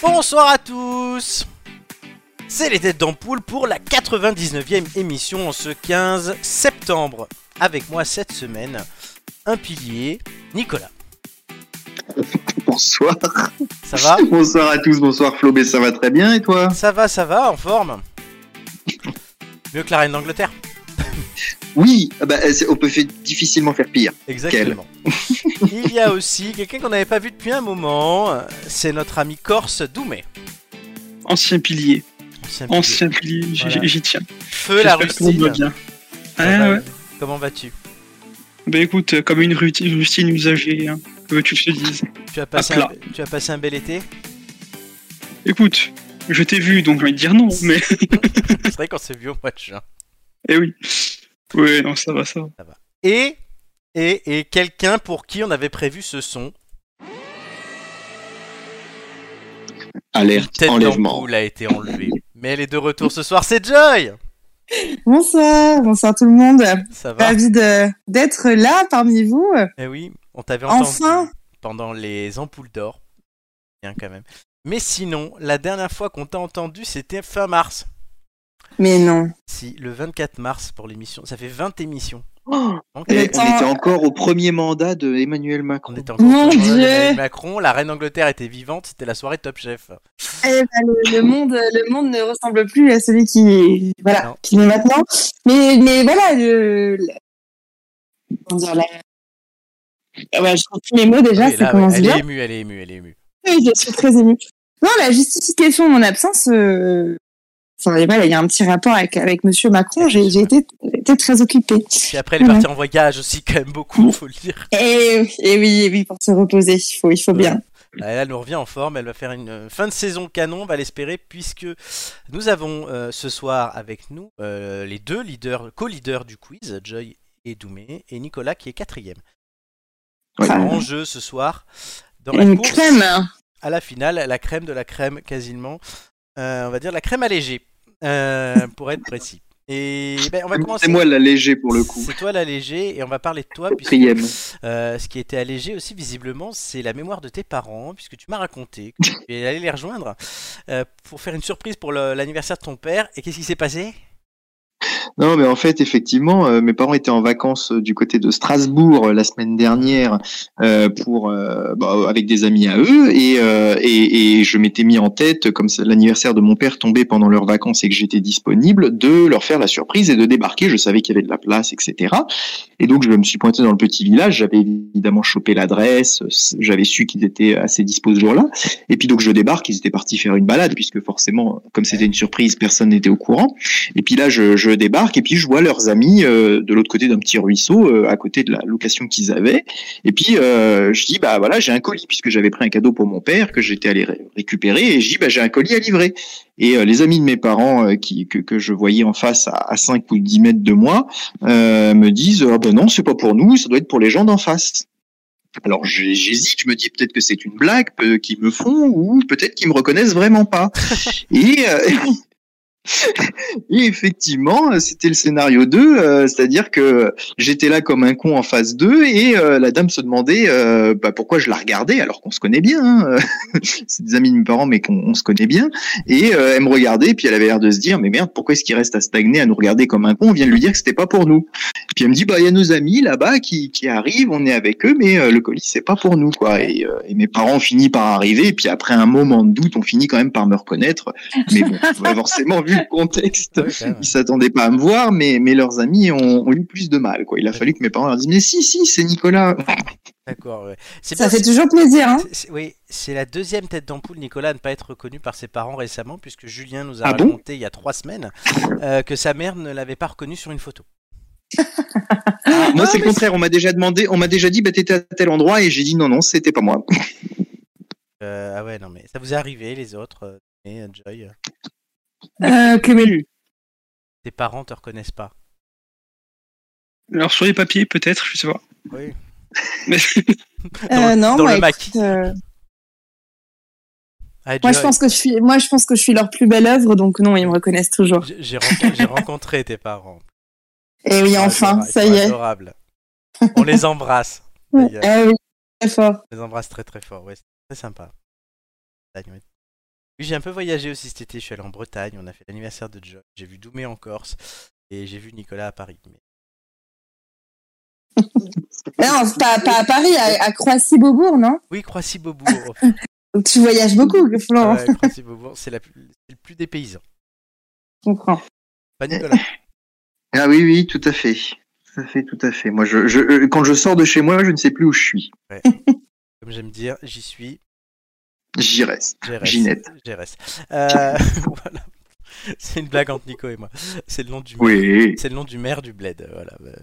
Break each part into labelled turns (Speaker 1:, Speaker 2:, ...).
Speaker 1: Bonsoir à tous C'est les têtes d'ampoule pour la 99e émission en ce 15 septembre. Avec moi cette semaine, un pilier, Nicolas.
Speaker 2: Bonsoir.
Speaker 1: Ça va
Speaker 2: Bonsoir à tous, bonsoir Flaubert, ça va très bien et toi
Speaker 1: Ça va, ça va, en forme Mieux que la reine d'Angleterre
Speaker 2: Oui, ah bah, euh, c'est- on peut fait- difficilement faire pire.
Speaker 1: Exactement. Il y a aussi quelqu'un qu'on n'avait pas vu depuis un moment, euh, c'est notre ami corse Doumé.
Speaker 3: Ancien pilier.
Speaker 1: Ancien pilier.
Speaker 3: Ancien pilier, j-
Speaker 1: Voilà.
Speaker 3: j'y tiens.
Speaker 1: Feu la
Speaker 3: J'espère que tout le monde va
Speaker 1: rustine.
Speaker 3: bien.
Speaker 1: Ça
Speaker 3: Ouais,
Speaker 1: va,
Speaker 3: ouais.
Speaker 1: Comment vas-tu
Speaker 3: Bah écoute, euh, comme une ruti- rustine usagée, hein, que veux-tu que je te dise
Speaker 1: tu as, passé
Speaker 3: plat.
Speaker 1: un, tu as passé un bel été
Speaker 3: Écoute, je t'ai vu, donc je vais te dire non, mais...
Speaker 1: C'est vrai qu'on s'est vu au mois de juin.
Speaker 3: Eh oui. Ouais, non, ça va, ça va.
Speaker 1: Et, et, et quelqu'un pour qui on avait prévu ce son.
Speaker 2: Alerte,
Speaker 1: Tête
Speaker 2: enlèvement.
Speaker 1: d'ampoule a été enlevée. Mais elle est de retour ce soir, c'est Joy
Speaker 4: Bonsoir, bonsoir tout le monde.
Speaker 1: Ça va
Speaker 4: Ravi de- d'être là parmi vous.
Speaker 1: Eh oui, on t'avait entendu
Speaker 4: Enfin.
Speaker 1: pendant les ampoules d'or. Bien quand même. Mais sinon, la dernière fois qu'on t'a entendu, c'était fin mars.
Speaker 4: Mais non.
Speaker 1: Si, le 24 mars pour l'émission. Ça fait 20 émissions. Donc,
Speaker 2: Et
Speaker 4: Le
Speaker 2: on
Speaker 4: temps-
Speaker 2: était encore au premier mandat de Emmanuel Macron.
Speaker 1: On était encore
Speaker 4: Mon
Speaker 1: sur
Speaker 4: Dieu.
Speaker 1: Emmanuel Macron, la reine d'Angleterre était vivante, c'était la soirée Top Chef.
Speaker 4: Eh ben, le, le monde, le monde ne ressemble plus à celui qui,
Speaker 1: Non.
Speaker 4: voilà, qui est maintenant. Mais, mais voilà, le, le- comment dire, la- Ah ouais, je trouve tous mes mots déjà,
Speaker 1: Oui,
Speaker 4: ça
Speaker 1: là, ouais,
Speaker 4: commence
Speaker 1: elle
Speaker 4: bien.
Speaker 1: est émue, elle est émue, elle est émue.
Speaker 4: Oui, je suis très émue. Non, la justification de mon absence, euh... enfin, voilà, il y a un petit rapport avec, avec Monsieur Macron. J'ai j'ai été, été très occupée.
Speaker 1: Puis après, elle est partie en voyage aussi, quand même beaucoup, faut le dire.
Speaker 4: Et oui, eh oui, eh oui, pour se reposer, il faut, il faut bien.
Speaker 1: Là, elle nous revient en forme, elle va faire une euh, fin de saison canon, on va l'espérer, puisque nous avons euh, ce soir avec nous euh, les deux leaders, co-leaders du quiz, Joy et Doumé, et Nicolas qui est quatrième.
Speaker 2: Ouais.
Speaker 4: Ah.
Speaker 1: En jeu ce soir, dans la
Speaker 4: Une
Speaker 1: course
Speaker 4: crème.
Speaker 1: à la finale, la crème de la crème quasiment, Euh, on va dire la crème allégée, euh, pour être précis. Et ben, on va commencer.
Speaker 2: C'est moi la léger pour le coup.
Speaker 1: C'est toi l'allégé, et on va parler de toi, puisque
Speaker 2: Quatrième.
Speaker 1: Euh, ce qui était allégé aussi visiblement, c'est la mémoire de tes parents, puisque tu m'as raconté que tu es allé les rejoindre euh, pour faire une surprise pour le- l'anniversaire de ton père. Et qu'est-ce qui s'est passé
Speaker 2: Non, mais en fait, effectivement, euh, mes parents étaient en vacances euh, du côté de Strasbourg euh, la semaine dernière euh, pour euh, bah, avec des amis à eux et, euh, et, et je m'étais mis en tête, comme c'est l'anniversaire de mon père tombait pendant leurs vacances et que j'étais disponible, de leur faire la surprise et de débarquer. Je savais qu'il y avait de la place, etc. Et donc, je me suis pointé dans le petit village. J'avais évidemment chopé l'adresse. s- J'avais su qu'ils étaient assez dispo ce jour-là. Et puis, donc, je débarque. Ils étaient partis faire une balade puisque forcément, comme c'était une surprise, personne n'était au courant. Et puis là, je, je débarque et puis je vois leurs amis euh, de l'autre côté d'un petit ruisseau, euh, à côté de la location qu'ils avaient. Et puis euh, je dis bah voilà, j'ai un colis puisque j'avais pris un cadeau pour mon père que j'étais allé ré- récupérer et je dis bah j'ai un colis à livrer. Et euh, les amis de mes parents euh, qui que, que je voyais en face à, à 5 ou 10 mètres de moi euh, me disent ah ben non, c'est pas pour nous, ça doit être pour les gens d'en face. Alors j'ai- j'hésite, je me dis peut-être que c'est une blague peu- qu'ils me font ou peut-être qu'ils me reconnaissent vraiment pas. et euh, et effectivement, euh, c'était le scénario 2, euh, c'est-à-dire que j'étais là comme un con en phase 2 et euh, la dame se demandait euh, bah, pourquoi je la regardais alors qu'on se connaît bien. hein. C'est des amis de mes parents mais qu'on on se connaît bien. Et euh, elle me regardait puis elle avait l'air de se dire mais merde pourquoi est-ce qu'il reste à stagner à nous regarder comme un con On vient de lui dire que c'était pas pour nous. Puis elle me dit bah il y a nos amis là-bas qui, qui arrivent, on est avec eux mais euh, le colis c'est pas pour nous quoi. Et, euh, et mes parents ont fini par arriver et puis après un moment de doute on finit quand même par me reconnaître. Mais bon forcément vu le contexte ils s'attendaient pas à me voir, mais, mais leurs amis ont, ont eu plus de mal. Quoi. Il a fallu que mes parents leur disent Mais si, si, c'est Nicolas.
Speaker 1: D'accord. ouais. C'est
Speaker 4: Ça
Speaker 1: bien-
Speaker 4: fait toujours plaisir, hein
Speaker 1: c'est- c'est- oui, c'est la deuxième tête d'ampoule, Nicolas, à ne pas être reconnu par ses parents récemment, puisque Julien nous a
Speaker 2: Ah bon
Speaker 1: raconté il y a trois semaines euh, que sa mère ne l'avait pas reconnu sur une photo.
Speaker 2: moi, c'est le contraire. On m'a déjà demandé, on m'a déjà dit Bah, t'étais à tel endroit, et j'ai dit Non, non, c'était pas moi.
Speaker 1: Euh, ah ouais, non, mais ça vous est arrivé, les autres, euh, et euh, Joy, euh,
Speaker 4: euh, Clément.
Speaker 1: tes parents te reconnaissent pas.
Speaker 3: Alors sur les papiers, peut-être, je sais pas.
Speaker 1: Oui.
Speaker 3: Mais
Speaker 1: Dans le-
Speaker 4: Euh, non,
Speaker 1: dans
Speaker 4: moi,
Speaker 1: le
Speaker 4: écoute,
Speaker 1: maquis.
Speaker 4: euh,
Speaker 1: Ah,
Speaker 4: moi, je pense que je suis, moi, je pense que je suis leur plus belle œuvre, donc non, ils me reconnaissent toujours.
Speaker 1: J'ai j'ai rencontré, j'ai rencontré tes parents.
Speaker 4: Et oui,
Speaker 1: Ah,
Speaker 4: enfin,
Speaker 1: Adorable,
Speaker 4: ça
Speaker 1: ils
Speaker 4: y
Speaker 1: sont
Speaker 4: est.
Speaker 1: adorables. On les embrasse.
Speaker 4: Ouais.
Speaker 1: d'ailleurs.
Speaker 4: Ah oui, très fort.
Speaker 1: On les embrasse très très fort. Ouais, c'est très sympa. Daniel. Oui, j'ai un peu voyagé aussi cet été. Je suis allé en Bretagne, on a fait l'anniversaire de Joy. J'ai vu Doumé en Corse et j'ai vu Nicolas à Paris. Mais
Speaker 4: Non, c'est pas, pas à Paris, à, à Croissy-Beaubourg, non
Speaker 1: Oui, Croissy-Beaubourg.
Speaker 4: Donc, Tu voyages beaucoup, Florent,
Speaker 1: Ouais, Croissy-Beaubourg, c'est la plus- c'est le plus des paysans.
Speaker 4: je comprends.
Speaker 1: Pas Nicolas.
Speaker 2: Ah oui, oui, tout à fait. Tout à fait, tout à fait. Moi, je, je, euh, quand je sors de chez moi, je ne sais plus où je suis.
Speaker 1: Comme j'aime dire, j'y suis.
Speaker 2: J'y reste.
Speaker 1: J'y reste.
Speaker 2: Ginette.
Speaker 1: J'y reste. Euh, voilà. C'est une blague entre Nico et moi. C'est le nom du
Speaker 2: Oui.
Speaker 1: c'est le nom du maire du bled. euh, Voilà. Euh,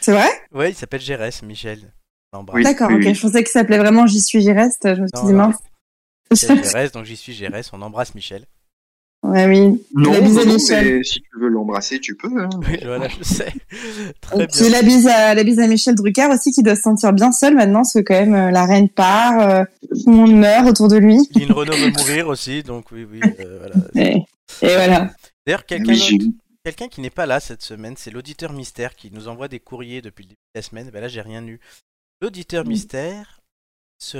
Speaker 4: C'est vrai
Speaker 1: Ouais, il s'appelle Gérès, Michel. On l'embrasse.
Speaker 2: Oui,
Speaker 4: D'accord,
Speaker 2: oui,
Speaker 4: ok.
Speaker 2: oui.
Speaker 4: Je pensais que ça s'appelait vraiment J'y suis, j'y reste. Je me suis
Speaker 1: Non,
Speaker 4: dit,
Speaker 1: non,
Speaker 4: mince.
Speaker 1: Michel Gérès, donc j'y suis Gérès, on embrasse Michel.
Speaker 4: ouais, oui.
Speaker 2: Non,
Speaker 4: La bise à
Speaker 2: non, non,
Speaker 4: Michel.
Speaker 2: mais si tu veux l'embrasser, tu peux. hein.
Speaker 1: Oui, voilà, je sais. Très
Speaker 4: Et puis
Speaker 1: bien.
Speaker 4: la bise, à, la bise à Michel Drucker aussi, qui doit se sentir bien seul maintenant, parce que quand même, euh, la reine part, euh, tout le monde meurt autour de lui.
Speaker 1: Lynn Renault veut mourir aussi, donc oui, oui. euh, voilà.
Speaker 4: Et, et voilà.
Speaker 1: D'ailleurs, quelqu'un
Speaker 2: Oui, j'ai-
Speaker 1: d'autre- Quelqu'un qui n'est pas là cette semaine, c'est l'auditeur mystère qui nous envoie des courriers depuis le début de la semaine. Ben là, j'ai rien eu. L'auditeur mystère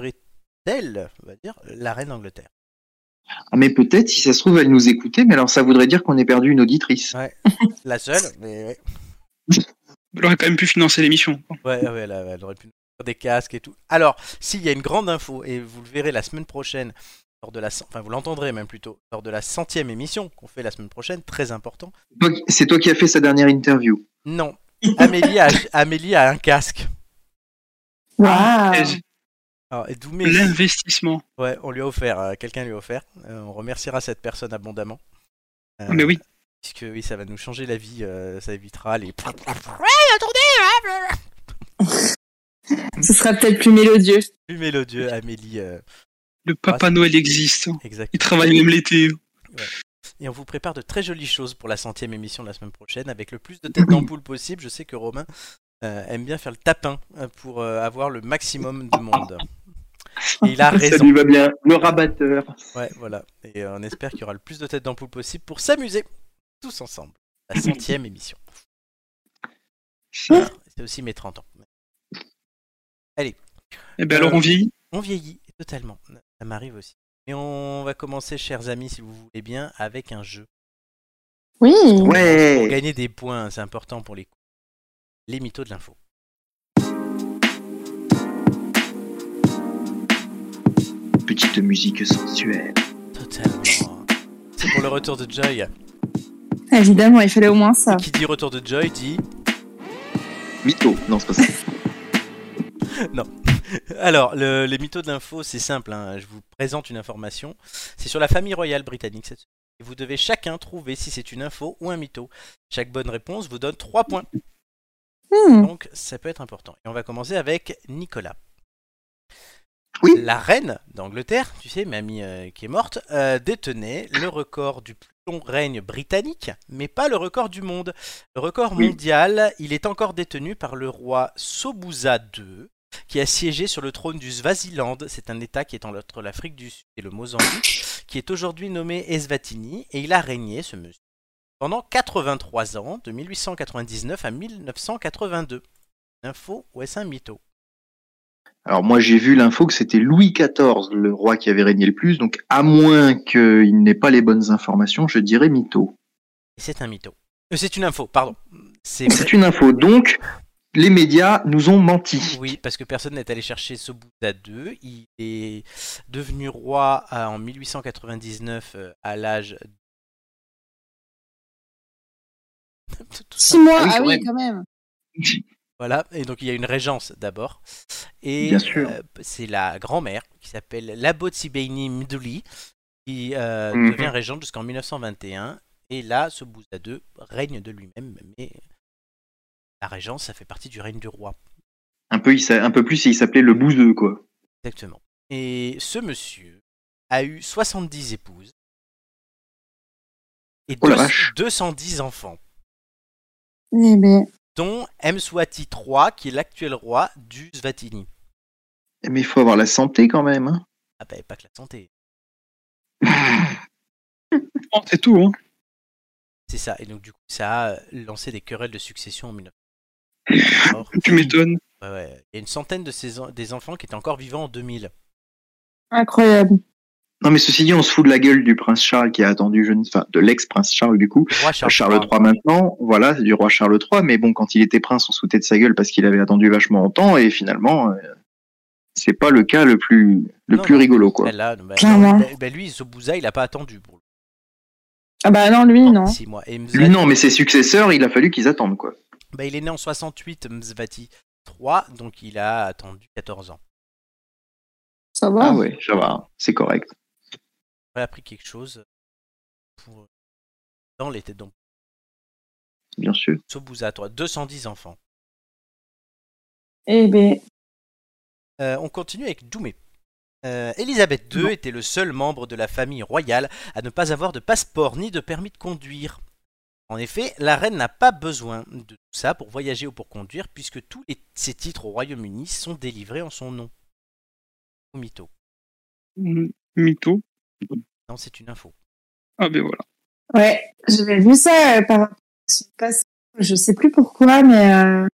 Speaker 1: serait-elle, on va dire, la reine d'Angleterre
Speaker 2: Ah, mais peut-être, si ça se trouve, elle nous écoutait, mais alors ça voudrait dire qu'on ait perdu une auditrice.
Speaker 1: La seule Mais ouais,
Speaker 3: Elle aurait quand même pu financer l'émission. quoi.
Speaker 1: ouais, ouais, là, elle aurait pu nous faire des casques et tout. Alors, s'il y a une grande info, et vous le verrez la semaine prochaine, lors de la, cent- enfin vous l'entendrez même plutôt, lors de la centième émission qu'on fait la semaine prochaine, très important.
Speaker 2: Toi- C'est toi qui as fait sa dernière interview.
Speaker 1: Non, Amélie a, Amélie a un casque. Ah,
Speaker 4: Waouh.
Speaker 3: Et
Speaker 1: Alors, et Doumé,
Speaker 3: L'investissement.
Speaker 1: ouais, on lui a offert, euh, quelqu'un lui a offert. Euh, on remerciera cette personne abondamment. Euh,
Speaker 3: Mais oui,
Speaker 1: Puisque oui, ça va nous changer la vie, euh, ça évitera les.
Speaker 4: Ce sera peut-être plus mélodieux.
Speaker 1: Plus mélodieux, Amélie. euh,
Speaker 3: le Papa Noël existe. hein.
Speaker 1: exact.
Speaker 3: Il travaille même l'été. hein.
Speaker 1: Et on vous prépare de très jolies choses pour la centième émission de la semaine prochaine, avec le plus de têtes d'ampoule possible. Je sais que Romain euh, aime bien faire le tapin euh, pour euh, avoir le maximum de monde. Et il a
Speaker 2: Ça
Speaker 1: raison.
Speaker 2: lui va bien. Le rabatteur.
Speaker 1: Ouais, voilà. Et euh, on espère qu'il y aura le plus de têtes d'ampoule possible pour s'amuser tous ensemble. La centième émission. Voilà. C'est aussi mes 30 ans.
Speaker 3: Et
Speaker 1: Ah.
Speaker 3: ben alors on vieillit.
Speaker 1: On vieillit totalement. Ça m'arrive aussi. Et on va commencer, chers amis, si vous voulez bien, avec un jeu.
Speaker 4: Oui.
Speaker 1: Pour
Speaker 2: Ouais.
Speaker 1: gagner des points, c'est important pour les coups. Les mythos de l'info.
Speaker 2: Petite musique sensuelle.
Speaker 1: Totalement. C'est pour le retour de Joy.
Speaker 4: Évidemment, il fallait au moins ça.
Speaker 1: Qui dit retour de Joy dit.
Speaker 2: Mytho. Non, c'est pas ça.
Speaker 1: Alors, le- les mythos de l'info, c'est simple. hein. Je vous présente une information. C'est sur la famille royale britannique cette semaine. Et Vous devez chacun trouver si c'est une info ou un mytho. Chaque bonne réponse vous donne 3 points.
Speaker 4: Hmm.
Speaker 1: Donc, ça peut être important. Et on va commencer avec Nicolas.
Speaker 2: Oui.
Speaker 1: La reine d'Angleterre, tu sais, mamie euh, qui est morte, euh, détenait le record du plus long règne britannique, mais pas le record du monde. Le record
Speaker 2: Oui.
Speaker 1: mondial, il est encore détenu par le roi Sobuza II, qui a siégé sur le trône du Swaziland. C'est un état qui est entre l'Afrique du Sud et le Mozambique, qui est aujourd'hui nommé Eswatini, et il a régné, ce monsieur, pendant 83 ans, de 1899 à 1982. Info ou est-ce un mytho
Speaker 2: Alors moi j'ai vu l'info que c'était Louis XIV, le roi qui avait régné le plus, donc à moins qu'il n'ait pas les bonnes informations, je dirais mytho.
Speaker 1: Et c'est un mytho. Euh, c'est une info, pardon. C'est
Speaker 2: C'est une info, donc les médias nous ont menti.
Speaker 1: Oui, parce que personne n'est allé chercher Sobuda II. Il est devenu roi à- en 1899 euh, à l'âge. de- Tout ça.
Speaker 4: Six mois,
Speaker 2: Ah
Speaker 4: ah
Speaker 2: oui,
Speaker 4: oui, quand même.
Speaker 1: Voilà, et donc il y a une régence d'abord. Et
Speaker 2: Bien sûr.
Speaker 1: euh, c'est la grand-mère qui s'appelle Labotsibeini Mduli qui euh,
Speaker 2: Mhm.
Speaker 1: devient régente jusqu'en 1921. Et là, Sobuda II règne de lui-même, mais la régence, ça fait partie du règne du roi.
Speaker 2: Un peu, il s'a- un peu plus, il s'appelait le bouseux quoi.
Speaker 1: Exactement. Et ce monsieur a eu 70 épouses et
Speaker 2: Oh la
Speaker 1: deux-
Speaker 2: vache.
Speaker 1: 210 enfants,
Speaker 4: Eh ben,
Speaker 1: dont Mswati III, qui est l'actuel roi du Svatini.
Speaker 2: Eh, Mais il faut avoir la santé quand même. hein.
Speaker 1: Ah bah, pas que la santé,
Speaker 3: Oh, c'est tout. Hein.
Speaker 1: c'est ça. Et donc, du coup, ça a euh, lancé des querelles de succession en 1900. Alors,
Speaker 3: Tu m'étonnes.
Speaker 1: ouais, ouais. Il y a une centaine de ces en- des enfants qui étaient encore vivants en 2000.
Speaker 4: incroyable.
Speaker 2: Non, mais ceci dit, on se fout de la gueule du prince Charles qui a attendu, je ne... enfin, de l'ex-prince Charles du coup.
Speaker 1: Le roi Charles,
Speaker 2: Charles
Speaker 1: III.
Speaker 2: III maintenant, voilà, c'est du roi Charles III, mais bon, quand il était prince, on se foutait de sa gueule parce qu'il avait attendu vachement longtemps, et finalement, euh, c'est pas le cas le plus, le
Speaker 1: Non,
Speaker 2: plus
Speaker 1: non.
Speaker 2: rigolo, quoi.
Speaker 1: Ben là, ben-
Speaker 4: Clairement.
Speaker 1: ben- ben lui, ce bouza, il a pas attendu pour
Speaker 4: Ah bah non, lui, non.
Speaker 1: six mois. Et Mzvati-
Speaker 2: Lui, non, mais ses successeurs, il a fallu qu'ils attendent, quoi.
Speaker 1: ben, il est né en 68, Mzvati 3, donc il a attendu 14 ans.
Speaker 4: Ça
Speaker 2: Ah
Speaker 4: va.
Speaker 2: ouais, ça va, c'est correct.
Speaker 1: Il a appris quelque chose pour euh, dans les têtes donc
Speaker 2: Bien sûr.
Speaker 1: Sobuza 3, 210 enfants.
Speaker 4: Eh ben,
Speaker 1: Euh, on continue avec Doumé. Euh, Élisabeth II était le seul membre de la famille royale à ne pas avoir de passeport ni de permis de conduire. En effet, la reine n'a pas besoin de tout ça pour voyager ou pour conduire, puisque tous les- ses titres au Royaume-Uni sont délivrés en son nom. Ou mytho.
Speaker 3: Mm, Mytho.
Speaker 1: Non, c'est une info.
Speaker 3: Ah ben voilà.
Speaker 4: ouais, j'avais vu ça euh, par rapport à son passé. Je sais plus pourquoi, mais euh,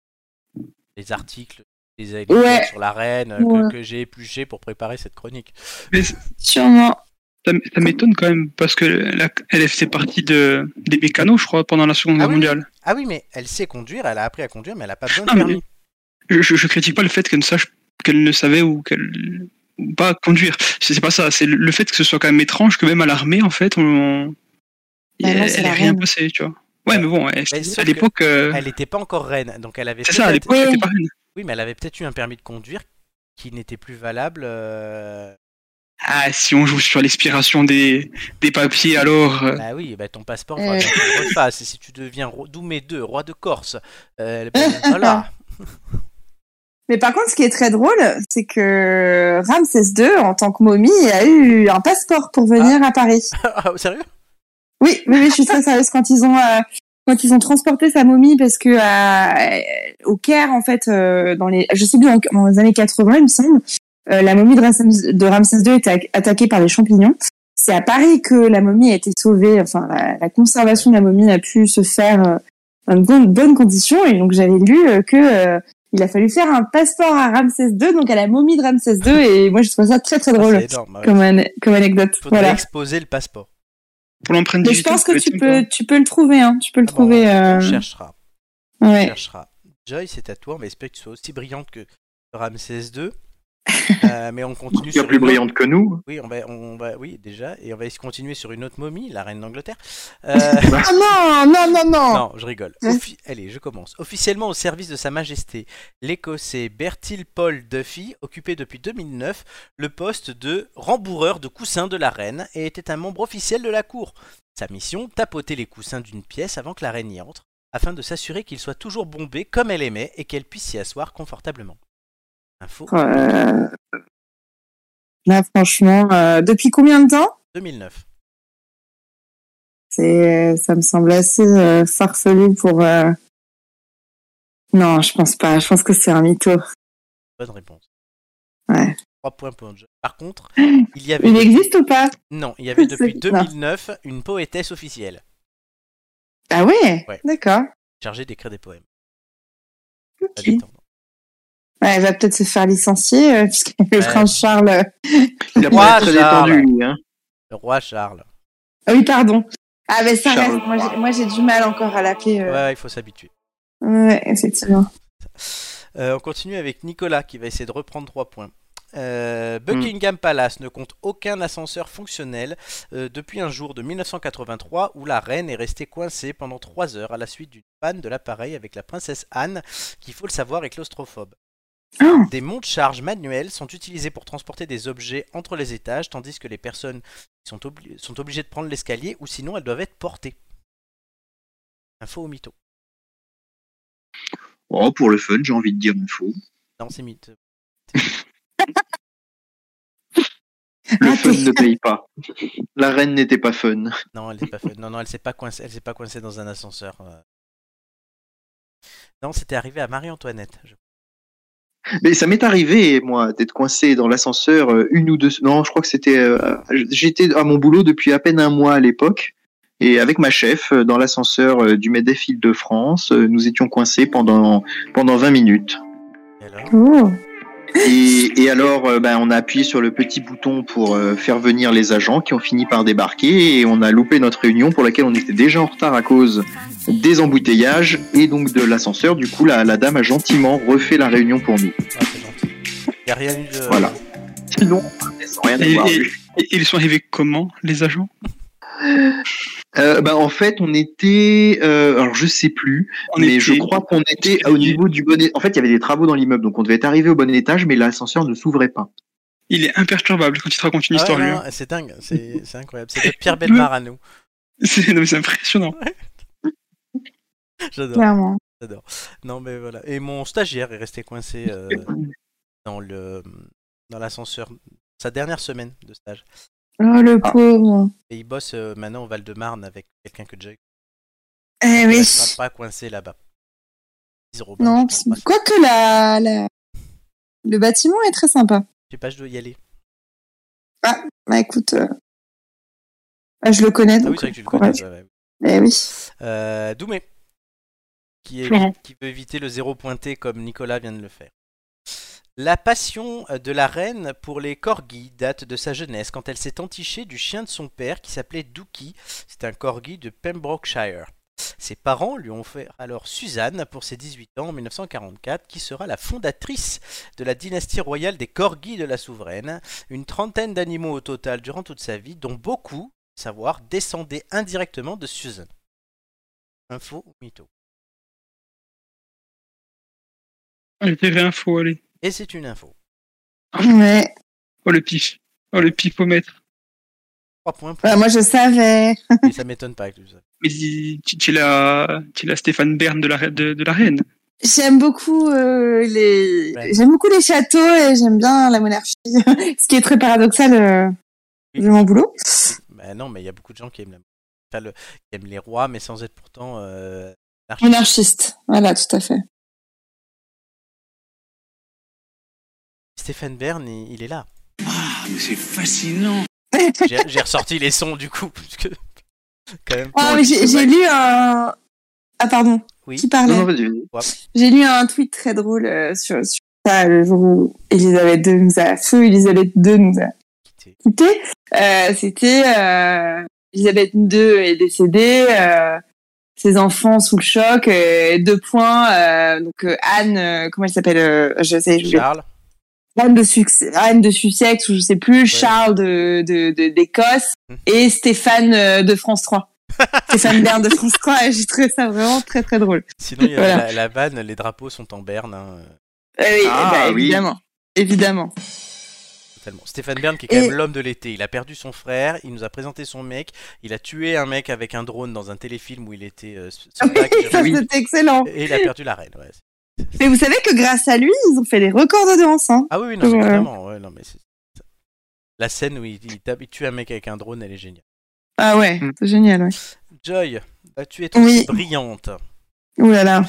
Speaker 1: Les articles, les éléments
Speaker 4: Ouais.
Speaker 1: sur la reine euh, que-
Speaker 4: Ouais.
Speaker 1: que, j'ai épluchés pour préparer cette chronique.
Speaker 3: Mais c-
Speaker 4: sûrement.
Speaker 3: ça, m- ça m'étonne quand même, parce que la, elle faisait partie de, des mécanos, je crois, pendant la Seconde
Speaker 1: Ah
Speaker 3: Guerre
Speaker 1: oui.
Speaker 3: mondiale.
Speaker 1: Ah oui, mais elle sait conduire, elle a appris à conduire, mais elle n'a pas besoin de
Speaker 3: Ah, mais-
Speaker 1: permis.
Speaker 3: Je, je, je critique pas le fait qu'elle ne sache qu'elle ne savait ou qu'elle ou pas conduire. C'est c'est pas ça. C'est le, le fait que ce soit quand même étrange que même à l'armée, en fait, on.
Speaker 4: Bah
Speaker 3: elle
Speaker 4: non, c'est
Speaker 3: elle
Speaker 4: la
Speaker 3: est rien
Speaker 4: reine. Bah,
Speaker 3: passé, tu vois. Ouais, mais bon, elle-
Speaker 1: Mais sauf
Speaker 3: à
Speaker 1: que-
Speaker 3: l'époque, euh,
Speaker 1: Elle n'était pas encore reine, donc elle avait
Speaker 3: c'est ça, à
Speaker 1: peut-être-
Speaker 3: l'époque,
Speaker 4: Oui.
Speaker 3: c'était pas reine.
Speaker 1: Oui, mais elle avait peut-être eu un permis de conduire qui n'était plus valable. euh,
Speaker 3: Ah, si on joue sur l'expiration des, des papiers, alors. euh,
Speaker 1: Bah oui, bah ton passeport,
Speaker 4: Euh.
Speaker 1: va bien que tu le refasses. Et si tu deviens roi- Doumé II, roi de Corse, euh, ben, voilà.
Speaker 4: Mais par contre, ce qui est très drôle, c'est que Ramsès II, en tant que momie, a eu un passeport pour venir à Paris.
Speaker 1: Ah, sérieux
Speaker 4: Oui, oui, oui, je suis très sérieuse quand ils ont euh, quand ils ont transporté sa momie parce que euh, au Caire en fait euh, dans les je sais plus dans, dans les années 80 il me semble euh, la momie de Ramsès, de Ramsès II était atta- attaquée par les champignons. C'est à Paris que la momie a été sauvée. Enfin la, la conservation de la momie a pu se faire euh, dans de bonnes bonnes conditions et donc j'avais lu euh, que euh, il a fallu faire un passeport à Ramsès II donc à la momie de Ramsès II et moi je trouve ça très très
Speaker 1: Ah,
Speaker 4: drôle
Speaker 1: C'est énorme. Il
Speaker 4: comme an- comme anecdote.
Speaker 1: faudrait
Speaker 4: Voilà.
Speaker 1: exposer le passeport.
Speaker 3: pour l'empreinte
Speaker 4: Mais je
Speaker 3: digitale,
Speaker 4: pense que
Speaker 3: ça va
Speaker 4: tu
Speaker 3: être sympa.
Speaker 4: peux, tu peux le trouver, hein. Tu peux le
Speaker 1: Ah bon,
Speaker 4: trouver. euh,
Speaker 1: On cherchera. On
Speaker 4: ouais.
Speaker 1: cherchera. Joy, c'est à toi. On espère que tu sois aussi brillante que Ramsès II. Euh, mais on continue
Speaker 2: Bien
Speaker 1: sur
Speaker 2: plus
Speaker 1: une autre-
Speaker 2: brillante que nous.
Speaker 1: Oui, on va, on va, oui, déjà, et on va se continuer sur une autre momie, la reine d'Angleterre. Euh,
Speaker 2: Bah,
Speaker 4: Ah non, non, non, non.
Speaker 1: Non, je rigole.
Speaker 4: Hein
Speaker 1: Offi- Allez, je commence. Officiellement au service de Sa Majesté, l'Écossais Bertil Paul Duffy occupait depuis 2009 le poste de rembourreur de coussins de la reine et était un membre officiel de la cour. Sa mission, tapoter les coussins d'une pièce avant que la reine y entre, afin de s'assurer qu'ils soient toujours bombés comme elle aimait et qu'elle puisse s'y asseoir confortablement. Info
Speaker 4: Euh, Là, franchement, euh, depuis combien de temps
Speaker 1: 2009.
Speaker 4: C'est, ça me semble assez euh, farfelu pour. euh, Non, je pense pas. Je pense que c'est un mytho.
Speaker 1: Bonne réponse.
Speaker 4: Ouais.
Speaker 1: 3 points pour Angel. Par contre, il y avait
Speaker 4: Il existe ou pas
Speaker 1: non, il y avait depuis
Speaker 4: C'est bizarre.
Speaker 1: 2009 une poétesse officielle
Speaker 4: Ah ouais.
Speaker 1: Ouais.
Speaker 4: D'accord.
Speaker 1: chargée d'écrire des poèmes.
Speaker 4: Ok.
Speaker 1: Ça détend.
Speaker 4: Ouais, elle va peut-être se faire licencier euh, puisque le
Speaker 1: Ouais.
Speaker 4: prince Charles. euh,
Speaker 2: Il a
Speaker 1: Moi,
Speaker 2: pas été très
Speaker 1: Charles.
Speaker 2: détendu, lui, hein.
Speaker 1: Le roi Charles.
Speaker 4: ah Oui, pardon. Ah ben ça
Speaker 2: Charles.
Speaker 4: reste. Moi, j'ai- Moi, j'ai du mal encore à l'appeler.
Speaker 1: Ouais,
Speaker 4: euh,
Speaker 1: ouais, il faut s'habituer.
Speaker 4: Ouais, effectivement.
Speaker 1: Euh, on continue avec Nicolas qui va essayer de reprendre 3 points. Euh,
Speaker 4: Hmm.
Speaker 1: Buckingham Palace ne compte aucun ascenseur fonctionnel euh, depuis un jour de 1983 où la reine est restée coincée pendant 3 heures à la suite d'une panne de l'appareil avec la princesse Anne qui, faut le savoir, est claustrophobe.
Speaker 4: Oh.
Speaker 1: Des monts de charge manuels sont utilisés pour transporter des objets entre les étages tandis que les personnes sont, obli- sont obligées de prendre l'escalier ou sinon elles doivent être portées. Info au mytho.
Speaker 2: Oh, pour le fun, j'ai envie de dire info.
Speaker 1: Non, c'est mythe.
Speaker 2: Le
Speaker 4: Ah,
Speaker 2: fun
Speaker 4: t'es-
Speaker 2: ne paye pas. La reine n'était pas fun.
Speaker 1: Non, elle s'est pas fait- Non, non, elle s'est pas coincée. Elle s'est pas coincée dans un ascenseur. euh. Non, c'était arrivé à Marie-Antoinette. je-
Speaker 2: Mais ça m'est arrivé, moi, d'être coincé dans l'ascenseur euh, une ou deux. Non, je crois que c'était. euh, J'étais à mon boulot depuis à peine un mois à l'époque. Et avec ma chef, euh, dans l'ascenseur euh, du MEDEF
Speaker 1: hein.
Speaker 2: Île-de-France, euh, nous étions coincés pendant, pendant 20 minutes.
Speaker 1: Et alors
Speaker 4: Oh.
Speaker 2: Et, et alors, euh, ben, on a appuyé sur le petit bouton pour euh, faire venir les agents qui ont fini par débarquer et on a loupé notre réunion pour laquelle on était déjà en retard à cause des embouteillages et donc de l'ascenseur. Du coup, la, la dame a gentiment refait la réunion pour nous.
Speaker 1: Ah, c'est gentil. Y a rien eu de. Ah
Speaker 2: Voilà. Sinon, sans rien
Speaker 3: Et-
Speaker 2: avoir vu.
Speaker 3: Et ils sont arrivés comment, les agents
Speaker 2: Euh, ben, en fait, on était, euh, alors je sais plus,
Speaker 3: On
Speaker 2: mais
Speaker 3: était-
Speaker 2: je crois qu'on était au niveau du bon. é- En fait, il y avait des travaux dans l'immeuble, donc on devait être arrivé au bon étage, mais l'ascenseur ne s'ouvrait pas.
Speaker 3: Il est imperturbable quand il te raconte
Speaker 1: Ah
Speaker 3: une
Speaker 1: ouais,
Speaker 3: histoire, lui.
Speaker 1: non,
Speaker 3: hein.
Speaker 1: c'est dingue, c'est c'est incroyable. C'est notre Pierre Belmar à nous.
Speaker 3: C'est non, mais c'est impressionnant.
Speaker 1: J'adore.
Speaker 4: clairement.
Speaker 1: Non mais voilà. Et mon stagiaire est resté coincé euh, dans le dans l'ascenseur sa dernière semaine de stage.
Speaker 4: Oh, le
Speaker 2: Ah.
Speaker 4: pauvre.
Speaker 1: Et il bosse euh, maintenant au Val-de-Marne avec quelqu'un que Jay.
Speaker 4: Eh oui.
Speaker 1: Il sera pas coincé là-bas. Zéro bain,
Speaker 4: Non,
Speaker 1: je pense pas.
Speaker 4: quoique la, la... le bâtiment est très sympa.
Speaker 1: Je sais pas, je dois y aller.
Speaker 4: Bah écoute, euh, bah, je le connais
Speaker 1: Ah oui,
Speaker 4: donc.
Speaker 1: c'est vrai que tu le connais.
Speaker 4: courage.
Speaker 1: ouais, ouais.
Speaker 4: Eh oui.
Speaker 1: Euh, Doumé, qui, est-
Speaker 3: Florent.
Speaker 1: qui veut éviter le zéro pointé comme Nicolas vient de le faire. La passion de la reine pour les corgis date de sa jeunesse quand elle s'est entichée du chien de son père qui s'appelait Dookie. C'est un corgi de Pembrokeshire. Ses parents lui ont offert alors Suzanne pour ses 18 ans en 1944, qui sera la fondatrice de la dynastie royale des corgis de la souveraine. Une trentaine d'animaux au total durant toute sa vie, dont beaucoup, savoir, descendaient indirectement de Suzanne. Info ou mytho
Speaker 3: Je dirais info, allez.
Speaker 1: Et c'est une info.
Speaker 4: Ouais.
Speaker 3: Oh le pif. Oh le pifomètre.
Speaker 1: 3 points pour
Speaker 4: Bah, moi je savais.
Speaker 1: mais ça m'étonne pas que tout ça.
Speaker 3: Mais il- tu tu es la, tu es la Stéphane Bern de la, de, de la reine.
Speaker 4: J'aime beaucoup euh, les
Speaker 1: Ouais.
Speaker 4: j'aime beaucoup les châteaux et j'aime bien la monarchie, ce qui est très paradoxal euh, de mon boulot.
Speaker 1: Bah non, mais il y a beaucoup de gens qui aiment, la... enfin, le- qui aiment les rois, mais sans être pourtant. euh, monarchistes.
Speaker 4: Monarchiste, voilà, tout à fait.
Speaker 1: Stéphane Bern, il, il est là.
Speaker 5: Ah, mais c'est fascinant.
Speaker 1: J'ai j'ai ressorti les sons du coup, parce que. Quand même.
Speaker 4: Ah,
Speaker 2: Ouais,
Speaker 4: mais j'ai
Speaker 2: c'est
Speaker 4: j'ai
Speaker 2: vrai.
Speaker 4: lu un ah pardon,
Speaker 1: Oui.
Speaker 4: qui parlait.
Speaker 2: Non, non, vas-y, vas-y.
Speaker 4: J'ai lu un tweet très drôle euh, sur, sur ça le jour où Elisabeth II nous a feu Elisabeth II nous a
Speaker 1: quitté.
Speaker 4: quittés. Euh, C'était euh, Elisabeth II est décédée, euh, ses enfants sous le choc, euh, deux points. euh, donc euh, Anne, euh, comment elle s'appelle euh, Je sais, je
Speaker 1: Charles,
Speaker 4: Anne de, Sussex, Anne de Sussex ou je sais plus, Charles de de- de- d'Écosse
Speaker 2: Mmh.
Speaker 1: Mhm.
Speaker 4: et Stéphane euh, de France 3. Stéphane Bern de France 3, et j'ai trouvé ça vraiment très très drôle.
Speaker 1: sinon il y a
Speaker 4: Voilà.
Speaker 1: la, la vanne, les drapeaux sont en berne, hein, euh,
Speaker 4: Euh, oui,
Speaker 2: Ah,
Speaker 4: eh ben,
Speaker 2: oui.
Speaker 4: évidemment, évidemment.
Speaker 1: totalement. Stéphane Bern qui est quand
Speaker 4: Et-
Speaker 1: même l'homme de l'été, il a perdu son frère, il nous a présenté son mec, il a tué un mec avec un drone dans un téléfilm où il était. euh, s-
Speaker 4: Oui,
Speaker 1: soldat qui-
Speaker 4: Ah ça c'était excellent.
Speaker 1: Et il a perdu la reine, ouais.
Speaker 4: Mais vous savez que grâce à lui, ils ont fait des records d'audience. Hein.
Speaker 1: Ah oui, oui, non, mais
Speaker 4: Voilà.
Speaker 1: clairement, ouais, non, mais c'est- c'est- La scène où il, il tape- il tue un mec avec un drone, elle est géniale.
Speaker 4: Ah ouais,
Speaker 2: Mm.
Speaker 4: c'est génial. Ouais.
Speaker 1: Joy, bah, tu es
Speaker 4: Oui.
Speaker 1: aussi brillante.
Speaker 4: Ouh là là.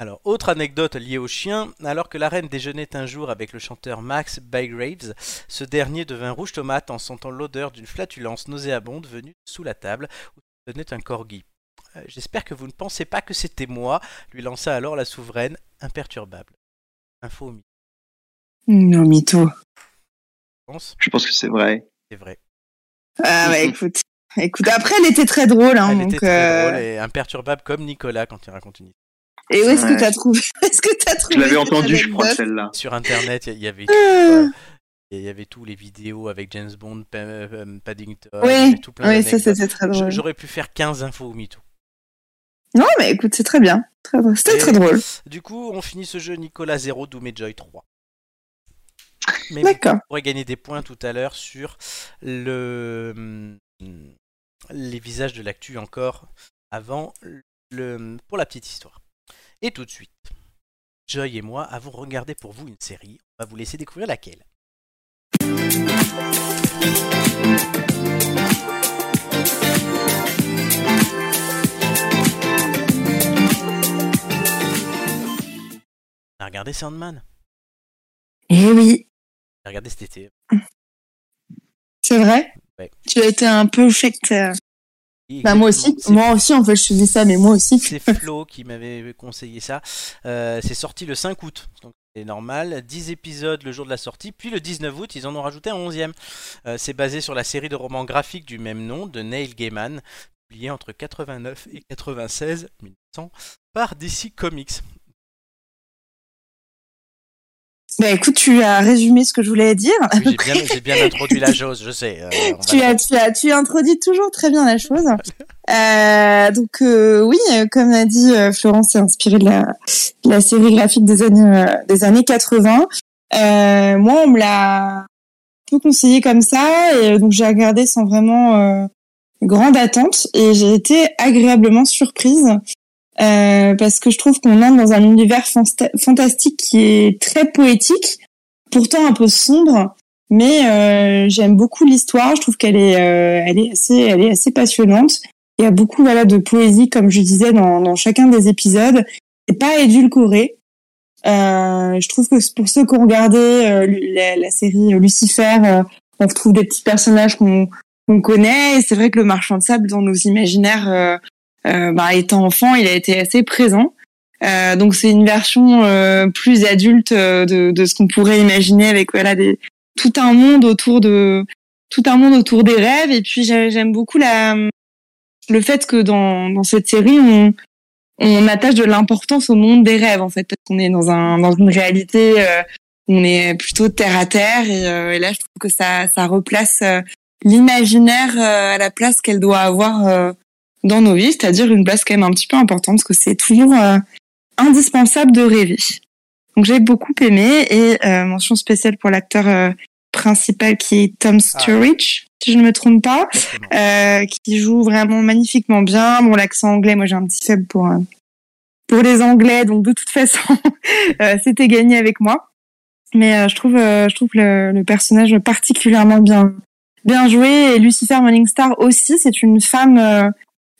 Speaker 1: Alors, autre anecdote liée au chien, alors que la reine déjeunait un jour avec le chanteur Max Bygraves, ce dernier devint rouge tomate en sentant l'odeur d'une flatulence nauséabonde venue sous la table où se tenait un corgi. Euh, J'espère que vous ne pensez pas que c'était moi, lui lança alors la souveraine, imperturbable. Info au milieu,
Speaker 4: Non, mytho.
Speaker 1: je pense,
Speaker 2: Je pense que c'est vrai.
Speaker 1: c'est vrai.
Speaker 4: Ah ouais, écoute. Écoute, après, elle était très drôle. Hein,
Speaker 1: Elle
Speaker 4: donc,
Speaker 1: était très
Speaker 4: euh,
Speaker 1: drôle et imperturbable comme Nicolas quand il raconte une histoire.
Speaker 4: Et où est-ce
Speaker 2: Ouais.
Speaker 4: que t'as trouvé Est-ce que t'as trouvé
Speaker 2: Je l'avais
Speaker 4: cette
Speaker 2: entendu, je crois,
Speaker 4: anecdote
Speaker 2: celle-là.
Speaker 1: Sur internet, il y- il y avait
Speaker 4: Euh,
Speaker 1: Il y avait tous les vidéos avec James Bond, Pa- euh, Paddington, il y avait
Speaker 4: Oui,
Speaker 1: tout plein
Speaker 4: oui, ça
Speaker 1: d'anecdotes.
Speaker 4: c'était très
Speaker 1: Je-
Speaker 4: drôle.
Speaker 1: J'aurais pu faire 15 infos au mytho.
Speaker 4: Non, mais écoute, c'est très bien. Très drôle. C'était
Speaker 1: Et-
Speaker 4: très drôle.
Speaker 1: Du coup, on finit ce jeu Nicolas 0, Doom et Joy 3. Mais vous
Speaker 4: D'accord.
Speaker 1: pourrez gagner des points tout à l'heure sur le hum, les visages de l'actu encore avant le pour la petite histoire. Et tout de suite, Joy et moi avons regardé pour vous une série. On va vous laisser découvrir laquelle. On a regardé Sandman.
Speaker 4: Eh oui,
Speaker 1: On a regardé cet été.
Speaker 4: c'est vrai.
Speaker 1: Ouais.
Speaker 4: Tu as été un peu sectaire. Bah, moi aussi.
Speaker 1: Exactement, c'est
Speaker 4: Moi aussi, en fait, je subis ça, mais moi aussi.
Speaker 1: C'est Flo qui m'avait conseillé ça. Euh, c'est sorti le 5 août. Donc, c'est normal. 10 épisodes le jour de la sortie, puis le 19 août, ils en ont rajouté un 11e. Euh, c'est basé sur la série de romans graphiques du même nom de Neil Gaiman, publiée entre 89 et 96 1900 par DC Comics.
Speaker 4: Bah écoute, tu as résumé ce que je voulais dire.
Speaker 1: Oui, j'ai, bien, j'ai bien introduit la chose, je sais. euh, on va-
Speaker 4: Ah, tu, as, tu, as, tu introduis toujours très bien la chose. Euh, donc euh, oui, euh, comme l'a dit euh, Florence, c'est inspiré de la, de la série graphique des années, euh, des années 80. Euh, moi, on me l'a un peu conseillé comme ça, et euh, donc j'ai regardé sans vraiment euh, grande attente, et j'ai été agréablement surprise. euh, parce que je trouve qu'on entre dans un univers fanta- fantastique qui est très poétique, pourtant un peu sombre, mais euh, j'aime beaucoup l'histoire. Je trouve qu'elle est, euh, elle est assez, elle est assez passionnante. Il y a beaucoup voilà de poésie, comme je disais, dans, dans chacun des épisodes. C'est pas édulcoré. Euh, je trouve que c'est pour ceux qui ont regardé euh, lu- la, la série euh, Lucifer, euh, on retrouve des petits personnages qu'on qu'on connaît. Et c'est vrai que le marchand de sable dans nos imaginaires, euh, euh, bah, étant enfant, il a été assez présent. Euh, donc c'est une version euh, plus adulte euh, de, de ce qu'on pourrait imaginer avec voilà des, tout un monde autour de tout un monde autour des rêves et puis j'ai- j'aime beaucoup la le fait que dans, dans cette série on on attache de l'importance au monde des rêves en fait parce qu'on est dans un dans une réalité euh, où on est plutôt terre à terre et, euh, et là je trouve que ça ça replace euh, l'imaginaire euh, à la place qu'elle doit avoir euh, dans nos vies c'est-à-dire une place quand même un petit peu importante parce que c'est toujours euh, indispensable de rêver donc j'ai beaucoup aimé et euh, mention spéciale pour l'acteur euh, principal qui est Tom Sturridge, si je ne me trompe pas,
Speaker 1: Exactement.
Speaker 4: euh, qui joue vraiment magnifiquement bien. Bon, l'accent anglais, moi j'ai un petit faible pour euh, pour les anglais, donc de toute façon, euh, c'était gagné avec moi. Mais euh, je trouve euh, je trouve le, le personnage particulièrement bien bien joué et Lucifer Morningstar aussi, c'est une femme euh,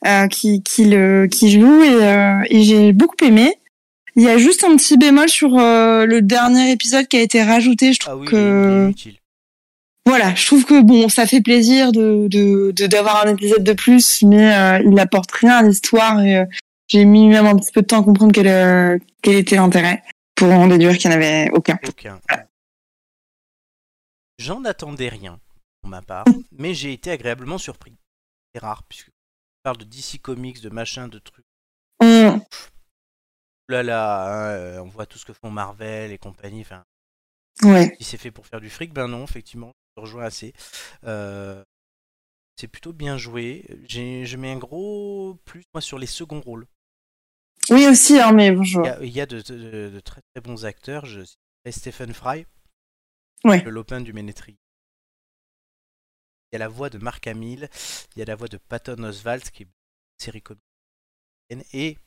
Speaker 4: euh, qui qui le qui joue et, euh, et j'ai beaucoup aimé. Il y a juste un petit bémol sur euh, le dernier épisode qui a été rajouté. Je trouve
Speaker 1: Ah oui,
Speaker 4: que
Speaker 1: inutile.
Speaker 4: voilà, je trouve que bon, ça fait plaisir de de de- d'avoir un épisode de plus, mais euh, il apporte rien à l'histoire. et, euh, J'ai mis même un petit peu de temps à comprendre quel euh, quel était l'intérêt pour en déduire qu'il n'y en avait aucun.
Speaker 1: Aucun. J'en attendais rien, pour ma part, mais j'ai été agréablement surpris. C'est rare, puisque on parle de DC Comics, de machin, de trucs.
Speaker 4: Hum,
Speaker 1: Ouh Là, là, hein, euh, on voit tout ce que font Marvel et compagnie. Enfin,
Speaker 4: ouais.
Speaker 1: si c'est fait pour faire du fric, ben non, effectivement, je te rejoins assez. Euh, c'est plutôt bien joué. J'ai- je mets un gros plus moi, sur les seconds rôles.
Speaker 4: Oui aussi, hein, mais bonjour.
Speaker 1: Il y a, il y a de, de- de très très bons acteurs. Je citerai Stephen Fry,
Speaker 4: Ouais.
Speaker 1: le Lopin du Ménétrier. Il y a la voix de Mark Hamill, il y a la voix de Patton Oswalt, qui est une série comédienne, et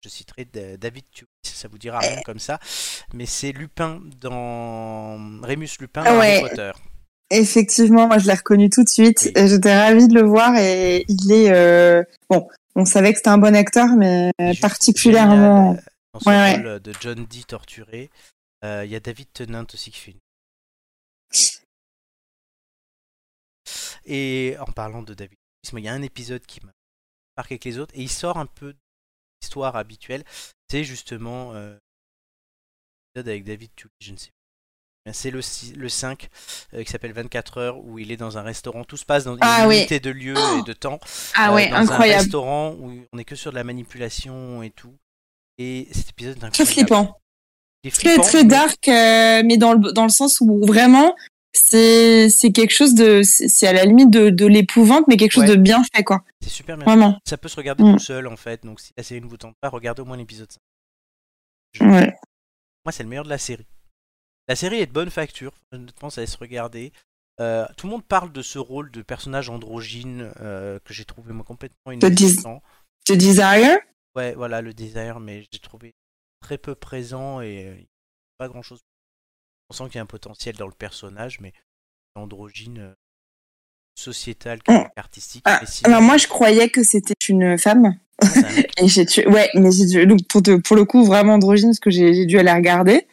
Speaker 1: je citerai Da- David Tewis, ça vous dira
Speaker 4: Eh.
Speaker 1: rien comme ça, mais c'est Lupin dans Rémus Lupin dans
Speaker 4: Ah ouais.
Speaker 1: Harry Potter.
Speaker 4: Effectivement, moi je l'ai reconnu tout de suite.
Speaker 1: Oui.
Speaker 4: et J'étais ravie de le voir et il est euh, bon. On savait que c'était un bon acteur, mais
Speaker 1: Il est juste
Speaker 4: Euh, particulièrement.
Speaker 1: génial, euh, Dans son
Speaker 4: Ouais,
Speaker 1: rôle de John Dee torturé. Euh, Il y a David Tennant aussi qui fait une. Et en parlant de David, Tennant, il y a un épisode qui m'a marqué avec les autres et il sort un peu de l'histoire habituelle. C'est justement euh, l'épisode avec David Tully, je ne sais plus. Mais C'est le, si- le 5 euh, qui s'appelle 24 heures où il est dans un restaurant. Tout se passe dans une
Speaker 4: Ah oui.
Speaker 1: unité de lieu et de temps.
Speaker 4: Ah
Speaker 1: Euh,
Speaker 4: ouais,
Speaker 1: dans un
Speaker 4: incroyable.
Speaker 1: restaurant où on est que sur de la manipulation et tout. Et cet épisode est
Speaker 4: Très
Speaker 1: incroyable.
Speaker 4: flippant.
Speaker 1: Il est
Speaker 4: très
Speaker 1: flippant,
Speaker 4: très
Speaker 1: mais
Speaker 4: dark, euh, mais dans le dans le sens où vraiment c'est c'est quelque chose de c'est c'est à la limite de, de l'épouvante, mais quelque chose
Speaker 1: Ouais.
Speaker 4: de bien fait quoi.
Speaker 1: C'est super bien.
Speaker 4: Vraiment.
Speaker 1: Ça peut se regarder
Speaker 4: Mm.
Speaker 1: tout seul en fait. Donc si la série ne vous tente pas, regardez au moins l'épisode 5. Je-
Speaker 4: Ouais.
Speaker 1: Moi, c'est le meilleur de la série. La série est de bonne facture. Honnêtement, ça laisse regarder. Euh, tout le monde parle de ce rôle de personnage androgyne euh, que j'ai trouvé moi complètement
Speaker 4: dis-
Speaker 1: inexistant.
Speaker 4: The Desire.
Speaker 1: Ouais, voilà le désir, mais j'ai trouvé très peu présent et euh, pas grand chose. On sent qu'il y a un potentiel dans le personnage, mais androgyne, euh, sociétal,
Speaker 4: Oh.
Speaker 1: artistique.
Speaker 4: Ah,
Speaker 1: mais sinon,
Speaker 4: Alors moi je croyais que c'était une femme
Speaker 1: c'est un mec.
Speaker 4: et j'ai tué. Ouais, mais j'ai dû- donc pour te- pour le coup vraiment androgyne parce que j'ai j'ai dû aller regarder.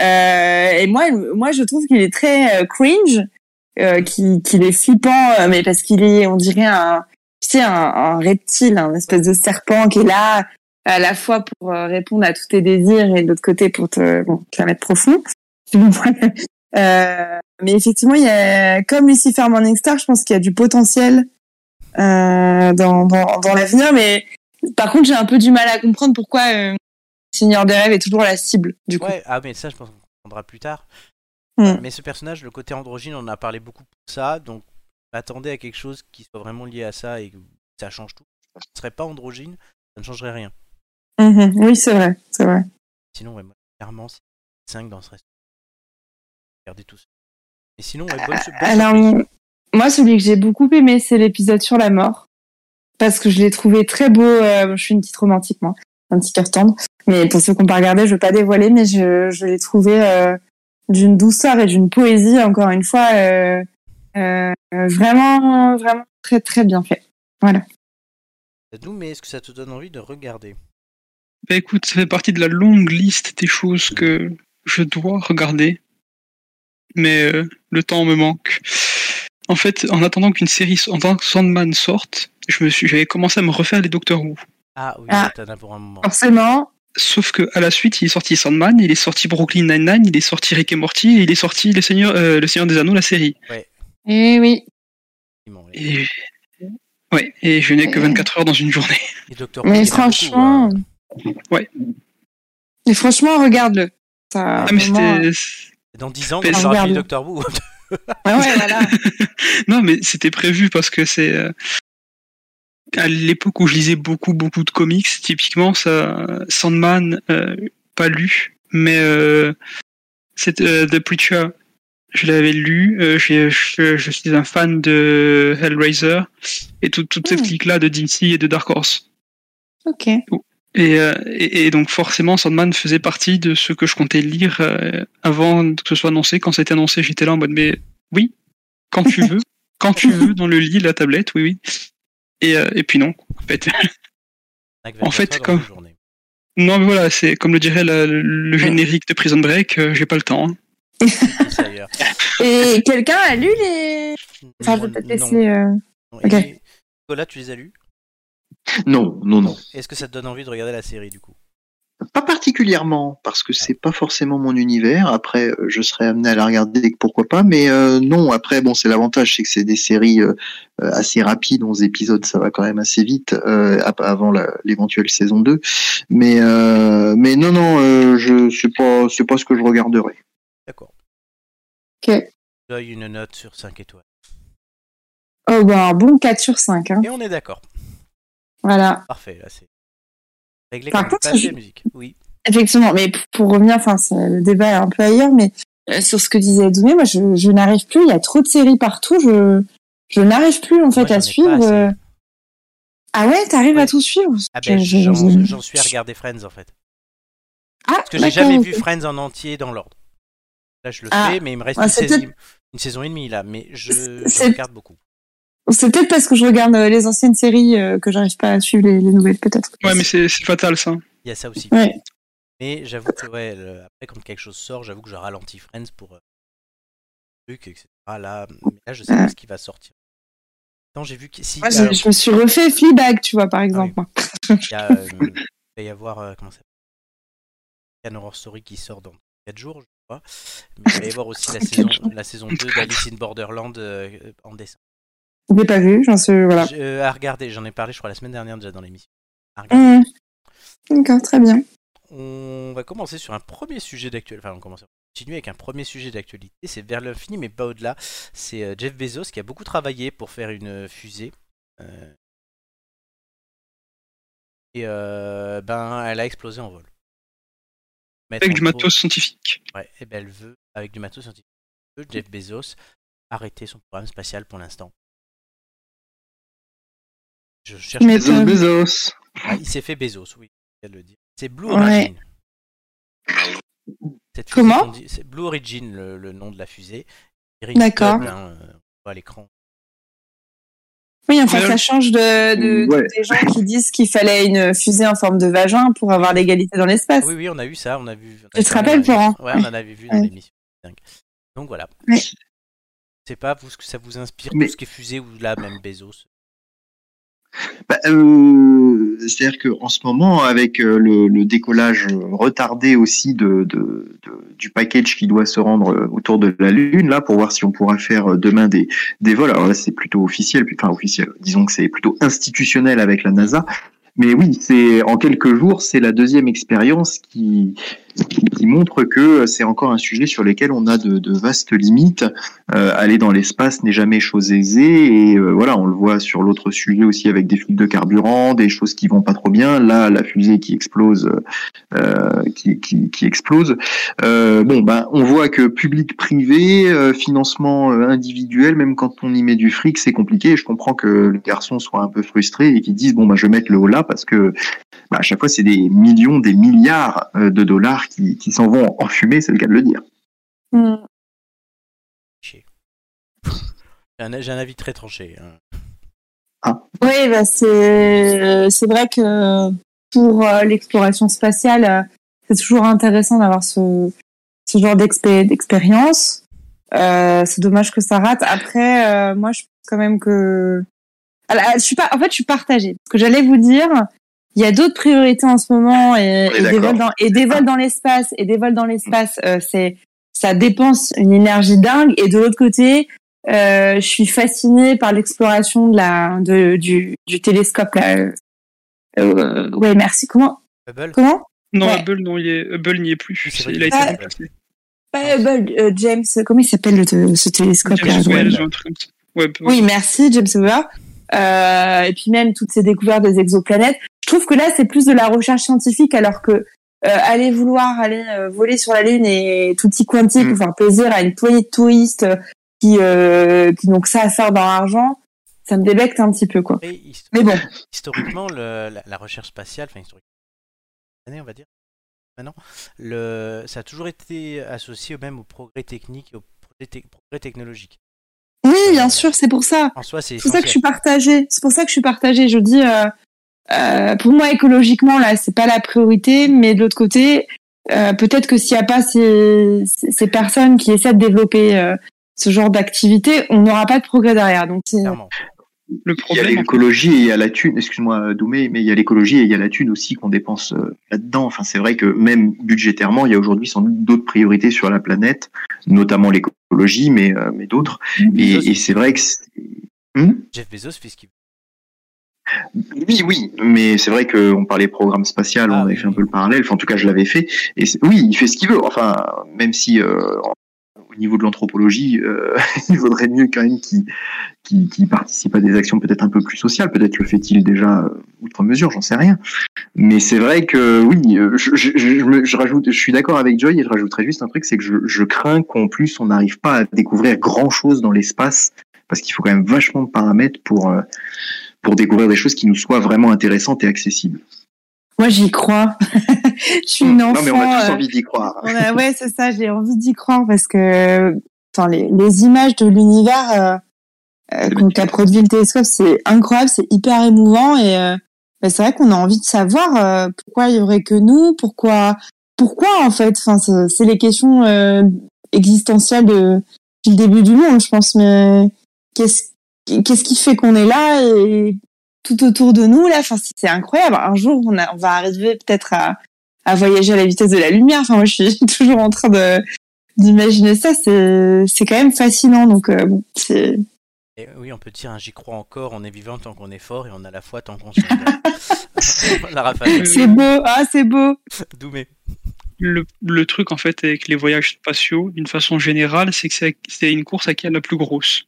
Speaker 4: Euh, et moi elle- moi je trouve qu'il est très euh, cringe, euh, qu'il qu'il est flippant, euh, mais parce qu'il est on dirait un tu sais un, un reptile, un espèce de serpent qui est là. à la fois pour euh, répondre à tous tes désirs et de l'autre côté pour te, bon, te la mettre profond. Euh, mais effectivement, il y a, comme Lucifer Morningstar, je pense qu'il y a du potentiel euh, dans, dans, dans l'avenir. Mais par contre, j'ai un peu du mal à comprendre pourquoi euh, Seigneur des rêves est toujours la cible, du coup.
Speaker 1: Ouais, ah mais ça je pense qu'on comprendra plus tard.
Speaker 4: Mm.
Speaker 1: Mais ce personnage, le côté androgyne, on en a parlé beaucoup pour ça, donc je m'attendais à quelque chose qui soit vraiment lié à ça et que ça change tout. Ce serait pas androgyne, ça ne changerait rien.
Speaker 4: Mhm. Oui, c'est vrai, c'est vrai.
Speaker 1: Sinon, ouais, moi, clairement, c'est 5 dans ce restaurant. Regardez tout ça. Mais sinon, ouais, bonne, bonne
Speaker 4: Alors,
Speaker 1: surprise.
Speaker 4: moi, celui que j'ai beaucoup aimé, c'est l'épisode sur la mort. Parce que je l'ai trouvé très beau. euh, je suis une petite romantique, moi. Un petit cœur tendre. Mais pour ceux qui n'ont pas regardé, je ne veux pas dévoiler, mais je, je l'ai trouvé euh, d'une douceur et d'une poésie, encore une fois, euh, euh, vraiment, vraiment très, très bien fait.
Speaker 1: Nous, mais est-ce que ça te donne envie de regarder
Speaker 3: Bah écoute, ça fait partie de la longue liste des choses que je dois regarder. Mais euh, le temps me manque. En fait, en attendant qu'une série, en tant que Sandman sorte, je me suis, j'avais commencé à me refaire les Doctor Who.
Speaker 1: Ah oui,
Speaker 4: Ah.
Speaker 1: t'en as pour un moment.
Speaker 4: Forcément,
Speaker 3: Sauf que à la suite, il est sorti Sandman, il est sorti Brooklyn Nine-Nine, il est sorti Rick et Morty, et il est sorti Les Seigneurs, euh, Le Seigneur des Anneaux, la série.
Speaker 4: et Eh oui.
Speaker 1: effectivement. Et,
Speaker 3: Et... Ouais, et je n'ai que 24 heures dans une journée.
Speaker 1: et Doctor Who, il y en
Speaker 4: Mais
Speaker 1: a
Speaker 4: franchement.
Speaker 1: beaucoup, hein.
Speaker 3: Ouais.
Speaker 4: Mais franchement, regarde-le. Ça,
Speaker 3: Ah, mais
Speaker 4: vraiment- hein.
Speaker 3: c'était.
Speaker 1: Dans 10 ans,
Speaker 3: Mais
Speaker 1: quand
Speaker 4: je
Speaker 1: j'aurai
Speaker 4: regarde.
Speaker 1: fini Doctor Who,
Speaker 4: Ah ouais, voilà.
Speaker 3: Non, mais c'était prévu parce que c'est euh, à l'époque où je lisais beaucoup, beaucoup de comics. Typiquement, ça, Sandman, euh, pas lu, mais euh, c'est euh, The Preacher. Je l'avais lu. euh, j'ai- je, je suis un fan de Hellraiser et tout- toute cette
Speaker 4: Hmm.
Speaker 3: clique-là de DC et de Dark Horse.
Speaker 4: ok.
Speaker 3: Et, euh, et, et donc forcément, Sandman faisait partie de ce que je comptais lire euh, avant que ce soit annoncé. Quand c'était annoncé, j'étais là en mode mais oui, quand tu veux, quand tu veux, dans le lit, la tablette, oui, oui. Et, euh, et puis non. En fait,
Speaker 1: avec
Speaker 3: En fait,
Speaker 1: 24 heures dans
Speaker 3: comme-
Speaker 1: une journée.
Speaker 3: non, mais voilà, c'est comme le dirait la- le générique de Prison Break, euh, j'ai pas le temps. hein.
Speaker 1: Et ça, ailleurs.
Speaker 4: Et quelqu'un a lu les. Enfin, je
Speaker 1: Non,
Speaker 4: vais peut-être
Speaker 1: non,
Speaker 4: laisser. euh,
Speaker 1: non.
Speaker 4: ok.
Speaker 1: Et Nicolas, tu les as lus
Speaker 2: Non, non, non.
Speaker 1: Est-ce que ça te donne envie de regarder la série du coup
Speaker 2: Pas particulièrement, parce que c'est pas forcément mon univers. Après, euh, je serais amené à la regarder, pourquoi pas. Mais euh, non, après, bon, c'est l'avantage, c'est que c'est des séries euh, euh, assez rapides. 11 épisodes, ça va quand même assez vite euh, ap- avant la- l'éventuelle saison 2. Mais, euh, mais non, non, euh, je c'est pas, c'est pas ce que je regarderai.
Speaker 1: D'accord.
Speaker 4: Ok.
Speaker 1: Donne une note sur 5 étoiles.
Speaker 4: Oh, bah, un bon 4 sur 5. Hein.
Speaker 1: Et on est d'accord.
Speaker 4: Voilà.
Speaker 1: Parfait, là c'est. Réglé
Speaker 4: Par
Speaker 1: comme
Speaker 4: contre,
Speaker 1: passe
Speaker 4: je-
Speaker 1: la musique. Oui.
Speaker 4: Effectivement, mais pour- pour revenir, enfin, c'est- le débat est un peu ailleurs, mais euh, sur ce que disait Doumé, moi, je, je n'arrive plus. Il y a trop de séries partout. Je, je n'arrive plus, en fait,
Speaker 1: Moi, j'en ai
Speaker 4: à
Speaker 1: pas
Speaker 4: suivre.
Speaker 1: assez.
Speaker 4: euh. Ah ouais, t'arrives
Speaker 1: Ouais.
Speaker 4: à tout suivre
Speaker 1: Ah ben,
Speaker 4: Je- je-
Speaker 1: j'en
Speaker 4: je-
Speaker 1: j'en suis à regarder Friends en fait.
Speaker 4: Ah,
Speaker 1: Parce que j'ai
Speaker 4: d'accord,
Speaker 1: jamais
Speaker 4: ok.
Speaker 1: vu Friends en entier dans l'ordre. Là, je le
Speaker 4: Ah.
Speaker 1: fais, mais il me reste
Speaker 4: Ah,
Speaker 1: une,
Speaker 4: c'est
Speaker 1: saison, une saison et demie là, mais je, je
Speaker 4: C'est-
Speaker 1: regarde beaucoup.
Speaker 4: C'est peut-être parce que je regarde euh, les anciennes séries euh, que j'arrive pas à suivre les, les nouvelles, peut-être.
Speaker 3: Ouais, mais c'est c'est fatal ça.
Speaker 1: Il y a ça aussi.
Speaker 4: Ouais.
Speaker 1: Mais j'avoue que ouais, le- après quand quelque chose sort, j'avoue que je ralentis Friends pour euh, truc, etc. Là, mais là, je sais pas ce qui va sortir. Non, j'ai vu que si
Speaker 4: Ah. Moi,
Speaker 1: alors,
Speaker 4: je, je me suis refait Fleabag, tu vois, par exemple.
Speaker 1: il y a, euh, il va y avoir euh, comment ça s'appelle American Horror Story qui sort dans 4 jours, je crois. Mais il va y avoir aussi la saison, la saison 2 d'Alice in Borderland euh, en décembre.
Speaker 4: Je l'ai pas vu, j'en suis... Voilà.
Speaker 1: Je- euh, à regarder, j'en ai parlé, je crois, la semaine dernière déjà dans l'émission. À regarder.
Speaker 4: Mmh. D'accord, très bien.
Speaker 1: On va commencer sur un premier sujet d'actualité. Enfin, on commence. on continue avec un premier sujet d'actualité. C'est vers l'infini, mais pas au-delà. C'est euh, Jeff Bezos qui a beaucoup travaillé pour faire une euh, fusée. Euh, Et euh, ben, elle a explosé en vol. Mettre
Speaker 3: Avec
Speaker 1: en
Speaker 3: du
Speaker 1: pause-
Speaker 3: matos scientifique.
Speaker 1: Ouais, et ben elle veut, avec du matos scientifique, elle veut, Jeff Bezos arrêter son programme spatial pour l'instant. Je cherche.
Speaker 4: Mais-
Speaker 2: Bezos,
Speaker 4: Euh,
Speaker 2: Bezos.
Speaker 1: Ah, il s'est fait Bezos, oui, je viens de le dire. C'est Blue
Speaker 4: Ouais.
Speaker 1: Origin. Cette fusée
Speaker 4: Comment
Speaker 1: qu'on dit- C'est Blue Origin, le, le nom de la fusée. Eric
Speaker 4: D'accord.
Speaker 1: Stone, hein, euh, on voit à l'écran.
Speaker 4: Oui, enfin,
Speaker 3: Ouais.
Speaker 4: ça change de, de- de-
Speaker 2: Ouais.
Speaker 4: des gens qui disent qu'il fallait une fusée en forme de vagin pour avoir l'égalité dans l'espace.
Speaker 1: Oui, oui, on a eu ça, on a vu.
Speaker 4: Tu te rappelles, Florent
Speaker 1: Ouais, on en avait vu dans
Speaker 4: Ouais.
Speaker 1: l'émission. C'est dingue. Donc voilà.
Speaker 4: Ouais.
Speaker 1: Je sais pas vous ce que ça vous inspire,
Speaker 2: Mais-
Speaker 1: tout ce qui est fusée ou là même Bezos.
Speaker 2: Bah, euh, C'est-à-dire qu'en ce moment, avec euh, le, le décollage retardé aussi de, de- de- du package qui doit se rendre euh, autour de la Lune, là, pour voir si on pourra faire euh, demain des, des vols. Alors là, c'est plutôt officiel, puis- enfin officiel. Disons que c'est plutôt institutionnel avec la NASA. Mais oui, c'est en quelques jours, c'est la deuxième expérience qui, qui, qui montre que euh, c'est encore un sujet sur lequel on a de, de vastes limites. Euh, aller dans l'espace n'est jamais chose aisée et euh, voilà, on le voit sur l'autre sujet aussi avec des fuites de carburant, des choses qui vont pas trop bien. Là, la fusée qui explose, euh, qui, qui, qui explose. Euh, bon, ben, on voit que public-privé, euh, financement euh, individuel, même quand on y met du fric, c'est compliqué. Et je comprends que le garçon soit un peu frustré et qu'il dise bon, ben, je vais mettre le haut là parce que ben, à chaque fois, c'est des millions, des milliards euh, de dollars qui, qui s'en vont en fumée, c'est le cas de le dire.
Speaker 4: Hmm.
Speaker 1: J'ai un, j'ai un avis très tranché. hein.
Speaker 4: Oui, bah c'est c'est vrai que pour euh, l'exploration spatiale, euh, c'est toujours intéressant d'avoir ce ce genre d'expé- d'expérience. Euh, c'est dommage que ça rate. Après, euh, moi, je pense quand même que Alors, je suis pas. En fait, je suis partagée. Ce que j'allais vous dire, il y a d'autres priorités en ce moment et,
Speaker 2: On est
Speaker 4: et des
Speaker 2: d'accord.
Speaker 4: vols dans et des vols dans l'espace et des vols dans l'espace, euh, c'est ça dépense une énergie dingue. Et de l'autre côté, euh, je suis fascinée par l'exploration de la de, du, du télescope là. euh, euh, ouais, merci. Comment
Speaker 1: Hubble
Speaker 4: comment
Speaker 3: Non,
Speaker 4: Ouais.
Speaker 3: Hubble, non, il est, Hubble n'y est plus.
Speaker 1: Oui, c'est vrai
Speaker 3: il a
Speaker 1: qu'il
Speaker 3: été
Speaker 4: est
Speaker 1: plus.
Speaker 3: remplacé.
Speaker 4: Pas Hubble, euh, James. Comment il s'appelle le te- ce télescope là
Speaker 3: James
Speaker 1: Hubble.
Speaker 3: Webb, ou un truc comme ça. Webb, ouais.
Speaker 4: Oui, merci James Webb. Euh, et puis même toutes ces découvertes des exoplanètes. Je trouve que là, c'est plus de la recherche scientifique, alors que euh, aller vouloir aller euh, voler sur la Lune et tout petit quantique
Speaker 2: Mm.
Speaker 4: pour faire plaisir à une poignée de touristes qui, euh, qui n'ont que ça à faire dans l'argent, ça me débecte un petit peu, quoi.
Speaker 1: Et histo-
Speaker 4: Mais bon,
Speaker 1: historiquement, le- la, la recherche spatiale, enfin historiquement, année, on va dire, maintenant, le, ça a toujours été associé même au progrès technique et au progrès, te- progrès technologique.
Speaker 4: oui, bien sûr, c'est pour ça.
Speaker 1: En soi, c'est
Speaker 4: C'est pour ça
Speaker 1: essentiel.
Speaker 4: que je suis partagée. C'est pour ça que je suis partagée. Je dis, euh, euh, pour moi, écologiquement, là, c'est pas la priorité, mais de l'autre côté, euh, peut-être que s'il n'y a pas ces, ces- ces personnes qui essaient de développer euh, ce genre d'activité, on n'aura pas de progrès derrière. Donc, c'est-
Speaker 1: Clairement.
Speaker 2: Il y
Speaker 3: Le
Speaker 2: a
Speaker 3: problème, en fait,
Speaker 2: l'écologie et il y a la thune, excuse-moi euh, Doumé, mais il y a l'écologie et il y a la thune aussi qu'on dépense euh, là-dedans. Enfin, c'est vrai que même budgétairement, il y a aujourd'hui sans doute d'autres priorités sur la planète, notamment l'écologie, mais, euh, mais d'autres. Et, et c'est vrai que... c'est- Hmm
Speaker 1: Jeff Bezos fait ce qu'il veut.
Speaker 2: oui, oui, mais c'est vrai qu'on parlait programme spatial,
Speaker 1: Ah,
Speaker 2: on avait
Speaker 1: oui.
Speaker 2: fait un peu le parallèle, enfin en tout cas je l'avais fait, et c'est- oui, il fait ce qu'il veut, enfin même si euh, en- au niveau de l'anthropologie, euh, il vaudrait mieux quand même qu'il qu'il- qu'il participe à des actions peut-être un peu plus sociales, peut-être le fait-il déjà euh, outre mesure, j'en sais rien. Mais c'est vrai que oui, euh, je, je, je, je me- je rajoute, je suis d'accord avec Joy et je rajouterais juste un truc, c'est que je, je crains qu'en plus on n'arrive pas à découvrir grand-chose dans l'espace, parce qu'il faut quand même vachement de paramètres pour... euh, pour découvrir des choses qui nous soient vraiment intéressantes et accessibles.
Speaker 4: moi, j'y crois. je suis une enfant.
Speaker 2: non, mais on a tous
Speaker 4: euh,
Speaker 2: envie d'y croire.
Speaker 4: On a- ouais, c'est ça, j'ai envie d'y croire parce que attends, les, les images de l'univers euh, euh, qu'on- qu'a produit le télescope, c'est incroyable, c'est hyper émouvant et euh, bah, c'est vrai qu'on a envie de savoir euh, pourquoi il y aurait que nous, pourquoi, pourquoi en fait. Enfin, c'est c'est les questions euh, existentielles de, depuis le début du monde, je pense. Mais qu'est-ce qu'est-ce qui fait qu'on est là et tout autour de nous là Enfin, c'est- c'est incroyable. Un jour, on, a- on va arriver peut-être à à voyager à la vitesse de la lumière. Enfin, moi, je suis toujours en train de d'imaginer ça. C'est c'est quand même fascinant. Donc, euh, bon, c'est
Speaker 1: Et oui, on peut dire, hein, j'y crois encore, on est vivant tant qu'on est fort et on a la foi tant qu'on se La Raphaël,
Speaker 4: c'est beau. Ah, c'est beau.
Speaker 1: Doumé.
Speaker 3: le, le truc en fait avec les voyages spatiaux, d'une façon générale, c'est que c'est- c'est une course à qui est la plus grosse.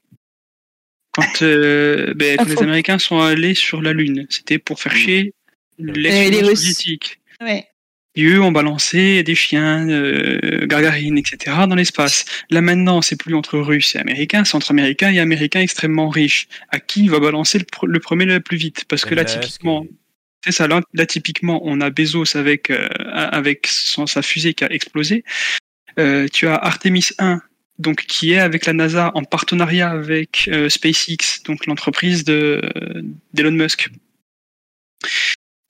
Speaker 3: Quand, euh, ben,
Speaker 4: Ah,
Speaker 3: quand les
Speaker 4: faut-
Speaker 3: Américains sont allés sur la Lune, c'était pour faire chier
Speaker 4: Et les
Speaker 3: les
Speaker 4: Russes.
Speaker 3: soviétiques.
Speaker 4: Ouais.
Speaker 3: Et eux ont balancé des chiens, euh, Gargarine, etc. dans l'espace. Là maintenant, c'est plus entre Russes et Américains, c'est entre Américains et Américains extrêmement riches. À qui va balancer le, pr- le premier le plus vite Parce que là,
Speaker 1: Musk,
Speaker 3: typiquement, c'est ça, là, là, typiquement, on a Bezos avec, euh, avec son- sa fusée qui a explosé. Euh, tu as Artemis 1, donc, qui est avec la NASA en partenariat avec euh, SpaceX, donc l'entreprise de- euh, d'Elon Musk,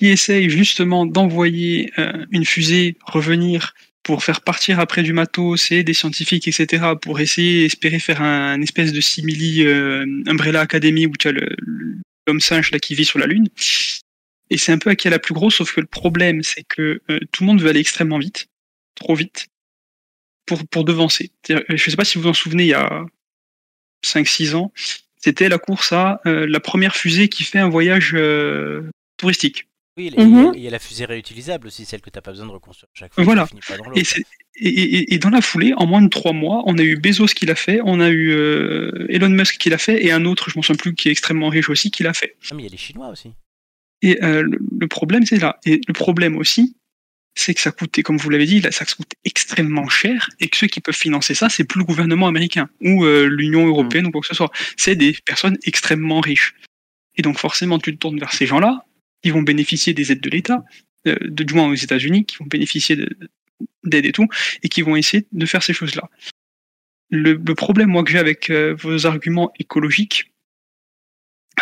Speaker 3: qui essaye justement d'envoyer euh, une fusée revenir pour faire partir après du matos et des scientifiques, etc., pour essayer, espérer faire un, espèce de simili euh, Umbrella Academy où tu as le, le- l'homme singe là qui vit sur la Lune. Et c'est un peu à qui est la plus grosse, sauf que le problème, c'est que euh, tout le monde veut aller extrêmement vite, trop vite, pour, pour devancer. C'est-à-dire, euh, Je ne sais pas si vous vous en souvenez, il y a 5-6 ans, c'était la course à euh, la première fusée qui fait un voyage euh, touristique.
Speaker 1: Oui, il
Speaker 4: Mhm.
Speaker 1: y a la fusée réutilisable aussi, celle que t'as pas besoin de reconstruire chaque fois.
Speaker 3: fois, Voilà.
Speaker 1: Tu
Speaker 3: tu
Speaker 1: finis pas dans
Speaker 3: Et, c'est- et, et- et dans la foulée, en moins de trois mois, on a eu Bezos qui l'a fait, on a eu euh, Elon Musk qui l'a fait, et un autre, je m'en souviens plus, qui est extrêmement riche aussi, qui l'a fait.
Speaker 1: mais il y a les Chinois aussi.
Speaker 3: Et euh, le, le problème, c'est là. Et le problème aussi, c'est que ça coûte, et comme vous l'avez dit, là, ça coûte extrêmement cher, et que ceux qui peuvent financer ça, c'est plus le gouvernement américain, ou euh, l'Union européenne, ou quoi que ce soit. C'est des personnes extrêmement riches. Et donc, forcément, tu te tournes vers ces gens-là, ils vont bénéficier des aides de l'État, euh, de, du moins aux États-Unis, qui vont bénéficier de- d'aides et tout, et qui vont essayer de faire ces choses-là. Le, le problème, moi, que j'ai avec euh, vos arguments écologiques,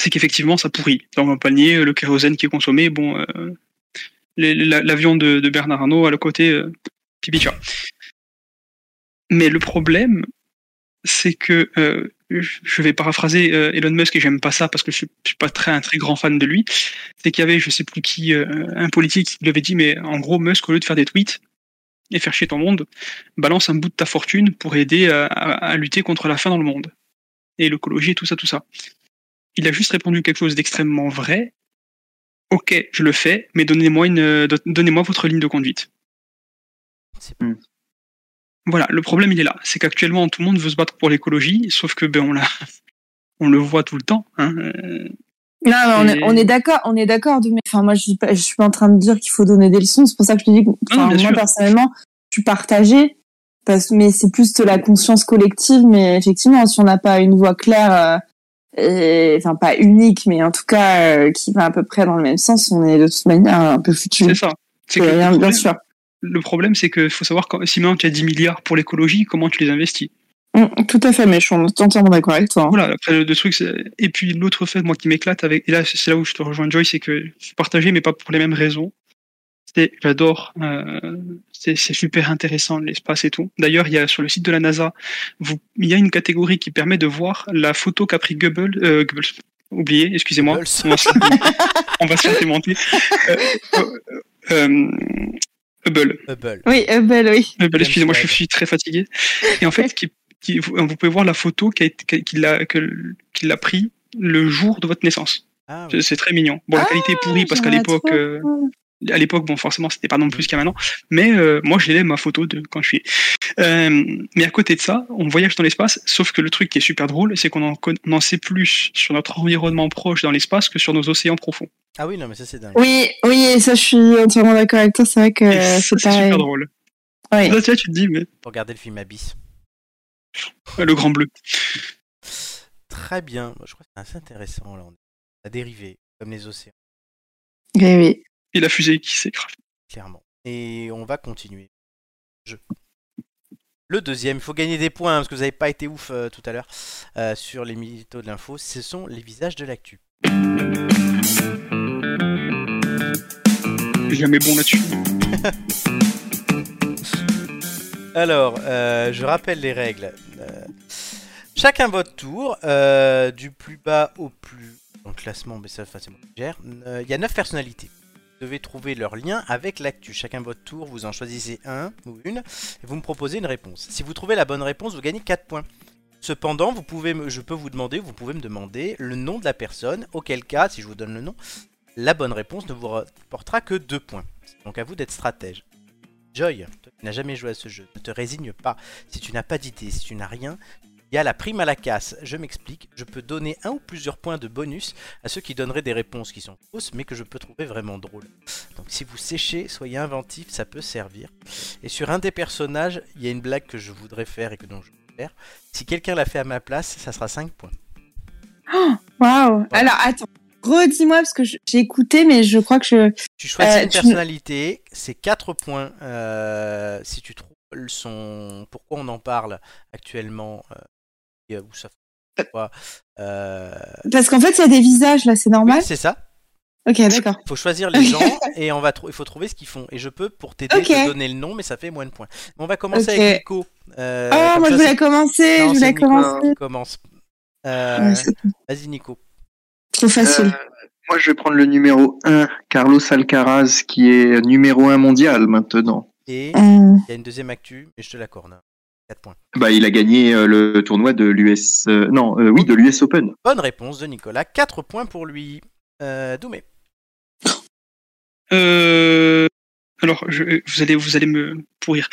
Speaker 3: c'est qu'effectivement ça pourrit. Dans un panier, euh, le kérosène qui est consommé, bon, euh, les- la- l'avion de, de Bernard Arnault à le côté, euh, pipi tcha. Mais le problème, c'est que euh, je je vais paraphraser euh, Elon Musk et j'aime pas ça parce que je suis, je suis pas très un très grand fan de lui. C'est qu'il y avait, je sais plus qui, euh, un politique qui lui avait dit, mais en gros Musk au lieu de faire des tweets et faire chier ton monde, balance un bout de ta fortune pour aider à- à- à lutter contre la faim dans le monde et l'écologie et tout ça, tout ça il a juste répondu quelque chose d'extrêmement vrai. Ok, je le fais, mais donnez-moi une, euh, don- donnez-moi votre ligne de conduite.
Speaker 1: C'est
Speaker 2: Mm.
Speaker 3: Voilà, le problème il est là, c'est qu'actuellement tout le monde veut se battre pour l'écologie, sauf que ben on l'a, on le voit tout le temps. Hein. euh,
Speaker 4: Non, mais on est,
Speaker 3: Et-
Speaker 4: on est d'accord, on est d'accord. de- Mais enfin, moi, je suis pas, je suis pas en train de dire qu'il faut donner des leçons. C'est pour ça que je te dis que,
Speaker 3: non,
Speaker 4: enfin,
Speaker 3: bien
Speaker 4: moi
Speaker 3: sûr.
Speaker 4: personnellement, je suis partagée. Parce mais c'est plus de la conscience collective. Mais effectivement, si on n'a pas une voix claire, euh, et, enfin pas unique, mais en tout cas euh, qui va à peu près dans le même sens, on est de toute manière un peu foutu.
Speaker 3: C'est ça. C'est que
Speaker 4: Euh,
Speaker 3: le
Speaker 4: bien, bien
Speaker 3: problème-
Speaker 4: sûr.
Speaker 3: le problème c'est que faut savoir quand, si maintenant tu as 10 milliards pour l'écologie, comment tu les investis.
Speaker 4: Mm, tout à fait, mais je suis entièrement d'accord avec toi. hein.
Speaker 3: Voilà, après le, le truc, c'est- et puis l'autre fait, moi qui m'éclate avec, et là c'est là où je te rejoins Joy, c'est que je suis partagé, mais pas pour les mêmes raisons. C'est, j'adore, euh, c'est, c'est super intéressant l'espace et tout. D'ailleurs, il y a sur le site de la NASA, vous, il y a une catégorie qui permet de voir la photo qu'a pris Goebbels, euh, Goebbels, oublié, excusez-moi,
Speaker 1: Goebbels.
Speaker 3: on va se, on va se faire démonter. Euh, euh, euh, Hubble.
Speaker 1: Hubble.
Speaker 4: Oui, euh, belle, oui.
Speaker 3: Euh, bah, Excusez-moi, je
Speaker 1: Scott.
Speaker 3: suis très fatigué. Et en fait, qui, qui- vous, vous pouvez voir la photo qui a été- qui- qu'il a, que- qu'il a pris le jour de votre naissance.
Speaker 1: Ah,
Speaker 3: C'est-
Speaker 1: oui.
Speaker 3: C'est très mignon. Bon, la
Speaker 4: Ah,
Speaker 3: qualité est pourrie parce qu'à
Speaker 4: j'aimerais
Speaker 3: l'époque,
Speaker 4: trop.
Speaker 3: euh, à l'époque, bon, forcément, c'était pas non plus qu'à maintenant. Mais euh, moi, je l'ai ma photo de quand je suis. Euh, mais à côté de ça, on voyage dans l'espace. Sauf que le truc qui est super drôle, c'est qu'on en, conna- on en sait plus sur notre environnement proche dans l'espace que sur nos océans profonds.
Speaker 1: Ah oui, non, mais ça c'est dingue.
Speaker 4: Oui, oui, et ça, je suis entièrement d'accord avec toi. C'est vrai que
Speaker 3: Et
Speaker 4: euh,
Speaker 3: ça,
Speaker 4: c'est
Speaker 3: c'est
Speaker 4: pareil.
Speaker 3: super drôle.
Speaker 4: Ouais.
Speaker 3: Là, tu vois, tu te dis, mais
Speaker 1: Pour regarder le film Abyss.
Speaker 3: euh, le grand bleu.
Speaker 1: Très bien. Moi, Je crois que c'est assez intéressant. Là, on a dérivé, comme les océans,
Speaker 4: Oui, oui.
Speaker 3: Et la fusée qui s'écrase.
Speaker 1: clairement. Et on va continuer. Je- Le deuxième, il faut gagner des points hein, parce que vous n'avez pas été ouf euh, tout à l'heure euh, sur les militaux de l'info. Ce sont les visages de l'actu.
Speaker 3: Jamais bon là-dessus.
Speaker 1: Alors, euh, je rappelle les règles. Euh, chacun votre tour, euh, du plus bas au plus dans le classement, mais ça, enfin, c'est moi qui gère. Euh, Il y a 9 personnalités. Vous devez trouver leur lien avec l'actu. Chacun votre tour, vous en choisissez un ou une, et vous me proposez une réponse. Si vous trouvez la bonne réponse, vous gagnez 4 points. Cependant, vous pouvez me- je peux vous demander, vous pouvez me demander le nom de la personne, auquel cas, si je vous donne le nom, la bonne réponse ne vous rapportera que 2 points. Donc à vous d'être stratège. Joy, toi qui n'as jamais joué à ce jeu, ne te résigne pas. Si tu n'as pas d'idée, si tu n'as rien, il y a la prime à la casse. Je m'explique, je peux donner un ou plusieurs points de bonus à ceux qui donneraient des réponses qui sont fausses, mais que je peux trouver vraiment drôles. Donc si vous séchez, soyez inventif, ça peut servir. Et sur un des personnages, il y a une blague que je voudrais faire et que dont je vais faire. Si quelqu'un l'a fait à ma place, ça sera 5 points.
Speaker 4: Waouh Alors attends, redis-moi parce que je- j'ai écouté, mais je crois que je.
Speaker 1: Tu choisis
Speaker 4: Euh,
Speaker 1: une
Speaker 4: tu me-
Speaker 1: personnalité, c'est 4 points euh, si tu trouves son pourquoi on en parle actuellement euh, et, euh, où ça pourquoi, euh,
Speaker 4: Parce qu'en fait, il y a des visages là, c'est
Speaker 1: oui,
Speaker 4: normal.
Speaker 1: c'est ça.
Speaker 4: Ok, d'accord.
Speaker 1: Il faut choisir les gens et on va trou- il faut trouver ce qu'ils font. Et je peux pour t'aider
Speaker 4: Ok.
Speaker 1: te donner le nom, mais ça fait moins de points. Bon, on va commencer
Speaker 4: Ok.
Speaker 1: avec Nico. Euh,
Speaker 4: oh,
Speaker 1: comme
Speaker 4: moi
Speaker 1: ça,
Speaker 4: je voulais
Speaker 1: c'est-
Speaker 4: commencer,
Speaker 1: Non,
Speaker 4: Ah,
Speaker 1: c'est
Speaker 4: je voulais
Speaker 1: Nico
Speaker 4: commencer.
Speaker 1: qui commence. Euh,
Speaker 4: Ouais, c'est-
Speaker 1: Vas-y Nico.
Speaker 4: Trop facile.
Speaker 2: Euh, moi, je vais prendre le numéro 1, Carlos Alcaraz, qui est numéro 1 mondial maintenant.
Speaker 1: Et
Speaker 4: Euh,
Speaker 1: il y a une deuxième actu, mais je te l'accorde. 4 points.
Speaker 2: Bah, il a gagné euh, le tournoi de l'US. euh, non, euh, oui, de l'US Open.
Speaker 1: Bonne réponse de Nicolas, 4 points pour lui. Euh, Doumé.
Speaker 3: Euh, alors, je, vous allez, vous allez me pourrir.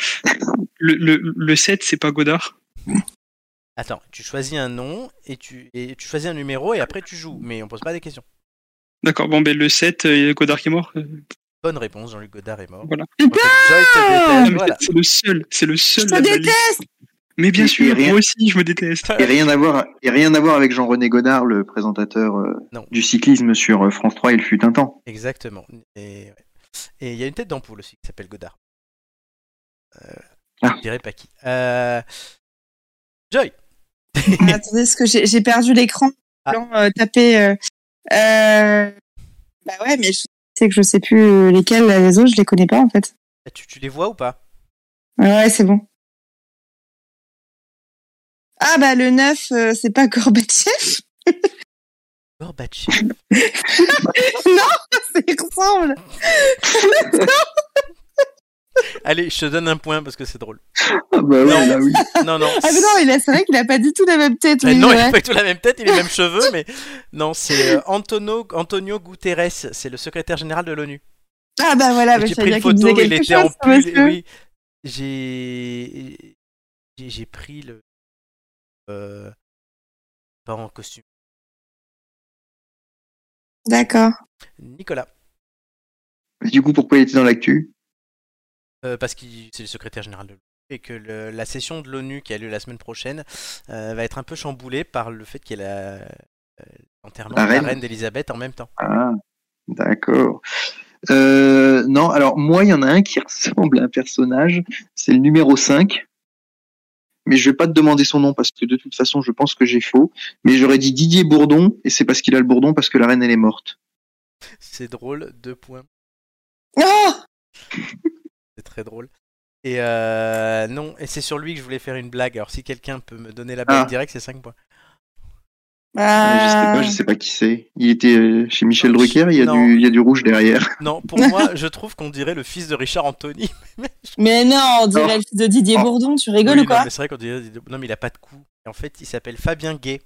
Speaker 3: Le, le, le 7, c'est pas Godard.
Speaker 1: Attends, tu choisis un nom et tu, et tu choisis un numéro et après tu joues, mais on pose pas des questions.
Speaker 3: D'accord. Bon, ben le 7, euh, Godard qui est mort. euh,
Speaker 1: Bonne réponse, Jean-Luc Godard est mort.
Speaker 3: Voilà.
Speaker 1: Joy te
Speaker 3: Ah,
Speaker 1: déteste,
Speaker 3: mais
Speaker 1: voilà.
Speaker 3: C'est le seul. C'est le seul.
Speaker 4: Je te
Speaker 3: là, de la
Speaker 4: déteste
Speaker 3: liste. Mais bien
Speaker 2: Et- et
Speaker 3: sûr,
Speaker 2: rien.
Speaker 3: moi aussi, je me
Speaker 1: Ah.
Speaker 3: déteste.
Speaker 2: Et rien à voir, et rien à voir avec Jean-René Godard, le présentateur euh,
Speaker 1: Non.
Speaker 2: du cyclisme sur euh, France 3, il fut un temps.
Speaker 1: Exactement. Et ouais. Et il y a une tête d'ampoule aussi qui s'appelle Godard. Euh,
Speaker 2: Ah.
Speaker 1: Je dirais pas qui. Euh, Joy.
Speaker 4: Ah, attendez, parce que j'ai j'ai perdu l'écran.
Speaker 1: Ah.
Speaker 4: Blanc, euh, tapé. euh, euh, Bah ouais, mais je sais que je sais plus euh, lesquels, là, les autres, je les connais pas en fait.
Speaker 1: Tu, tu les vois ou pas
Speaker 4: Ouais, ouais, c'est bon. Ah bah le 9, euh, c'est pas Gorbatchev
Speaker 1: Oh, bah, Gorbatchev.
Speaker 4: Ça y ressemble
Speaker 1: Allez, je te donne un point parce que c'est drôle.
Speaker 2: Ah bah
Speaker 1: ouais,
Speaker 2: là oui.
Speaker 1: Non, non.
Speaker 4: Ah mais non, il a- c'est vrai qu'il a pas du tout la même tête.
Speaker 1: Mais
Speaker 4: oui,
Speaker 1: Eh non, il
Speaker 4: ouais.
Speaker 1: a pas du tout la même tête, il a les mêmes cheveux, mais non, c'est euh, Antonio, Antonio Guterres, c'est le secrétaire général de l'ONU.
Speaker 4: Ah bah voilà, bah,
Speaker 1: J'ai
Speaker 4: ça
Speaker 1: pris
Speaker 4: veut dire
Speaker 1: une
Speaker 4: qu'il disait
Speaker 1: photo, il
Speaker 4: quelque
Speaker 1: était
Speaker 4: chose,
Speaker 1: en
Speaker 4: ce
Speaker 1: pull.
Speaker 4: monsieur.
Speaker 1: Oui, j'ai j'ai- j'ai pris le euh, pas en costume.
Speaker 4: D'accord.
Speaker 1: Nicolas,
Speaker 2: Du coup, pourquoi il était dans l'actu
Speaker 1: euh, parce qu'il c'est le secrétaire général de l'ONU et que le- la session de l'ONU qui a lieu la semaine prochaine euh, va être un peu chamboulée par le fait qu'il y ait la- euh, l'enterrement
Speaker 2: La
Speaker 1: de la
Speaker 2: reine.
Speaker 1: reine d'Elisabeth en même temps.
Speaker 2: Ah, d'accord. Euh, non, alors moi, il y en a un qui ressemble à un personnage, c'est le numéro 5. Mais je vais pas te demander son nom parce que de toute façon, je pense que j'ai faux. Mais j'aurais dit Didier Bourdon, et c'est parce qu'il a le bourdon parce que la reine, elle est morte.
Speaker 1: C'est drôle, deux points.
Speaker 4: Oh
Speaker 1: C'est très drôle. Et euh, non, et c'est sur lui que je voulais faire une blague. Alors si quelqu'un peut me donner la blague
Speaker 2: Ah.
Speaker 1: directe, c'est 5 points.
Speaker 2: Euh, Je sais
Speaker 4: Ah.
Speaker 2: pas, je sais pas qui c'est. Il était euh, chez Michel
Speaker 1: Euh, Non,
Speaker 2: Drucker, il y a,
Speaker 1: non.
Speaker 2: du, il y a du rouge derrière.
Speaker 1: Non, pour moi, je trouve qu'on dirait le fils de Richard Anthony.
Speaker 4: Mais non, on dirait
Speaker 2: Oh.
Speaker 4: le fils de Didier
Speaker 2: Oh.
Speaker 4: Bourdon, tu rigoles
Speaker 1: Oui,
Speaker 4: ou quoi
Speaker 1: non, mais c'est vrai qu'on dirait. Non, mais il a pas de cou. Et En fait, il s'appelle Fabien Gay.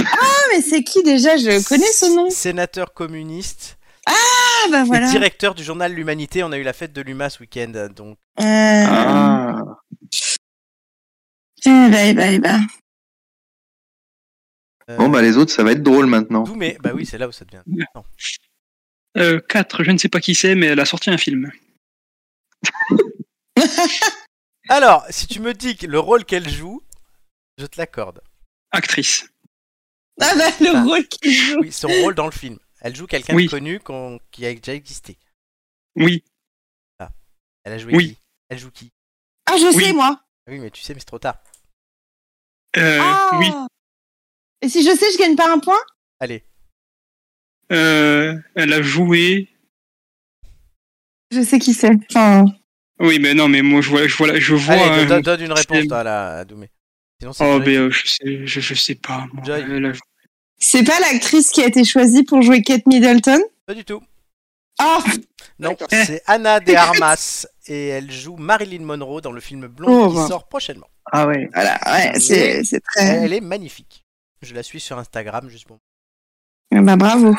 Speaker 4: Ah mais c'est qui déjà Je connais ce nom.
Speaker 1: Sénateur communiste
Speaker 4: Ah bah
Speaker 1: et
Speaker 4: voilà.
Speaker 1: directeur du journal L'Humanité. On a eu la fête de l'UMA ce week-end. Donc,
Speaker 4: Euh,
Speaker 2: Ah,
Speaker 4: Eh bah, eh bah, eh bah.
Speaker 1: euh,
Speaker 2: bon, bah les autres, ça va être drôle maintenant.
Speaker 1: Doumé, bah oui, c'est là où ça devient. Non.
Speaker 3: Euh, 4, je ne sais pas qui c'est, mais elle a sorti un film.
Speaker 1: Alors, si tu me dis que le rôle qu'elle joue, je te l'accorde.
Speaker 3: Actrice.
Speaker 4: Ah bah le rôle qu'il joue.
Speaker 1: Oui, son rôle dans le film. Elle joue quelqu'un
Speaker 3: Oui.
Speaker 1: de connu qu'on- qui a déjà existé.
Speaker 3: Oui.
Speaker 1: Elle a joué
Speaker 3: Oui.
Speaker 1: qui Elle joue qui
Speaker 4: Ah je
Speaker 3: Oui.
Speaker 4: sais moi.
Speaker 1: Ah Oui, mais tu sais, mais c'est trop tard.
Speaker 3: Euh,
Speaker 4: ah.
Speaker 3: Oui.
Speaker 4: Et si je sais, je gagne pas un point
Speaker 1: Allez,
Speaker 3: Euh, elle a joué.
Speaker 4: Je sais qui c'est. Enfin,
Speaker 3: Oui, mais non, mais moi, je vois, je vois, je vois.
Speaker 1: Allez
Speaker 3: hein,
Speaker 1: donne, donne une réponse,
Speaker 3: c'est-
Speaker 1: toi, là, à Doumé. Sinon, c'est
Speaker 3: Oh,
Speaker 1: Joy.
Speaker 3: mais euh, je sais, je, je sais pas. moi.
Speaker 1: Joy.
Speaker 3: Elle a-
Speaker 4: c'est pas l'actrice qui a été choisie pour jouer Kate Middleton
Speaker 1: Pas du tout.
Speaker 4: Ah
Speaker 1: Non,
Speaker 4: D'accord.
Speaker 1: c'est Anna de Armas et elle joue Marilyn Monroe dans le film Blonde
Speaker 4: Oh,
Speaker 1: qui
Speaker 4: bah.
Speaker 1: sort prochainement.
Speaker 2: Ah ouais.
Speaker 4: Voilà, ouais, c'est c'est très.
Speaker 1: Elle est magnifique. Je la suis sur Instagram juste pour.
Speaker 4: Ah Bah bravo.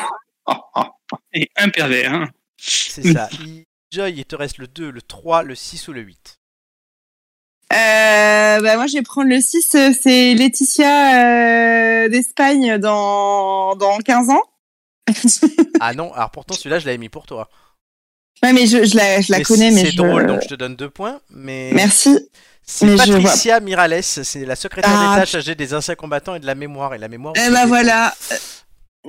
Speaker 2: Ah, ah.
Speaker 3: Et un pervers. Hein.
Speaker 1: C'est ça. Il- Joy, il te reste le 2, le 3, le 6 ou le 8.
Speaker 4: Euh, bah moi je vais prendre le 6, euh, c'est Laetitia euh, d'Espagne dans, dans 15 ans.
Speaker 1: Ah non, alors pourtant celui-là, je l'avais mis pour toi.
Speaker 4: ouais mais je, je la, je la
Speaker 1: Mais
Speaker 4: connais
Speaker 1: c'est-
Speaker 4: mais
Speaker 1: C'est
Speaker 4: je...
Speaker 1: drôle, donc je te donne 2 points. Mais
Speaker 4: Merci.
Speaker 1: c'est
Speaker 4: mais je vois.
Speaker 1: Patricia Mirales, c'est la secrétaire
Speaker 4: Ah.
Speaker 1: d'État chargée des anciens combattants et de la mémoire. Et la mémoire.
Speaker 4: Eh
Speaker 1: vous
Speaker 4: bah
Speaker 1: savez,
Speaker 4: voilà.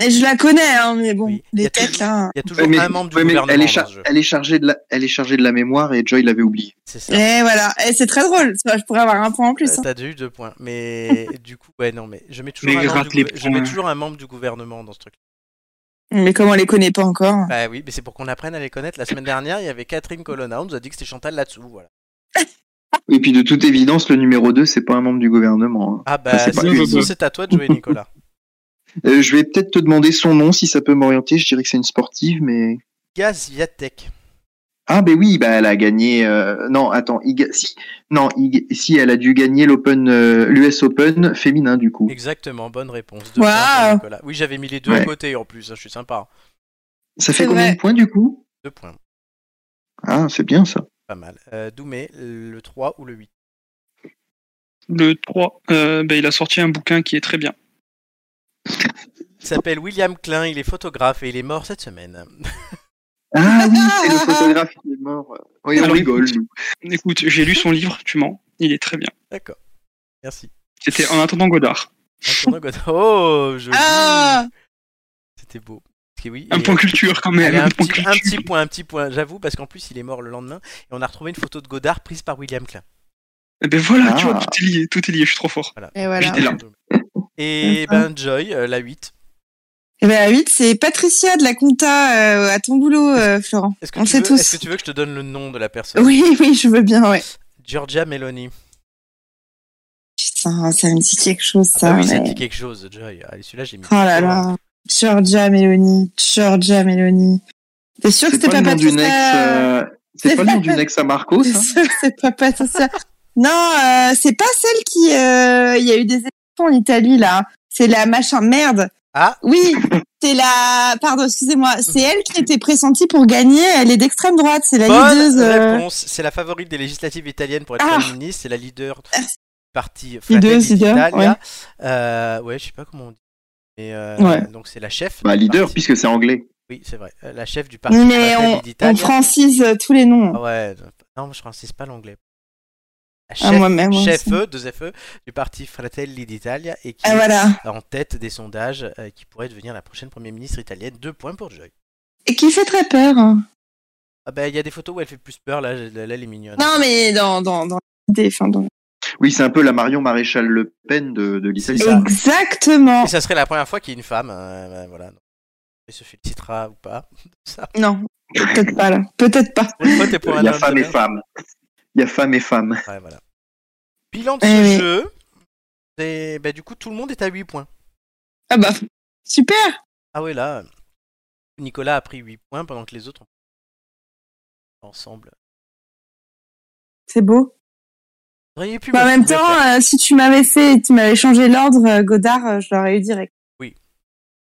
Speaker 4: Et je la connais hein, mais bon,
Speaker 1: Oui. Y a
Speaker 4: les têtes
Speaker 1: tout-
Speaker 4: là.
Speaker 1: Il y a toujours
Speaker 2: Ouais, mais-
Speaker 1: un membre du
Speaker 2: ouais, mais
Speaker 1: gouvernement
Speaker 2: elle est,
Speaker 1: dans
Speaker 2: char-
Speaker 1: ce jeu.
Speaker 2: elle est chargée de la, elle est chargée de la mémoire et Joy l'avait oublié.
Speaker 1: C'est ça.
Speaker 4: Et voilà, et c'est très drôle. Tu vois, Je pourrais avoir un point en plus.
Speaker 1: Euh,
Speaker 4: hein.
Speaker 1: T'as déjà eu deux points. Mais du coup, ouais, non, mais je mets toujours,
Speaker 3: Mais
Speaker 1: un membre,
Speaker 3: gratte
Speaker 1: du...
Speaker 3: les
Speaker 1: gouver- je mets
Speaker 3: points.
Speaker 1: toujours un membre du gouvernement dans ce truc. Euh,
Speaker 4: Mais comment on les connaît pas encore
Speaker 1: Bah oui, mais c'est pour qu'on apprenne à les connaître. La semaine dernière, il y avait Catherine Colonna. On nous a dit que c'était Chantal là-dessous. Voilà.
Speaker 2: Et puis de toute évidence, le numéro 2, c'est pas un membre du gouvernement. hein.
Speaker 1: Ah bah,
Speaker 2: Ah, c'est pas
Speaker 1: c'est
Speaker 3: possible.
Speaker 1: c'est à toi de jouer, Nicolas.
Speaker 2: Euh, je vais peut-être te demander son nom si ça peut m'orienter. Je dirais que c'est une sportive, mais
Speaker 1: Gaziatek.
Speaker 2: ah ben oui, bah elle a gagné. euh, Non, attends, Iga- si non, Iga- si elle a dû gagner l'Open, euh, l'US Open féminin du coup.
Speaker 1: Exactement, bonne réponse. Deux
Speaker 4: Wow.
Speaker 1: points pour Nicolas. Oui, j'avais mis les deux
Speaker 2: Ouais.
Speaker 1: côtés en plus, hein, je suis sympa.
Speaker 2: Ça fait
Speaker 4: C'est
Speaker 2: combien
Speaker 4: vrai.
Speaker 2: de points du coup
Speaker 1: Deux points,
Speaker 2: Ah, c'est bien ça.
Speaker 1: pas mal. Euh, Doumé, le 3 ou le 8
Speaker 3: Le 3, euh, ben, il a sorti un bouquin qui est très bien.
Speaker 1: Il s'appelle William Klein, il est photographe et il est mort cette semaine.
Speaker 2: Ah oui, c'est le photographe qui est mort. Oui, on
Speaker 3: Alors,
Speaker 2: rigole. nous.
Speaker 3: Écoute, j'ai lu son livre, tu mens, il est très bien.
Speaker 1: D'accord, merci.
Speaker 3: C'était en attendant Godard.
Speaker 1: En tournant, God- Oh, joli
Speaker 4: Ah
Speaker 1: C'était beau. Parce que oui,
Speaker 3: Un
Speaker 1: et-
Speaker 3: point culture quand même.
Speaker 1: Allez, un,
Speaker 3: point
Speaker 1: petit, un
Speaker 3: culture.
Speaker 1: petit point, un petit point, j'avoue, parce qu'en plus il est mort le lendemain et on a retrouvé une photo de Godard prise par William Klein.
Speaker 3: Eh ben voilà, tu
Speaker 2: Ah.
Speaker 3: vois, tout est lié, tout est lié, je suis trop fort.
Speaker 4: Et voilà. Mmh.
Speaker 3: J'étais là.
Speaker 1: Et ben Joy, euh, la 8.
Speaker 4: Et ben, la 8, c'est Patricia de la Compta euh, à ton boulot, euh, Florent.
Speaker 1: Est-ce que,
Speaker 4: On
Speaker 1: tu
Speaker 4: sait
Speaker 1: veux-
Speaker 4: tous.
Speaker 1: est-ce que tu veux que je te donne le nom de la personne
Speaker 4: Oui, oui, je veux bien, ouais.
Speaker 1: Georgia Meloni.
Speaker 4: Putain, ça me dit quelque chose,
Speaker 1: Ah
Speaker 4: ça.
Speaker 1: bah oui, ça
Speaker 4: mais-
Speaker 1: dit quelque chose, Joy. Allez, celui-là j'ai mis.
Speaker 4: Oh là là. Georgia Meloni, Georgia Meloni. T'es sûr que
Speaker 2: C'est
Speaker 4: c'était
Speaker 2: pas
Speaker 4: pas
Speaker 2: le nom
Speaker 4: Patricia
Speaker 2: d'une ex. euh, hein C'est
Speaker 4: C'est
Speaker 2: pas le nom
Speaker 4: pas-
Speaker 2: d'une ex à Marco,
Speaker 4: T'es
Speaker 2: ça
Speaker 4: sûr que c'est pas Patricia Non, euh, c'est pas celle qui... euh, Il y a eu des élections en Italie, là. C'est la machin merde.
Speaker 1: Ah.
Speaker 4: Oui, c'est la... Pardon, excusez-moi. C'est elle qui était pressentie pour gagner. Elle est d'extrême droite. C'est la
Speaker 1: Bonne
Speaker 4: leaduse, euh,
Speaker 1: réponse. C'est la favorite des législatives italiennes pour être
Speaker 4: Ah.
Speaker 1: Premier ministre. C'est la leader du parti
Speaker 4: Leader,
Speaker 1: Fratelli
Speaker 4: leader,
Speaker 1: d'Italia. Euh, ouais, je sais pas comment on dit. Mais, euh,
Speaker 4: Ouais.
Speaker 1: Donc c'est la chef.
Speaker 2: Bah
Speaker 1: du
Speaker 2: leader,
Speaker 1: parti-
Speaker 2: puisque c'est anglais.
Speaker 1: Oui, c'est vrai. Euh, La chef du parti
Speaker 4: Mais
Speaker 1: Fratelli
Speaker 4: on, on
Speaker 1: d'Italia.
Speaker 4: francise euh, tous les noms.
Speaker 1: Ah ouais, non, moi, je francise pas l'anglais. La
Speaker 4: Ah,
Speaker 1: Chef,
Speaker 4: moi-même, moi
Speaker 1: chef
Speaker 4: aussi.
Speaker 1: E, deux FE, du parti Fratelli d'Italia et qui
Speaker 4: Ah voilà.
Speaker 1: est en tête des sondages euh, qui pourrait devenir la prochaine première ministre italienne. Deux points pour Joy.
Speaker 4: Et qui fait très peur. hein.
Speaker 1: Ah ben, il y a des photos où elle fait plus peur, là, là, elle est mignonne.
Speaker 4: Non, mais dans, dans, dans l'idée, enfin, dans...
Speaker 2: Oui, c'est un peu la Marion Maréchal Le Pen de, de l'Italie.
Speaker 1: C'est ça.
Speaker 4: Exactement.
Speaker 1: Et ça serait la première fois qu'il y ait une femme. euh, ben, voilà. Il se félicitera ou pas.
Speaker 4: Non, peut-être pas, là. Peut-être pas.
Speaker 1: Pour une fois, t'es pour un
Speaker 2: Il y a
Speaker 1: homme,
Speaker 2: femme
Speaker 1: c'est
Speaker 2: et
Speaker 1: bien.
Speaker 2: femme. Il y a femme et femme.
Speaker 1: Ouais, voilà. Bilan de ce
Speaker 4: Eh oui.
Speaker 1: jeu. c'est- ben, du coup, tout le monde est à 8 points.
Speaker 4: Ah bah, super.
Speaker 1: Ah ouais, là, euh, Nicolas a pris 8 points pendant que les autres ont... ensemble.
Speaker 4: C'est beau.
Speaker 1: Vous auriez pu
Speaker 4: Mais en
Speaker 1: me-
Speaker 4: même
Speaker 1: me faire.
Speaker 4: temps, euh, si tu m'avais fait, tu m'avais changé l'ordre, euh, Godard, euh, je l'aurais eu direct.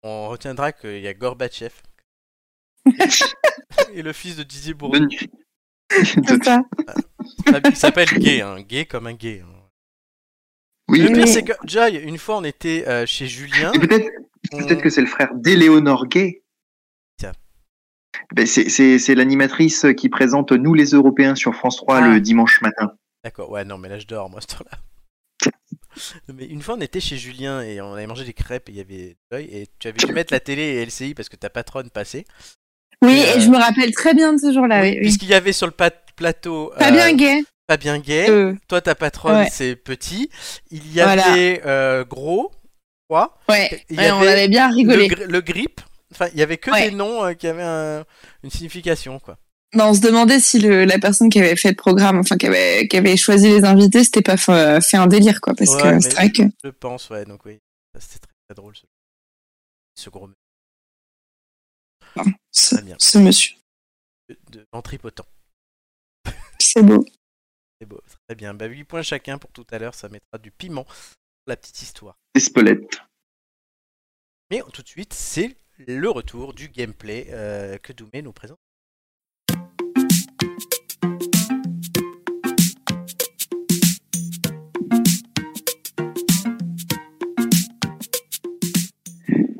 Speaker 1: On retiendra qu'il y a Gorbatchev. et le fils de Didier Bourdon.
Speaker 2: De-
Speaker 4: C'est
Speaker 2: de-
Speaker 1: euh,
Speaker 4: ça.
Speaker 1: Il s'appelle Gay, hein. Gay comme un gay. hein.
Speaker 2: Oui.
Speaker 1: Le pire,
Speaker 4: Oui.
Speaker 1: c'est que, Joy, une fois, on était euh, chez Julien.
Speaker 2: Et peut-être
Speaker 3: hein
Speaker 1: on-
Speaker 3: Euh.
Speaker 2: peut-être que c'est le frère d'Éléonore Gay.
Speaker 1: Tiens.
Speaker 2: Ben, c'est- c'est c'est l'animatrice qui présente Nous les Européens sur France 3
Speaker 1: Ah.
Speaker 2: le dimanche matin.
Speaker 1: D'accord, ouais, non, mais là, je dors, moi, à ce temps-là. Mais une fois, on était chez Julien et on avait mangé des crêpes et il y avait Joy. Et tu avais dû mettre la télé et LCI parce que ta patronne passait.
Speaker 4: Oui,
Speaker 1: Et,
Speaker 4: et je me rappelle très bien de ce jour-là. Bah Oui, oui.
Speaker 1: Puisqu'il y avait sur le pat- plateau.
Speaker 4: Pas bien
Speaker 1: euh,
Speaker 4: gay.
Speaker 1: Fabien Gay.
Speaker 4: Euh,
Speaker 1: Toi, ta patronne,
Speaker 4: Ouais.
Speaker 1: c'est petit. Il y avait euh, gros, quoi
Speaker 4: ouais.
Speaker 1: Il y
Speaker 4: Ouais, on
Speaker 1: avait
Speaker 4: avait bien
Speaker 1: le,
Speaker 4: rigolé.
Speaker 1: gri- le grip. Enfin, il y avait que
Speaker 4: Ouais.
Speaker 1: des noms euh, qui avaient un- une signification, quoi.
Speaker 4: Non, Bah, on se demandait si le, la personne qui avait fait le programme, enfin qui avait, qui avait choisi les invités, c'était pas fa- fait un délire, quoi, parce
Speaker 1: Ouais,
Speaker 4: que
Speaker 1: mais-
Speaker 4: c'est vrai que.
Speaker 1: Je pense, ouais, donc oui. Ça, C'était très, très drôle, ce, ce gros mec
Speaker 4: Ce,
Speaker 1: Très bien.
Speaker 4: ce monsieur.
Speaker 1: de- de- en tripotant.
Speaker 4: C'est beau.
Speaker 1: C'est beau, très bien. Bah, 8 points chacun pour tout à l'heure, ça mettra du piment pour la petite histoire.
Speaker 2: Espelette.
Speaker 1: Mais tout de suite, c'est le retour du gameplay euh, que Doumé nous présente.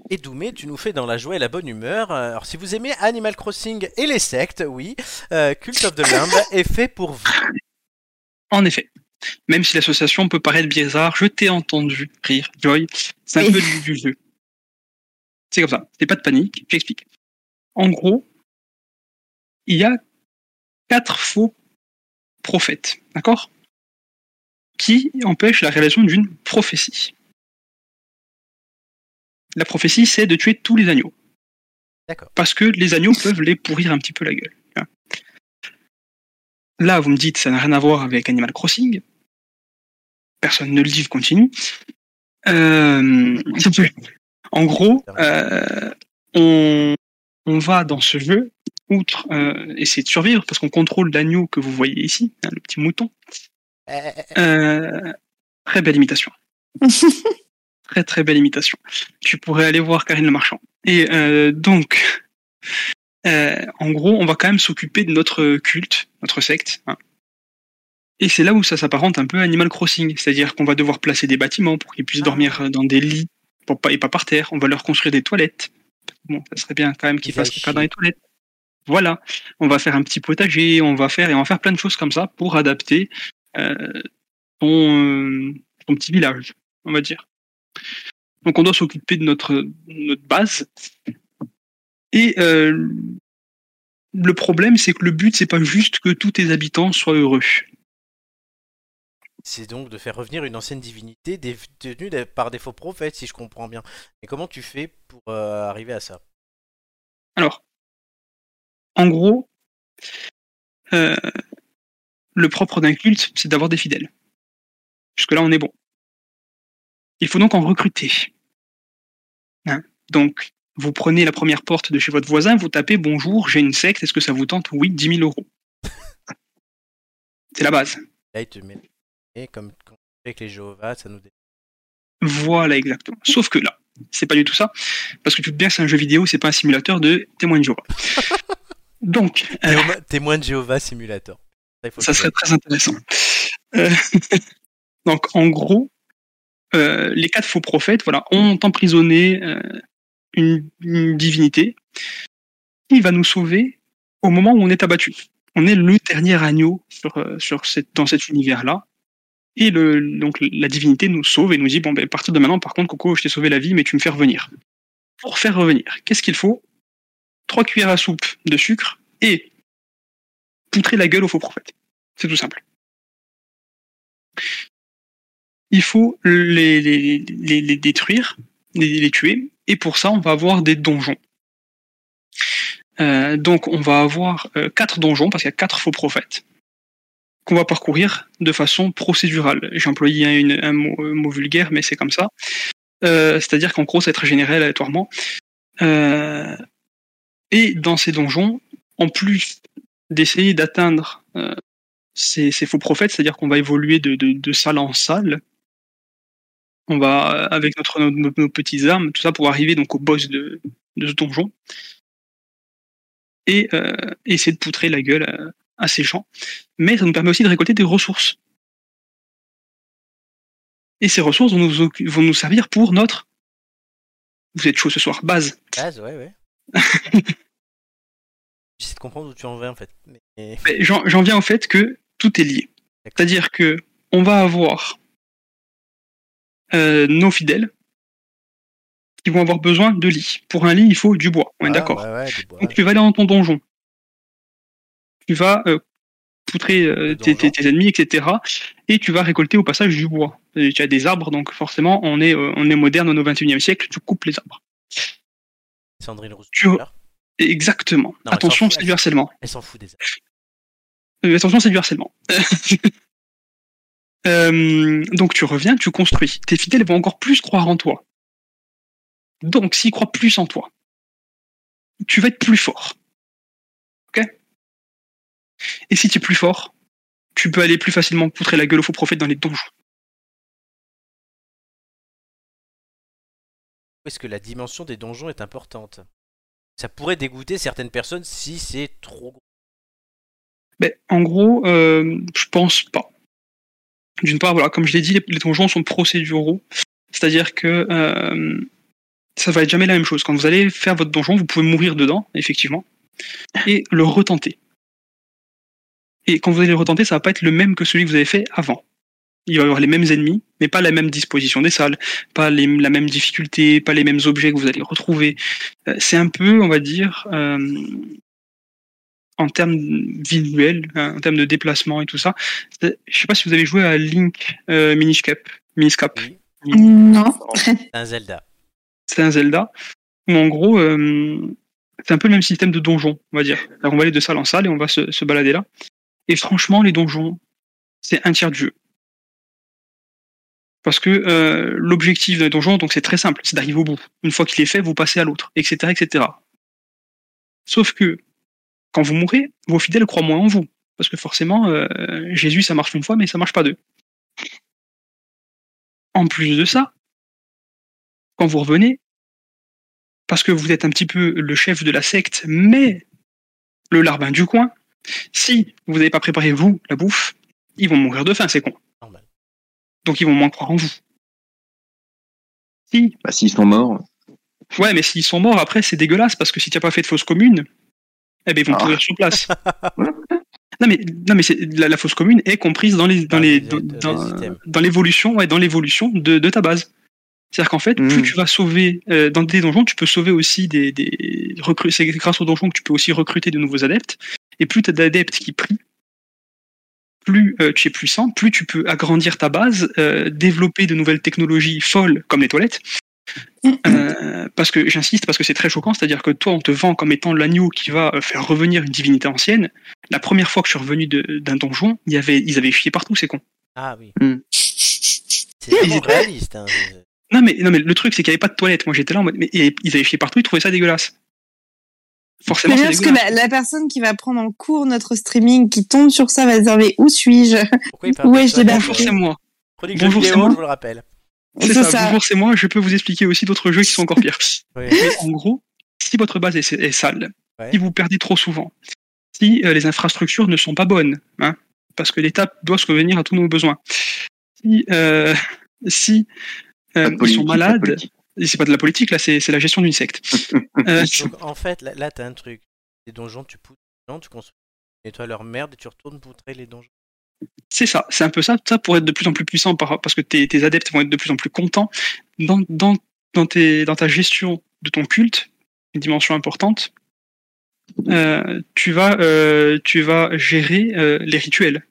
Speaker 1: Et Doumé, tu nous fais dans la joie et la bonne humeur. Euh, Alors, si vous aimez Animal Crossing et les sectes, oui, euh, Cult of the Lamb est fait pour vous.
Speaker 3: En effet. Même si l'association peut paraître bizarre, je t'ai entendu rire, Joy. C'est un
Speaker 4: Oui.
Speaker 3: peu du, du jeu. C'est comme ça. C'est pas de panique. J'explique. En gros, il y a quatre faux prophètes, d'accord Qui empêchent la réalisation d'une prophétie. La prophétie, c'est de tuer tous les agneaux.
Speaker 1: D'accord.
Speaker 3: Parce que les agneaux peuvent les pourrir un petit peu la gueule. hein. Là, vous me dites, ça n'a rien à voir avec Animal Crossing. Personne ne le dit, je continue. Euh, En gros, euh, on, on va dans ce jeu, outre euh, essayer de survivre, parce qu'on contrôle l'agneau que vous voyez ici, hein, le petit mouton.
Speaker 1: Eh,
Speaker 3: Euh, très belle imitation. très très belle imitation. Tu pourrais aller voir Karine le Marchand. Et euh, donc, euh, en gros, on va quand même s'occuper de notre culte, notre secte. hein. Et c'est là où ça s'apparente un peu à Animal Crossing, c'est-à-dire qu'on va devoir placer des bâtiments pour qu'ils puissent
Speaker 1: Ah.
Speaker 3: dormir dans des lits pour pas, et pas par terre. On va leur construire des toilettes. Bon, ça serait bien quand même qu'ils
Speaker 1: Des
Speaker 3: fassent caca dans
Speaker 1: machines.
Speaker 3: les toilettes. Voilà, on va faire un petit potager, on va faire et on va faire plein de choses comme ça pour adapter euh, ton, euh, ton petit village, on va dire. Donc on doit s'occuper de notre, notre base. Et euh, le problème, c'est que le but, c'est pas juste que tous tes habitants soient heureux.
Speaker 1: C'est donc de faire revenir une ancienne divinité détenue d'a- par des faux prophètes, si je comprends bien. Mais comment tu fais pour euh, arriver à ça
Speaker 3: Alors, en gros, euh, le propre d'un culte, c'est d'avoir des fidèles. Jusque-là, on est bon. Il faut donc en recruter. Hein donc, vous prenez la première porte de chez votre voisin, vous tapez Bonjour, j'ai une secte, est-ce que ça vous tente Oui, 10 000 euros. c'est la base.
Speaker 1: Là, il te met. Et comme, comme avec les Jéhovah, ça nous dé-
Speaker 3: Voilà, exactement. Sauf que là, c'est pas du tout ça. Parce que tu te dis bien que c'est un jeu vidéo, c'est pas un simulateur de témoin de Jéhovah. Donc, euh,
Speaker 1: Témoin- Témoin de Jéhovah Simulator. Ça, il faut
Speaker 3: Ça
Speaker 1: le
Speaker 3: serait très intéressant. Euh, Donc, en gros, euh, les quatre faux prophètes voilà, ont emprisonné euh, une, une divinité qui va nous sauver au moment où on est abattu. On est le dernier agneau sur, euh, sur cette, dans cet univers-là. Et le, donc la divinité nous sauve et nous dit bon ben à partir de maintenant par contre Coco je t'ai sauvé la vie mais tu me fais revenir. Pour faire revenir, qu'est-ce qu'il faut Trois cuillères à soupe de sucre et poutrer la gueule au faux prophète. C'est tout simple. Il faut les, les, les, les détruire, les, les tuer, et pour ça, on va avoir des donjons. Euh, donc, on va avoir euh, quatre donjons, parce qu'il y a quatre faux prophètes, qu'on va parcourir de façon procédurale. J'ai employé un, une- un mot, un mot vulgaire, mais c'est comme ça. Euh, C'est-à-dire qu'en gros, ça va être généré aléatoirement. Euh, et dans ces donjons, en plus d'essayer d'atteindre euh, ces, ces faux prophètes, c'est-à-dire qu'on va évoluer de, de, de salle en salle. On va, euh, avec notre, nos, nos- nos petites armes, tout ça pour arriver donc au boss de, de ce donjon et euh, essayer de poutrer la gueule euh, à, ces gens. Mais ça nous permet aussi de récolter des ressources. Et ces ressources vont nous, occu- vont nous servir pour notre. Vous êtes chaud ce soir, base.
Speaker 1: base, ouais, ouais. J'essaie de comprendre où tu en vas en fait. Mais- mais-
Speaker 3: Mais J'en j'en viens au fait que tout est lié. C'est-à-dire que on va avoir euh, nos fidèles qui vont avoir besoin de lits. Pour un lit, il faut du bois. On est
Speaker 1: Ah,
Speaker 3: d'accord.
Speaker 1: ouais, ouais, du bois.
Speaker 3: Donc tu vas aller dans ton donjon. Tu vas euh, poutrer euh,
Speaker 1: Le
Speaker 3: tes,
Speaker 1: donjon.
Speaker 3: tes- tes ennemis, etc. Et tu vas récolter au passage du bois. Et tu as des arbres, donc forcément, on est, euh, on est moderne, on est au 21e siècle, tu coupes les arbres.
Speaker 1: Sandrine Rousseau.
Speaker 3: tu- Exactement.
Speaker 1: elle s'en
Speaker 3: Attention,
Speaker 1: fout,
Speaker 3: c'est du harcèlement.
Speaker 1: Elle s'en fout des
Speaker 3: Euh, attention, c'est du harcèlement. Euh, donc tu reviens, tu construis. Tes fidèles vont encore plus croire en toi. Donc s'ils croient plus en toi, tu vas être plus fort. Ok Et si tu es plus fort, tu peux aller plus facilement poutrer la gueule aux faux prophètes dans les donjons.
Speaker 1: Où est-ce que la dimension des donjons est importante Ça pourrait dégoûter certaines personnes si c'est trop gros.
Speaker 3: Ben, en gros, euh, je pense pas. D'une part, voilà, comme je l'ai dit, les, les donjons sont procéduraux. C'est-à-dire que euh, ça va être jamais la même chose. Quand vous allez faire votre donjon, vous pouvez mourir dedans, effectivement, et le retenter. Et quand vous allez le retenter, ça va pas être le même que celui que vous avez fait avant. Il va y avoir les mêmes ennemis, mais pas la même disposition des salles, pas les- la même difficulté, pas les mêmes objets que vous allez retrouver. Euh, C'est un peu, on va dire, euh, en termes visuels, hein, en termes de déplacement et tout ça. C'est- Je sais pas si vous avez joué à Link euh, Miniscape. Miniscape.
Speaker 1: Oui,
Speaker 4: Non.
Speaker 1: c'est un Zelda.
Speaker 3: C'est un Zelda où en gros, euh, c'est un peu le même système de donjon, on va dire. Alors on va aller de salle en salle et on va se, se balader là. Et franchement, les donjons, c'est un tiers du jeu. Parce que euh, l'objectif d'un donjon, donc c'est très simple, c'est d'arriver au bout. Une fois qu'il est fait, vous passez à l'autre, etc., etc. Sauf que quand vous mourrez, vos fidèles croient moins en vous, parce que forcément, euh, Jésus, ça marche une fois, mais ça marche pas deux. En plus de ça, quand vous revenez, parce que vous êtes un petit peu le chef de la secte, mais le larbin du coin, si vous n'avez pas préparé vous la bouffe, ils vont mourir de faim, ces cons.
Speaker 1: Normal.
Speaker 3: Donc ils vont moins croire en vous. Si,
Speaker 2: Bah, s'ils sont morts.
Speaker 3: ouais, mais s'ils sont morts après, c'est dégueulasse parce que si t'as pas fait de fausse commune, eh ben ils vont
Speaker 2: Ah.
Speaker 3: mourir sur place. non mais non mais c'est la, la fausse commune est comprise dans les dans
Speaker 1: Dans les-
Speaker 3: les dans,
Speaker 1: dans les items.
Speaker 3: dans l'évolution ouais dans l'évolution de, de ta base. C'est-à-dire qu'en fait, plus
Speaker 2: Mm.
Speaker 3: tu vas sauver euh, dans des donjons, tu peux sauver aussi des, des recrues. C'est grâce aux donjons que tu peux aussi recruter de nouveaux adeptes. Et plus tu as d'adeptes qui prient, plus euh, tu es puissant, plus tu peux agrandir ta base, euh, développer de nouvelles technologies folles comme les toilettes. Euh, parce que j'insiste, parce que c'est très choquant, c'est-à-dire que toi, on te vend comme étant l'agneau qui va euh, faire revenir une divinité ancienne. La première fois que je suis revenu de- d'un donjon, il y avait, ils avaient chié partout, c'est con.
Speaker 1: Ah oui.
Speaker 2: Hmm.
Speaker 1: C'est vraiment réaliste. hein.
Speaker 3: Non mais, non mais le truc c'est qu'il n'y avait pas de toilette. Moi j'étais là en mode mais et- ils avaient chié partout, ils trouvaient ça dégueulasse. Forcément
Speaker 4: Mais
Speaker 3: c'est
Speaker 4: parce que
Speaker 3: dégueulasse.
Speaker 4: la, la personne qui va prendre en cours notre streaming, qui tombe sur ça, va se dire mais où suis-je
Speaker 1: Pourquoi il parle
Speaker 4: Ouais,
Speaker 1: de
Speaker 4: je
Speaker 1: ça
Speaker 4: débarque.
Speaker 3: Bonjour c'est moi.
Speaker 1: Chronique
Speaker 3: Bonjour,
Speaker 1: jeux
Speaker 3: c'est
Speaker 1: vidéo,
Speaker 3: moi.
Speaker 1: je vous le rappelle.
Speaker 3: C'est ça. Bonjour c'est moi. Je peux vous expliquer aussi d'autres jeux qui sont encore pires.
Speaker 1: Oui.
Speaker 3: Mais en gros, si votre base est, est sale,
Speaker 1: Ouais.
Speaker 3: si vous perdez trop souvent, si euh, les infrastructures ne sont pas bonnes, hein, parce que l'État doit se revenir à tous nos besoins, si euh, si euh,
Speaker 2: Pas de
Speaker 3: ils
Speaker 2: politique,
Speaker 3: sont
Speaker 2: pas de
Speaker 3: malades,
Speaker 2: politique.
Speaker 3: et c'est pas de la politique là, c'est c'est la gestion d'une secte. Euh,
Speaker 1: Donc en fait, là, là, t'as un truc. Les donjons, tu pousses les gens, tu construis, tu nettoies leur merde et tu retournes poutrer les donjons.
Speaker 3: C'est ça, c'est un peu ça, ça pour être de plus en plus puissant, par- parce que tes, tes adeptes vont être de plus en plus contents. Dans, dans, dans, tes, dans ta gestion de ton culte, une dimension importante, euh, tu, vas, euh, tu vas gérer euh, les rituels.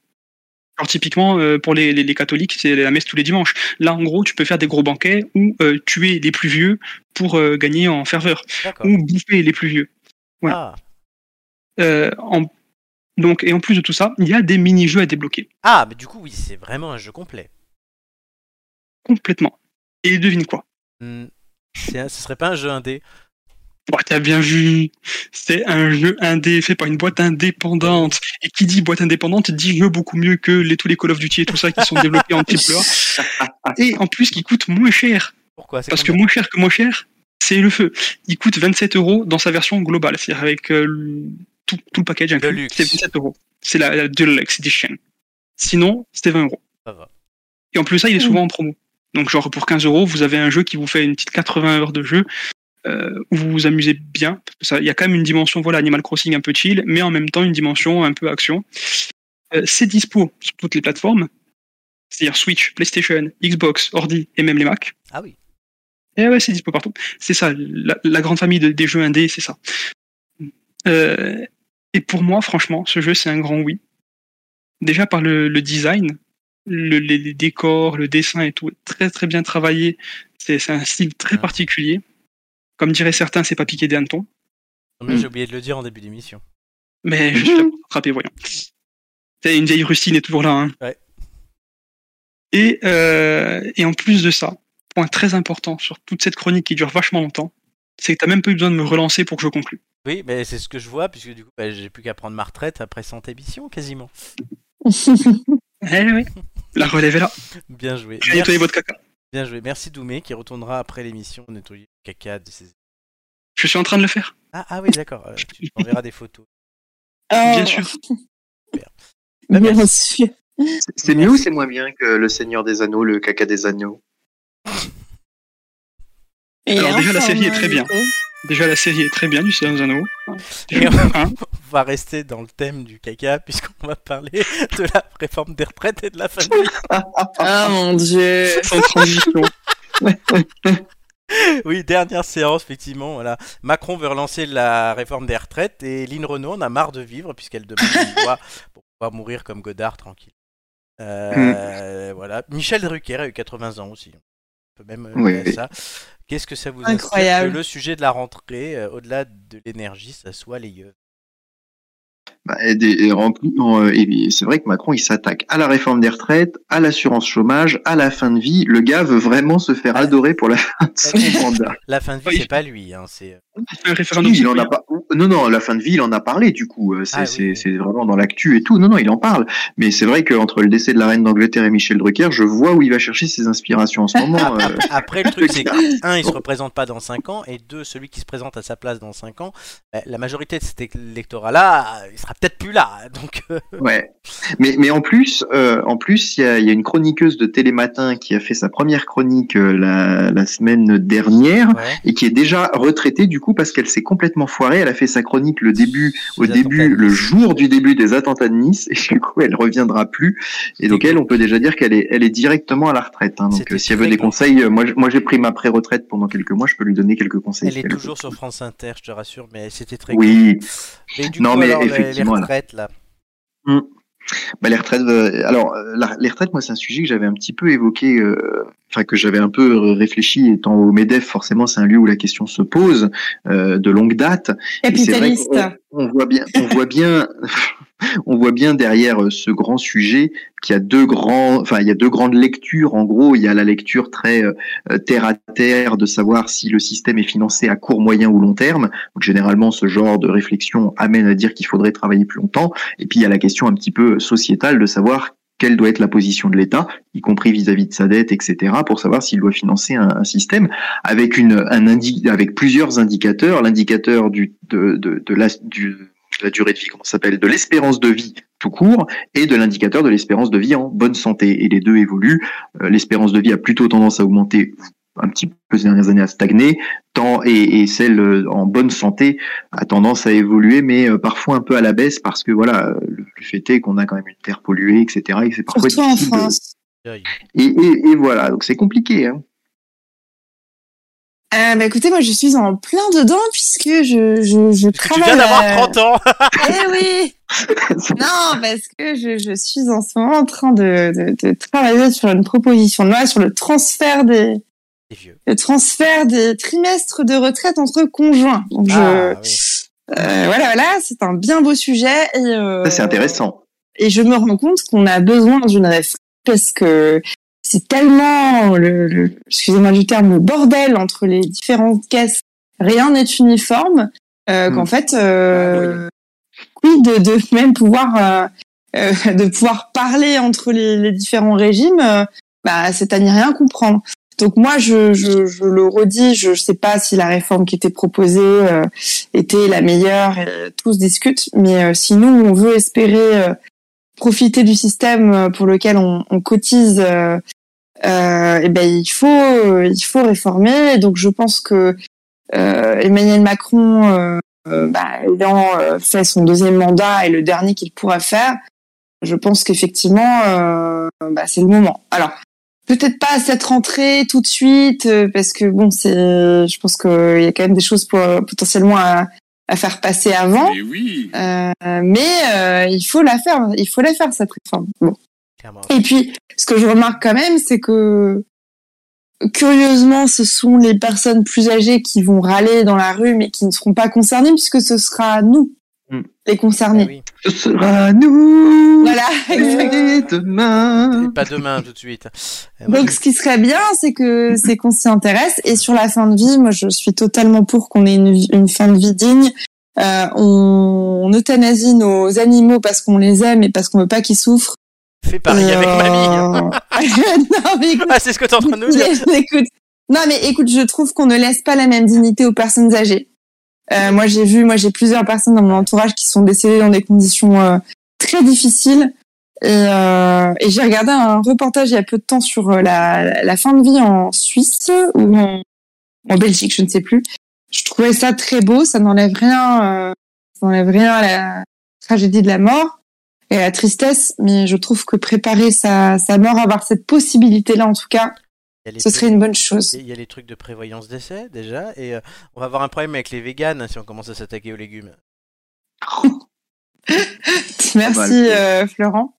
Speaker 3: Alors typiquement, euh, pour les, les, les catholiques, c'est la messe tous les dimanches. Là, en gros, tu peux faire des gros banquets ou euh, tuer les plus vieux pour euh, gagner en ferveur,
Speaker 1: D'accord.
Speaker 3: ou bouffer les plus vieux.
Speaker 1: Ah.
Speaker 3: voilà. Euh, en- donc, et en plus de tout ça, il y a des mini-jeux à débloquer.
Speaker 1: Ah, mais du coup, oui, c'est vraiment un jeu complet.
Speaker 3: complètement. Et devine quoi
Speaker 1: Hmm. C'est un- Ce serait pas un jeu indé.
Speaker 3: Bah, T'as bien vu, c'est un jeu indé fait par une boîte indépendante. Et qui dit boîte indépendante dit jeu beaucoup mieux que les, tous les Call of Duty et tout ça qui sont développés en triple
Speaker 2: Ah,
Speaker 3: A. Et en plus, qui coûte moins cher.
Speaker 1: Pourquoi C'est
Speaker 3: Parce que
Speaker 1: combien
Speaker 3: moins cher que moins cher, c'est le feu. Il coûte 27 euros dans sa version globale, c'est-à-dire avec euh, le- tout, tout le package inclus.
Speaker 1: Deluxe.
Speaker 3: C'est 27 euros. C'est la, la Deluxe Edition. Sinon, c'était 20 euros.
Speaker 1: Ça va.
Speaker 3: Et en plus, ça, il est souvent en promo. Donc, genre, pour 15 euros, vous avez un jeu qui vous fait une petite 80 heures de jeu, euh, où vous vous amusez bien. Parce que ça- Il y a quand même une dimension, voilà, Animal Crossing un peu chill, mais en même temps, une dimension un peu action. Euh, c'est dispo sur toutes les plateformes, c'est-à-dire Switch, PlayStation, Xbox, Ordi et même les Mac.
Speaker 1: Ah oui.
Speaker 3: Et Eh ouais, c'est dispo partout. C'est ça, la, la grande famille de- des jeux indés, c'est ça. Euh, et pour moi, franchement, ce jeu, c'est un grand oui. Déjà par le, le design, le- les, les décors, le dessin et tout, très très bien travaillé. C'est c'est un style très
Speaker 1: Ah.
Speaker 3: particulier. Comme diraient certains, c'est pas piqué des hannetons,
Speaker 1: Non,
Speaker 3: Mmh.
Speaker 1: mais
Speaker 2: Hmm.
Speaker 1: J'ai oublié de le dire en début d'émission.
Speaker 3: mais je suis là pour rattraper, voyons. C'est une vieille rustine est toujours là. Hein.
Speaker 1: Ouais.
Speaker 3: Et, euh, et en plus de ça, point très important sur toute cette chronique qui dure vachement longtemps, c'est que t'as même pas eu besoin de me relancer pour que je conclue.
Speaker 1: Oui, mais c'est ce que je vois, puisque du coup, bah, j'ai plus qu'à prendre ma retraite après 100 émissions quasiment.
Speaker 3: Eh oui, la relève est là.
Speaker 1: Bien joué.
Speaker 3: Allez, nettoyez votre caca.
Speaker 1: Bien joué. Merci Doumé qui retournera après l'émission nettoyer le caca de ses.
Speaker 3: Je suis en train de le faire,
Speaker 1: Ah, ah oui, d'accord. euh, tu enverras des photos.
Speaker 3: bien sûr.
Speaker 1: Bah,
Speaker 4: Oh, Bien
Speaker 1: merci.
Speaker 4: sûr.
Speaker 2: C'est mieux ou c'est moins bien que le Seigneur des Anneaux, le caca des Agneaux
Speaker 4: Et
Speaker 3: Alors, déjà, la
Speaker 4: enfin, oh,
Speaker 3: série est très bien.
Speaker 4: du coup.
Speaker 3: Déjà, la série est très bien du Seigneur des Anneaux.
Speaker 1: Et
Speaker 3: Déjà, hein.
Speaker 1: On va rester dans le thème du caca, puisqu'on va parler de la réforme des retraites et de la famille.
Speaker 4: Ah mon dieu.
Speaker 3: sans transition.
Speaker 1: Oui, dernière séance, effectivement. Voilà. Macron veut relancer la réforme des retraites et Lynn Renault en a marre de vivre, puisqu'elle demande une loi pour pouvoir mourir comme Godard tranquille. Euh,
Speaker 2: Mm.
Speaker 1: Voilà. Michel Drucker a eu 80 ans aussi. On peut même euh,
Speaker 2: Oui.
Speaker 1: dire ça. Qu'est-ce que ça vous
Speaker 4: Incroyable.
Speaker 1: inspire que le sujet de la rentrée, euh, au-delà de l'énergie, ça soit les yeux
Speaker 2: bah, et des- et en plus- en, euh, et c'est vrai que Macron, il s'attaque à la réforme des retraites, à l'assurance chômage, à la fin de vie. Le gars veut vraiment se faire adorer pour la fin de son mandat.
Speaker 1: La fin de vie,
Speaker 3: Oui.
Speaker 1: c'est pas lui. Hein, c'est...
Speaker 3: Un
Speaker 2: Oui,
Speaker 3: référendum.
Speaker 2: il en a
Speaker 3: citoyen.
Speaker 2: pas. Non, non, la fin de vie, il en a parlé du coup. Euh, C'est,
Speaker 1: Ah, oui,
Speaker 2: c'est,
Speaker 1: oui.
Speaker 2: c'est vraiment dans l'actu et tout. Non, non, il en parle. Mais c'est vrai qu'entre le décès de la reine d'Angleterre et Michel Drucker, je vois où il va chercher ses inspirations en ce moment. euh.
Speaker 1: Après, le truc, c'est que, un, il se représente pas dans 5 ans, et deux, celui qui se présente à sa place dans 5 ans, bah, la majorité de cet électorat-là, euh, il sera peut-être plus là. Donc, euh,
Speaker 2: Ouais. Mais, mais en plus, euh, en plus, il y a, il y a une chroniqueuse de Télématin qui a fait sa première chronique euh, la, la semaine dernière
Speaker 1: ouais.
Speaker 2: et qui est déjà retraitée du coup parce qu'elle s'est complètement foirée. Elle a fait sa chronique le début, au
Speaker 1: Les attentats
Speaker 2: début,
Speaker 1: de
Speaker 2: le
Speaker 1: Nice.
Speaker 2: jour du début des attentats de Nice et du coup, elle reviendra plus. Et donc elle, on peut déjà dire qu'elle est, elle est directement à la retraite. hein. Donc
Speaker 1: C'était
Speaker 2: euh, si elle veut
Speaker 1: très
Speaker 2: des
Speaker 1: bon.
Speaker 2: conseils, euh, moi, je- moi j'ai pris ma pré-retraite pendant quelques mois, je peux lui donner quelques conseils.
Speaker 1: Elle
Speaker 2: si
Speaker 1: est
Speaker 2: veut.
Speaker 1: toujours sur France Inter, je te rassure, mais c'était très
Speaker 2: Oui.
Speaker 1: cool. Et du
Speaker 2: Non,
Speaker 1: coup,
Speaker 2: mais
Speaker 1: alors, les-
Speaker 2: effectivement,
Speaker 1: les
Speaker 2: là.
Speaker 1: retraites, là.
Speaker 2: Bah, les retraites, euh, alors euh, la- les retraites, moi c'est un sujet que j'avais un petit peu évoqué, euh, enfin que j'avais un peu euh, réfléchi étant au Medef. Forcément, c'est un lieu où la question se pose euh, de longue date. Et c'est vrai
Speaker 4: Capitaliste.
Speaker 2: qu'on- On, voit bien, on voit bien, on voit bien derrière euh, ce grand sujet qu'il y a deux grands, enfin il y a deux grandes lectures. En gros, il y a la lecture très euh, euh, terre à terre de savoir si le système est financé à court, moyen ou long terme. Donc généralement, ce genre de réflexion amène à dire qu'il faudrait travailler plus longtemps. Et puis il y a la question un petit peu sociétale de savoir quelle doit être la position de l'État, y compris vis-à-vis de sa dette, etc., pour savoir s'il doit financer un- un système avec une un indi- avec plusieurs indicateurs l'indicateur du de de, de la du de la durée de vie comment ça s'appelle de l'espérance de vie tout court et de l'indicateur de l'espérance de vie en bonne santé et les deux évoluent Euh, l'espérance de vie a plutôt tendance à augmenter un petit peu ces dernières années à stagner tant et, et celle euh, en bonne santé a tendance à évoluer mais euh, parfois un peu à la baisse parce que voilà euh, le, le fait est qu'on a quand même une terre polluée etc et que c'est parfois
Speaker 4: Surtout en
Speaker 2: difficile de-
Speaker 4: France.
Speaker 1: Aïe.
Speaker 2: et, et, et voilà donc c'est compliqué hein.
Speaker 4: Euh, bah écoutez, moi je suis en plein dedans puisque je, je, je
Speaker 1: Tu
Speaker 4: travaille.
Speaker 1: viens
Speaker 4: euh, à-
Speaker 1: d'avoir 30 ans
Speaker 4: Eh oui Non, parce que je, je suis en ce moment en train de, de, de travailler sur une proposition de loi sur le transfert des
Speaker 1: T'es vieux.
Speaker 4: le transfert des trimestres de retraite entre conjoints. Donc je,
Speaker 1: Ah, oui.
Speaker 4: euh, voilà, voilà, c'est un bien beau sujet et euh,
Speaker 2: ça c'est intéressant
Speaker 4: Et je me rends compte qu'on a besoin d'une réforme parce que c'est tellement le, le- excusez-moi du terme, le bordel entre les différentes caisses. Rien n'est uniforme. euh,
Speaker 2: Hmm.
Speaker 4: Qu'en fait, euh, oui, de, de même pouvoir euh, euh, de pouvoir parler entre les, les différents régimes, euh, bah, c'est à n'y rien comprendre. Donc moi, je, je, je le redis, je ne sais pas si la réforme qui était proposée euh, était la meilleure, et tous discutent, mais euh, si nous, on veut espérer euh, profiter du système euh, pour lequel on, on cotise, euh, euh, eh ben, il, faut, euh, il faut réformer. Et donc je pense que euh, Emmanuel Macron, euh, euh, bah, ayant euh, fait son deuxième mandat et le dernier qu'il pourra faire, je pense qu'effectivement, euh, bah, c'est le moment. Alors, peut-être pas à cette rentrée tout de suite, euh, parce que bon, c'est, je pense qu'il y a quand même des choses pour, potentiellement à, à faire passer avant.
Speaker 5: Mais oui.
Speaker 4: Euh, mais euh, il faut la faire, il faut la faire cette réforme. Bon.
Speaker 1: Clairement.
Speaker 4: Et puis, ce que je remarque quand même, c'est que curieusement, ce sont les personnes plus âgées qui vont râler dans la rue, mais qui ne seront pas concernées, puisque ce sera nous
Speaker 2: Mm.
Speaker 4: les
Speaker 1: Ah
Speaker 4: concernés.
Speaker 1: oui.
Speaker 2: Ce sera nous
Speaker 4: Voilà.
Speaker 2: et
Speaker 1: Et
Speaker 2: demain.
Speaker 1: pas demain, tout de suite. Euh, moi,
Speaker 4: Hein. Donc, ce qui serait bien, c'est que c'est qu'on s'y intéresse. Et sur la fin de vie, moi, je suis totalement pour qu'on ait une, vie- une fin de vie digne. Euh, on, on euthanasie nos animaux parce qu'on les aime et parce qu'on veut pas qu'ils souffrent.
Speaker 1: Fais pareil avec
Speaker 4: Euh,
Speaker 1: mamie.
Speaker 4: non, mais écoute,
Speaker 1: Ah, c'est ce que t'es en train de nous dire.
Speaker 4: écoute. Non, mais écoute, je trouve qu'on ne laisse pas la même dignité aux personnes âgées. Euh, moi, j'ai vu, moi, j'ai plusieurs personnes dans mon entourage qui sont décédées dans des conditions euh, très difficiles. Et, euh, et j'ai regardé un reportage il y a peu de temps sur euh, la, la fin de vie en Suisse ou en, en Belgique, je ne sais plus. Je trouvais ça très beau. Ça n'enlève rien, euh, ça n'enlève rien à la tragédie de la mort et à la tristesse. Mais je trouve que préparer sa, sa mort, avoir cette possibilité-là, en tout cas,
Speaker 1: Il y a les
Speaker 4: ce serait
Speaker 1: pays-
Speaker 4: une bonne chose.
Speaker 1: Il y a les trucs de prévoyance d'essai déjà, et euh, on va avoir un problème avec les véganes hein, si on commence à s'attaquer aux légumes.
Speaker 4: Merci,
Speaker 2: mal.
Speaker 4: euh, Florent.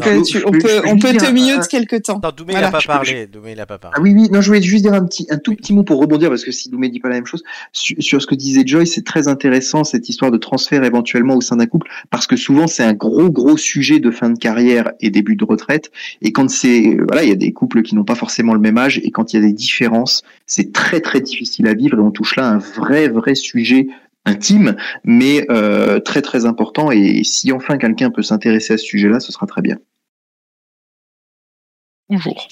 Speaker 4: que tu- on peut, on peut te mute quelque temps.
Speaker 1: Non, Doumé, il
Speaker 2: Voilà,
Speaker 1: a pas
Speaker 2: je peux-
Speaker 1: parlé. Doumé, il a pas parlé.
Speaker 2: Ah oui, oui, non, je voulais juste dire un petit, un tout petit mot pour rebondir, parce que si Doumé dit pas la même chose, sur, sur ce que disait Joy, c'est très intéressant, cette histoire de transfert éventuellement au sein d'un couple, parce que souvent, c'est un gros, gros sujet de fin de carrière et début de retraite, et quand c'est, euh, voilà, il y a des couples qui n'ont pas forcément le même âge, et quand il y a des différences, c'est très, très difficile à vivre, et on touche là un vrai, vrai sujet intime, mais euh, très, très important, et si enfin quelqu'un peut s'intéresser à ce sujet-là, ce sera très bien.
Speaker 3: Bonjour.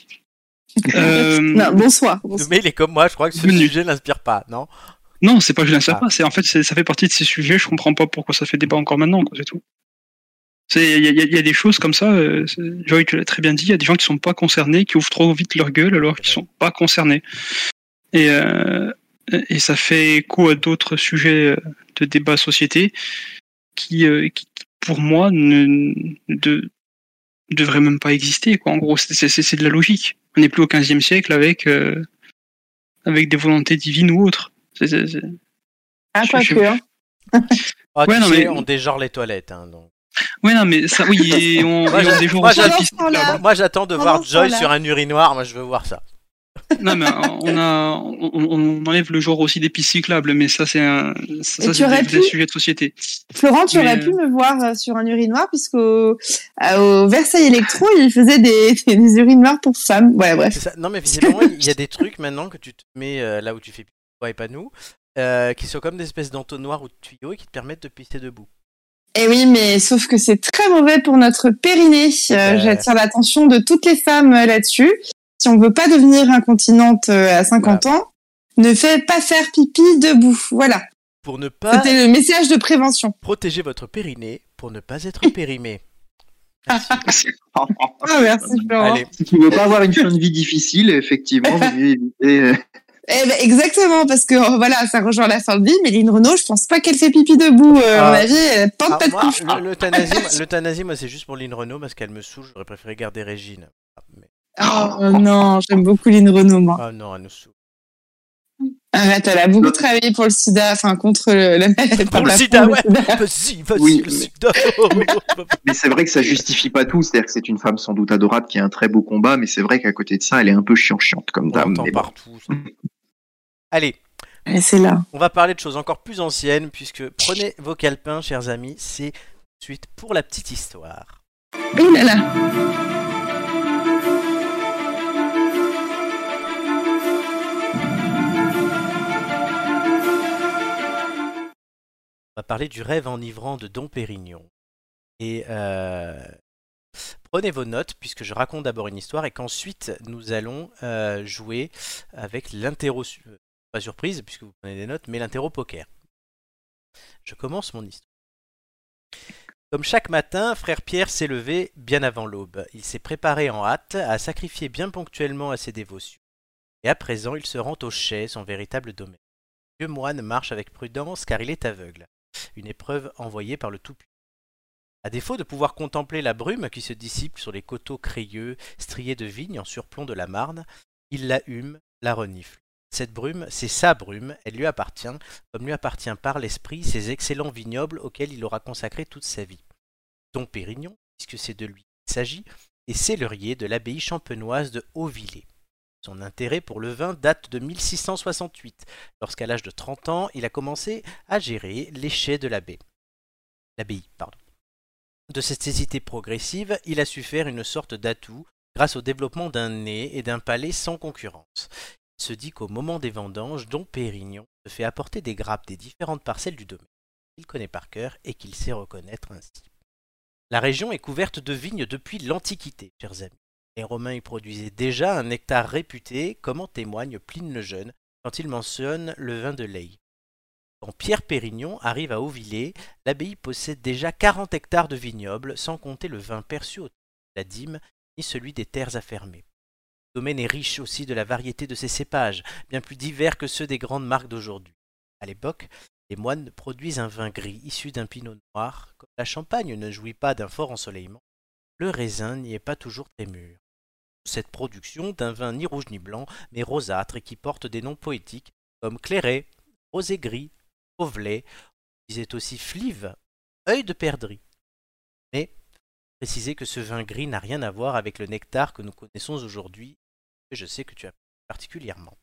Speaker 3: Euh,
Speaker 4: Non, bonsoir. bonsoir.
Speaker 1: Doumé, il est comme moi. Je crois que ce
Speaker 3: Doumé.
Speaker 1: sujet n'inspire pas. Non.
Speaker 3: Non, c'est pas que je l'insère
Speaker 1: Ah.
Speaker 3: pas. C'est en fait, c'est- ça fait partie de ces sujets. Je comprends pas pourquoi ça fait débat encore maintenant, quoi. C'est tout. C'est il y a, il y a- il y a des choses comme ça. euh, c'est- Joy, tu l'as très bien dit. Il y a des gens qui sont pas concernés, qui ouvrent trop vite leur gueule alors qu'ils sont pas concernés. Et euh, et ça fait écho à d'autres sujets euh, de débat société qui, euh, qui pour moi ne ne de- ne devraient même pas exister. Quoi. En gros, c'est- c'est c'est- c'est de la logique. On n'est plus au 15e siècle avec euh, avec des volontés divines ou autres. C'est- c'est- c'est-
Speaker 4: Ah,
Speaker 3: je-
Speaker 4: quoi
Speaker 3: je-
Speaker 4: que, hein.
Speaker 1: Ah,
Speaker 3: Ouais,
Speaker 1: tu
Speaker 3: non,
Speaker 1: sais,
Speaker 3: mais-
Speaker 1: on dégenre les toilettes. hein, donc.
Speaker 3: Ouais, non, mais ça, oui, et on,
Speaker 1: Moi,
Speaker 3: et on
Speaker 1: j'a-
Speaker 3: déjoue
Speaker 1: moi,
Speaker 3: aussi la
Speaker 4: j'adore
Speaker 3: piste.
Speaker 4: parler.
Speaker 3: là-bas.
Speaker 1: Moi, j'attends de
Speaker 4: Oh
Speaker 1: voir
Speaker 4: non,
Speaker 1: Joy
Speaker 4: voilà.
Speaker 1: sur un urinoir. Moi, je veux voir ça.
Speaker 3: Non, mais euh, on, a, on, on enlève le genre aussi des pistes cyclables, mais ça, c'est un, ça, ça,
Speaker 4: Et tu
Speaker 3: c'est
Speaker 4: aurais
Speaker 3: des,
Speaker 4: pu-
Speaker 3: des sujets de société.
Speaker 4: Florent, tu
Speaker 3: Mais,
Speaker 4: aurais
Speaker 3: euh,
Speaker 4: pu me voir euh, sur un urinoir, puisqu'au euh, au Versailles Electro, ils faisaient des, des, des urinoirs pour femmes. Ah Ouais, bref.
Speaker 1: C'est ça. Non, mais visiblement, il y a des trucs maintenant que tu te mets euh, là où tu fais pipi, toi et pas nous, euh, qui sont comme des espèces d'entonnoirs ou de tuyaux et qui te permettent de pisser debout.
Speaker 4: Et Eh oui, mais sauf que c'est très mauvais pour notre périnée. Euh,
Speaker 1: Ouais.
Speaker 4: J'attire l'attention de toutes les femmes euh, là-dessus. Si on veut pas devenir incontinente euh, à 50 ans, ne fais pas faire pipi debout. Voilà.
Speaker 1: Pour ne pas
Speaker 4: C'était le message de prévention.
Speaker 1: protéger votre périnée, pour ne pas être périmé.
Speaker 4: Ah, merci Florent.
Speaker 1: Allez,
Speaker 2: Si tu veux pas avoir une fin de vie difficile, effectivement, vous devez éviter, euh,
Speaker 4: Eh ben, exactement, parce que euh, voilà, ça rejoint la fin de vie, mais Lynn Renault, je pense pas qu'elle fait pipi debout, euh,
Speaker 1: Ah.
Speaker 4: à mon avis, elle pente
Speaker 1: Ah,
Speaker 4: pas de
Speaker 1: moi,
Speaker 4: couche.
Speaker 1: le- l'euthanasie, moi- l'euthanasie, moi, c'est juste pour Lynn Renault parce qu'elle me saoule. J'aurais préféré garder Régine. Ah, mais-
Speaker 4: Oh non, j'aime beaucoup Lynn Renault, moi.
Speaker 1: ah non, elle nous saoule. Ah.
Speaker 4: Arrête, elle a beaucoup travaillé pour le sida, enfin, contre le, la maladie.
Speaker 1: Pour le
Speaker 4: la-
Speaker 1: sida,
Speaker 4: pour
Speaker 1: ouais.
Speaker 4: le sida.
Speaker 1: Vas-y, vas-y,
Speaker 2: Ah. Oui,
Speaker 1: le
Speaker 2: mais-
Speaker 1: sida.
Speaker 2: Mais c'est vrai que ça justifie pas tout. C'est-à-dire que c'est une femme sans doute adorable qui a un très beau combat, mais c'est vrai qu'à côté de ça, elle est un peu chiant-chiante comme
Speaker 1: On
Speaker 2: dame.
Speaker 1: l'entend
Speaker 2: mais bon.
Speaker 1: partout. ça. Allez,
Speaker 4: Mais c'est là.
Speaker 1: On va parler de choses encore plus anciennes, puisque prenez vos calepins, chers amis, c'est tout de suite pour la petite histoire.
Speaker 4: Oh là là.
Speaker 1: On va parler du rêve enivrant de Dom Pérignon. Et euh, prenez vos notes, puisque je raconte d'abord une histoire et qu'ensuite nous allons euh, jouer avec l'interro. su- euh, Pas surprise, puisque vous prenez des notes, mais l'interro poker. Je commence mon histoire. Comme chaque matin, frère Pierre s'est levé bien avant l'aube. Il s'est préparé en hâte à sacrifier bien ponctuellement à ses dévotions. Et à présent, il se rend au chai, son véritable domaine. Le vieux moine marche avec prudence car il est aveugle une épreuve envoyée par le Tout-Puissant. À défaut de pouvoir contempler la brume qui se dissipe sur les coteaux crayeux, striés de vignes en surplomb de la Marne, il la hume, la renifle. Cette brume, c'est sa brume, elle lui appartient, comme lui appartient par l'esprit ces excellents vignobles auxquels il aura consacré toute sa vie. Dom Pérignon, puisque c'est de lui qu'il s'agit, est cellurier de l'abbaye champenoise de Haut-Villers. Son intérêt pour le vin date de 1668, lorsqu'à l'âge de 30 ans, il a commencé à gérer les chais de l'abbé. L'abbaye, pardon. De cette cécité progressive, il a su faire une sorte d'atout grâce au développement d'un nez et d'un palais sans concurrence. Il se dit qu'au moment des vendanges, Dom Pérignon se fait apporter des grappes des différentes parcelles du domaine qu'il connaît par cœur et qu'il sait reconnaître ainsi. La région est couverte de vignes depuis l'Antiquité, chers amis. Les Romains y produisaient déjà un nectar réputé, comme en témoigne Pline le Jeune quand il mentionne le vin de l'Aï. Quand Pierre Pérignon arrive à Auvillers, l'abbaye possède déjà 40 hectares de vignobles, sans compter le vin perçu au titre de la dîme ni celui des terres affermées. Le domaine est riche aussi de la variété de ses cépages, bien plus divers que ceux des grandes marques d'aujourd'hui. À l'époque, les moines produisent un vin gris issu d'un pinot noir. Comme la Champagne ne jouit pas d'un fort ensoleillement, le raisin n'y est pas toujours très mûr. Cette production d'un vin ni rouge ni blanc, mais rosâtre et qui porte des noms poétiques comme clairet, rosé gris, Pauvelet, on disait aussi Flive, œil de perdrix. Mais préciser que ce vin gris n'a rien à voir avec le nectar que nous connaissons aujourd'hui, et je sais que tu as particulièrement.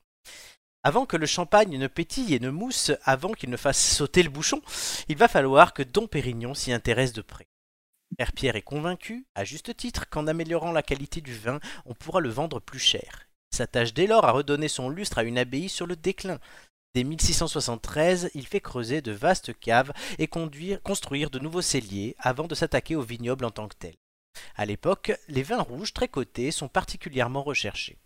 Speaker 1: Avant que le champagne ne pétille et ne mousse, avant qu'il ne fasse sauter le bouchon, il va falloir que Dom Pérignon s'y intéresse de près. Père Pierre est convaincu, à juste titre, qu'en améliorant la qualité du vin, on pourra le vendre plus cher. Il s'attache dès lors à redonner son lustre à une abbaye sur le déclin. Dès 1673, il fait creuser de vastes caves et conduire- construire de nouveaux celliers avant de s'attaquer au vignoble en tant que tel. À l'époque, les vins rouges très cotés sont particulièrement recherchés.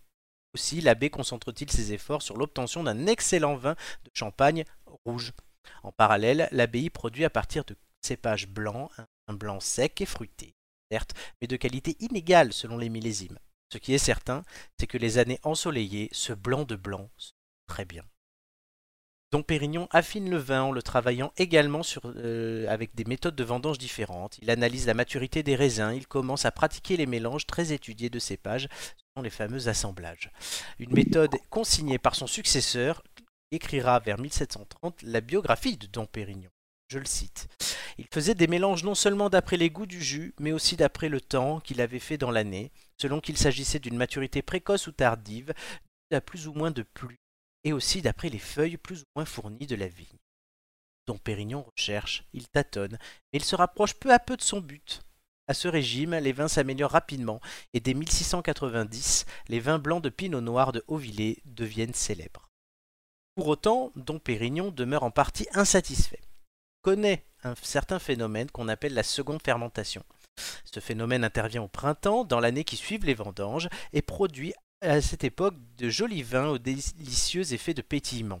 Speaker 1: Aussi, l'abbé concentre-t-il ses efforts sur l'obtention d'un excellent vin de champagne rouge. En parallèle, l'abbaye produit à partir de cépages blancs un- un blanc sec et fruité, certes, mais de qualité inégale selon les millésimes. Ce qui est certain, c'est que les années ensoleillées, ce blanc de blanc se trouve très bien. Dom Pérignon affine le vin en le travaillant également sur, euh, avec des méthodes de vendange différentes. Il analyse la maturité des raisins, il commence à pratiquer les mélanges très étudiés de cépages, ce sont les fameux assemblages. Une méthode consignée par son successeur, qui écrira vers 1730 la biographie de Dom Pérignon. Je le cite. Il faisait des mélanges non seulement d'après les goûts du jus, mais aussi d'après le temps qu'il avait fait dans l'année, selon qu'il s'agissait d'une maturité précoce ou tardive, à plus ou moins de pluie, et aussi d'après les feuilles plus ou moins fournies de la vigne. Dom Pérignon recherche, il tâtonne, mais il se rapproche peu à peu de son but. À ce régime, les vins s'améliorent rapidement, et dès 1690, les vins blancs de Pinot Noir de Haut-Villers deviennent célèbres. Pour autant, Dom Pérignon demeure en partie insatisfait connaît un certain phénomène qu'on appelle la seconde fermentation. Ce phénomène intervient au printemps, dans l'année qui suit les vendanges, et produit à cette époque de jolis vins aux délicieux effets de pétillement.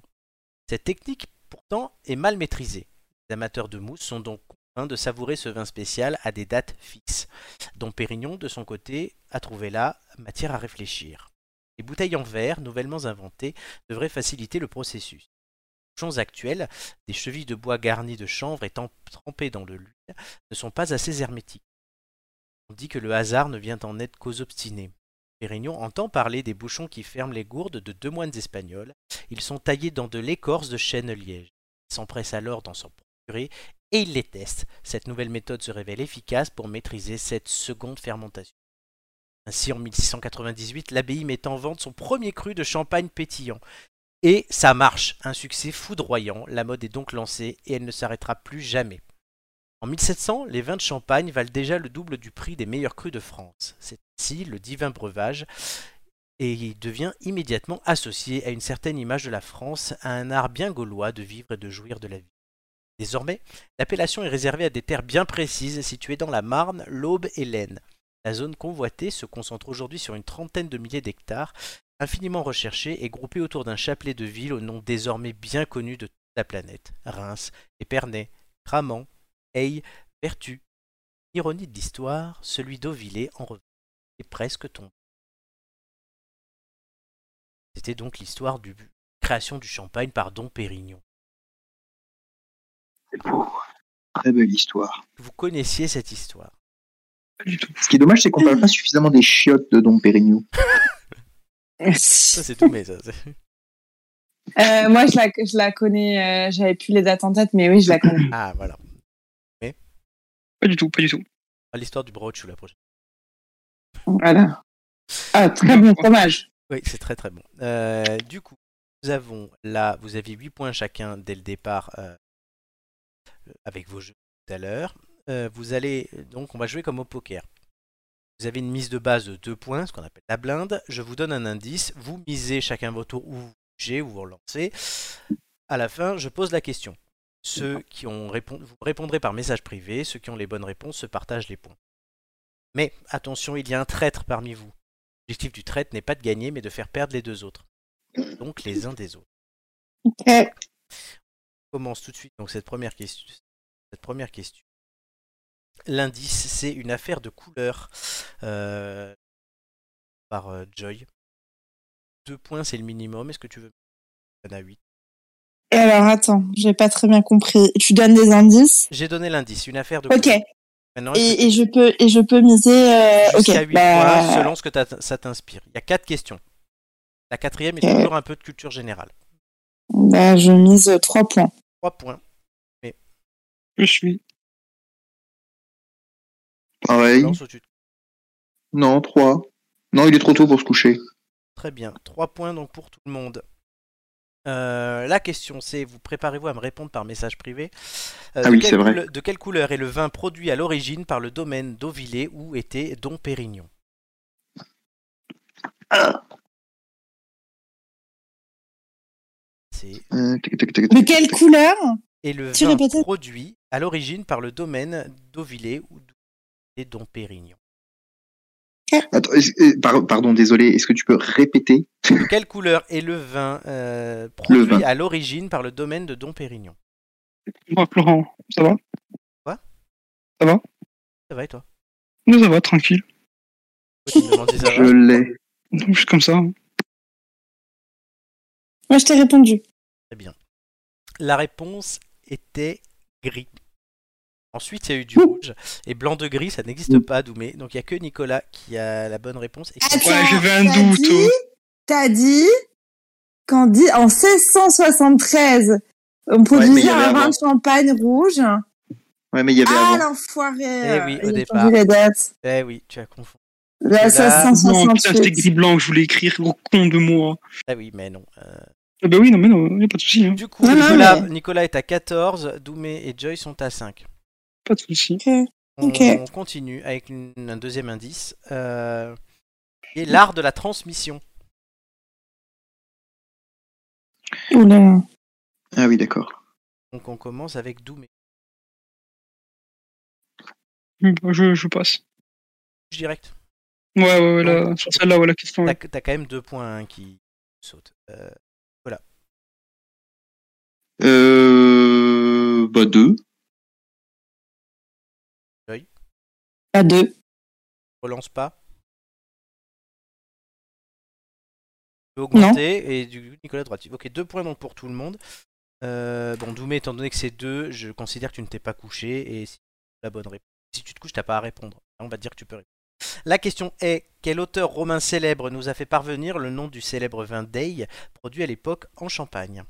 Speaker 1: Cette technique, pourtant, est mal maîtrisée. Les amateurs de mousse sont donc contraints de savourer ce vin spécial à des dates fixes, dont Pérignon, de son côté, a trouvé là matière à réfléchir. Les bouteilles en verre, nouvellement inventées, devraient faciliter le processus. Les bouchons actuels des chevilles de bois garnies de chanvre étant trempées dans de l'huile ne sont pas assez hermétiques. On dit que le hasard ne vient en aide qu'aux obstinés. Pérignon entend parler des bouchons qui ferment les gourdes de deux moines espagnols. Ils sont taillés dans de l'écorce de chêne liège. Il s'empresse alors d'en s'en procurer et il les teste. Cette nouvelle méthode se révèle efficace pour maîtriser cette seconde fermentation. Ainsi, en 1698, l'abbaye met en vente son premier cru de champagne pétillant. Et ça marche, un succès foudroyant, la mode est donc lancée et elle ne s'arrêtera plus jamais. En 1700, les vins de Champagne valent déjà le double du prix des meilleurs crus de France. C'est ainsi le divin breuvage et il devient immédiatement associé à une certaine image de la France, à un art bien gaulois de vivre et de jouir de la vie. Désormais, l'appellation est réservée à des terres bien précises situées dans la Marne, l'Aube et l'Aisne. La zone convoitée se concentre aujourd'hui sur une trentaine de milliers d'hectares, infiniment recherchés et groupés autour d'un chapelet de villes aux noms désormais bien connus de toute la planète Reims, Épernay, Cramant, Aye, Vertu. Ironie de l'histoire, celui d'Auvillé en revanche est presque tombé. C'était donc l'histoire du création du champagne par Dom Pérignon.
Speaker 2: C'est beau. Très belle histoire.
Speaker 1: Que Vous connaissiez cette histoire.
Speaker 3: Pas du tout.
Speaker 2: Ce qui est dommage, c'est qu'on parle pas suffisamment des chiottes de Dom Pérignon.
Speaker 1: Ça c'est tout mais ça. c'est-
Speaker 4: Euh, moi, je la, je la connais, euh, j'avais plus les dates en tête, mais oui, je la connais.
Speaker 1: Ah voilà.
Speaker 3: Pas du tout, pas du tout.
Speaker 1: Ah, L'histoire du brooch ou la prochaine.
Speaker 4: Voilà. Ah, très bon fromage.
Speaker 1: Oui, c'est très très bon. Euh, du coup, nous avons là, vous avez 8 points chacun dès le départ euh, avec vos jeux tout à l'heure. Euh, vous allez donc, on va jouer comme au poker. Vous avez une mise de base de 2 points, ce qu'on appelle la blinde. Je vous donne un indice, vous misez chacun votre tour ou vous jugez ou vous relancez. À la fin, je pose la question. Ceux qui ont répondu, vous répondrez par message privé, ceux qui ont les bonnes réponses se partagent les points. Mais attention, il y a un traître parmi vous. L'objectif du traître n'est pas de gagner, mais de faire perdre les deux autres. Donc les uns des autres.
Speaker 4: Ok.
Speaker 1: On commence tout de suite donc cette première question. Cette première question. L'indice, c'est une affaire de couleur euh, par euh, Joy. Deux points, c'est le minimum. Est-ce que tu veux Il y en a huit.
Speaker 4: Et alors, attends, j'ai pas très bien compris. Tu donnes des indices
Speaker 1: J'ai donné l'indice, une affaire de
Speaker 4: Ok.
Speaker 1: couleur. Maintenant, est-ce que
Speaker 4: Et, et je peux et je peux miser. euh,
Speaker 1: jusqu'à
Speaker 4: ok.
Speaker 1: huit
Speaker 4: bah,
Speaker 1: points selon ce que t'as- ça t'inspire. Il y a quatre questions. La quatrième est
Speaker 4: Ok.
Speaker 1: toujours un peu de culture générale.
Speaker 4: bah, je mise 3 points.
Speaker 1: Trois points.
Speaker 3: Je suis.
Speaker 2: Pareil.
Speaker 1: Lance ou tu-
Speaker 2: Non, 3. Non, il est trop tôt pour se coucher.
Speaker 1: Très bien. 3 points donc pour tout le monde. Euh, la question c'est, vous préparez-vous à me répondre par message privé Euh, de
Speaker 2: Ah oui,
Speaker 1: quelle
Speaker 2: c'est vrai.
Speaker 1: coule- De quelle couleur est le vin produit à l'origine par le domaine d'Auvillé où était Dom Pérignon C'est
Speaker 2: Euh, tac, tac, tac,
Speaker 4: De
Speaker 2: tac,
Speaker 4: quelle
Speaker 2: tac.
Speaker 4: couleur
Speaker 1: et le
Speaker 4: Tu
Speaker 1: vin
Speaker 4: répétais
Speaker 1: produit à l'origine par le domaine d'Auvillé où était Dom Pérignon.
Speaker 2: Attends, est-ce- euh, par- pardon, désolé, est-ce que tu peux répéter
Speaker 1: De quelle couleur est le vin euh, produit
Speaker 2: vin.
Speaker 1: à l'origine par le domaine de Dom Pérignon
Speaker 3: Moi, Florent, ça va
Speaker 1: Ça va et toi
Speaker 3: Non, ça va, tranquille.
Speaker 1: Pourquoi tu me demandes si ça
Speaker 2: Je
Speaker 1: va
Speaker 2: l'ai.
Speaker 3: Donc, je suis comme ça. hein.
Speaker 4: Moi, je t'ai répondu.
Speaker 1: La réponse était gris. Ensuite, il y a eu du rouge. Et blanc de gris, ça n'existe
Speaker 4: Mm.
Speaker 2: Ouh.
Speaker 1: pas à Doumé. Donc, il n'y a que Nicolas qui a la bonne réponse. Et qui-
Speaker 4: Attends,
Speaker 3: Ouais, j'avais un
Speaker 4: t'as
Speaker 3: doute,
Speaker 4: dit-
Speaker 3: oh.
Speaker 4: T'as dit qu'en dit- en 1673,
Speaker 2: mais
Speaker 4: on
Speaker 2: il y
Speaker 4: produisait
Speaker 2: avait
Speaker 4: un vin
Speaker 2: avant.
Speaker 4: de champagne rouge.
Speaker 2: Ouais, mais il y avait
Speaker 4: Ah,
Speaker 2: avant.
Speaker 4: l'enfoiré
Speaker 1: Eh oui, au
Speaker 4: Il a
Speaker 1: départ.
Speaker 4: changé la date.
Speaker 1: Eh oui, tu as confondu.
Speaker 4: La
Speaker 3: Non, putain, c'était
Speaker 4: 1668.
Speaker 3: gris blanc que je voulais écrire, gros con de moi.
Speaker 1: Ah oui, mais non. Euh,
Speaker 3: Ah bah oui, non, mais non, y a pas de souci, hein,
Speaker 1: Du coup,
Speaker 4: Mm. Non, non,
Speaker 1: Nicolas,
Speaker 4: mais-
Speaker 1: Nicolas est à 14. Doumé et Joy sont à 5.
Speaker 3: pas de souci.
Speaker 4: Ok.
Speaker 1: On,
Speaker 4: Ok.
Speaker 1: on continue avec une- un deuxième indice. Euh, Et l'art de la transmission.
Speaker 4: Oula.
Speaker 2: Ah oui, d'accord.
Speaker 1: Donc, on commence avec Doumé.
Speaker 3: Hum, Je, je passe.
Speaker 1: Je direct.
Speaker 3: Ouais, ouais, ouais, là, sur celle-là, ouais, la question.
Speaker 1: T'as
Speaker 3: ouais.
Speaker 1: t'as quand même deux points hein, qui sautent. Euh,
Speaker 2: Euh, bah 2.
Speaker 4: À deux.
Speaker 1: relance pas. Tu peux augmenter et du coup, Nicolas droite. Ok, deux points donc pour tout le monde. Euh, bon, Doumé, étant donné que c'est deux, je considère que tu ne t'es pas couché et si la bonne réponse. Si tu te couches, t'as pas à répondre. On va te dire que tu peux répondre. La question est quel auteur romain célèbre nous a fait parvenir le nom du célèbre vin d'Eille produit à l'époque en Champagne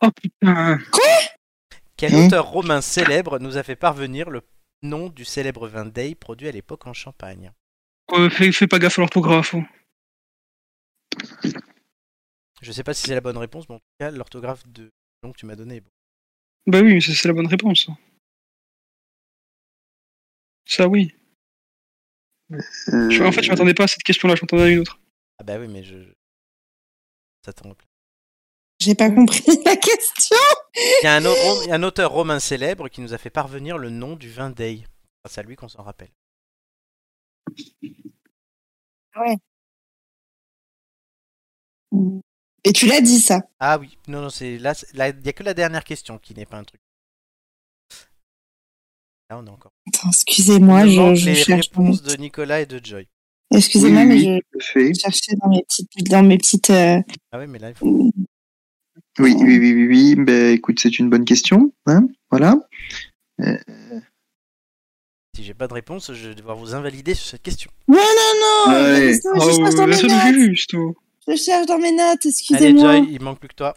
Speaker 3: Oh putain,
Speaker 1: Quel
Speaker 2: Hein
Speaker 1: auteur romain célèbre nous a fait parvenir le nom du célèbre vin d'Eille produit à l'époque en Champagne
Speaker 3: Euh, fais, fais pas gaffe à l'orthographe. oh.
Speaker 1: Je sais pas si c'est la bonne réponse, mais en tout cas, l'orthographe de nom que tu m'as donné est bonne.
Speaker 3: Bah oui, mais c'est c'est la bonne réponse. Ça oui.
Speaker 2: Euh,
Speaker 3: Je- en fait, je m'attendais pas à cette question-là, je m'attendais à une autre.
Speaker 1: Ah bah oui, mais je... Ça tombe.
Speaker 4: J'ai pas compris la question.
Speaker 1: Il y, a un au- il y a un auteur romain célèbre qui nous a fait parvenir le nom du vin d'Eille. Grâce à lui qu'on s'en rappelle.
Speaker 4: Et tu l'as dit, ça.
Speaker 1: Ah oui, non, non, c'est là, c'est- là, il n'y a que la dernière question qui n'est pas un truc. Là, on a encore.
Speaker 4: Attends, excusez-moi,
Speaker 1: Il nous
Speaker 4: je,
Speaker 1: manque
Speaker 4: je
Speaker 1: les
Speaker 4: cherche. dans mes-
Speaker 1: réponses de Nicolas et de Joy.
Speaker 4: Excusez-moi,
Speaker 2: Oui,
Speaker 4: mais
Speaker 2: oui,
Speaker 4: je
Speaker 2: tout à fait.
Speaker 4: cherchais dans mes petites, dans mes petites. euh,
Speaker 1: Ah oui, mais là, il faut...
Speaker 4: Moi,
Speaker 2: Oui, oui, oui, oui, oui. Ben, écoute, c'est une bonne question. Hein voilà.
Speaker 1: si j'ai pas de réponse, je vais devoir vous invalider sur cette question. Ah
Speaker 4: non, non.
Speaker 2: Ouais.
Speaker 4: mais sinon, Je
Speaker 1: Oh,
Speaker 4: cherche dans
Speaker 3: ouais,
Speaker 4: mes
Speaker 3: ça,
Speaker 4: notes.
Speaker 3: juste. oh.
Speaker 4: Je cherche dans mes notes.
Speaker 1: Allez,
Speaker 4: Excusez-moi.
Speaker 1: Joy, il manque plus que toi.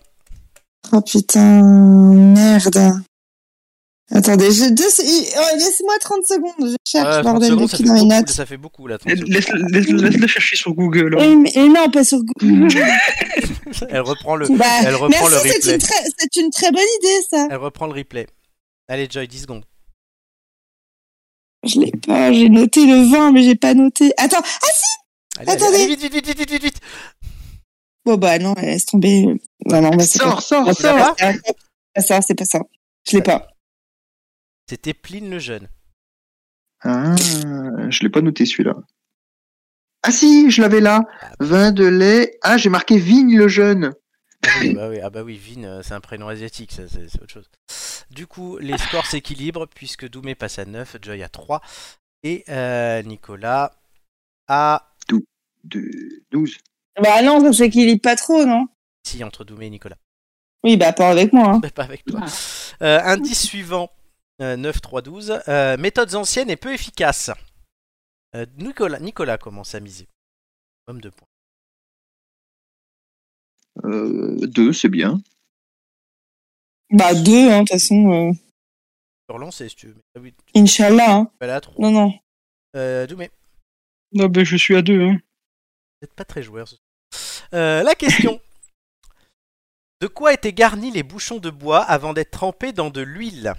Speaker 4: Oh putain, merde. Attendez, je, deux se- il- oh, laisse-moi 30 secondes, je cherche,
Speaker 1: Ah, 30
Speaker 4: bordel,
Speaker 1: secondes, ça
Speaker 4: depuis
Speaker 1: fait,
Speaker 4: dans mes
Speaker 1: beaucoup,
Speaker 4: notes.
Speaker 1: ça fait beaucoup, là. 30
Speaker 3: Laisse-
Speaker 1: secondes.
Speaker 3: Laisse-le laisse, laisse-le chercher sur Google. oh.
Speaker 4: Et, et non, pas sur Google.
Speaker 1: Elle reprend le,
Speaker 4: Bah,
Speaker 1: Mmh. elle reprend le
Speaker 4: merci,
Speaker 1: replay.
Speaker 4: c'est une, très- c'est une très bonne idée, ça.
Speaker 1: Elle reprend le replay. Allez, Joy, 10 secondes.
Speaker 4: Je l'ai pas, j'ai noté le vin, mais j'ai pas noté. Attends,
Speaker 1: Allez, allez,
Speaker 4: Attendez.
Speaker 1: allez, vite, vite, vite, vite, vite, vite, vite.
Speaker 4: bon bah non, laisse tomber. Non, non, bah, c'est pas
Speaker 2: Sors, sors,
Speaker 1: Ça
Speaker 4: ça.
Speaker 2: sors.
Speaker 1: va
Speaker 4: C'est pas ça, c'est pas ça. Je l'ai pas.
Speaker 1: C'était Pline le Jeune.
Speaker 2: Ah, je l'ai pas noté celui-là. Ah si, je l'avais là. Vin de lait. Ah, j'ai marqué Vigne le jeune.
Speaker 1: Ah oui, bah oui, ah bah oui, Vin, euh, c'est un prénom asiatique, ça, c'est c'est autre chose. Du coup, les scores s'équilibrent puisque Doumé passe à 9, Joy à 3 et euh, Nicolas à
Speaker 2: De 12.
Speaker 4: Bah non, ça s'équilibre pas trop, non
Speaker 1: si entre Doumé et Nicolas.
Speaker 4: Oui, bah pas avec moi. hein.
Speaker 1: Mais pas avec toi.
Speaker 4: Ah.
Speaker 1: Euh, indice suivant, euh, 9-3-12. Euh, méthodes anciennes et peu efficaces. Euh, Nicolas, Nicolas commence à miser. Homme de points.
Speaker 2: Euh, 2, c'est bien.
Speaker 4: Bah deux, hein, de toute façon, euh,
Speaker 1: Je peux relancer si tu veux. Ah oui, tu
Speaker 4: Inch'Allah. hein.
Speaker 1: peux aller à 3.
Speaker 4: Non, non.
Speaker 1: Euh, Doumé,
Speaker 3: Non, ben, je suis à deux. Hein.
Speaker 1: vous n'êtes pas très joueur. ce soir. Euh, la question. De quoi étaient garnis les bouchons de bois avant d'être trempés dans de l'huile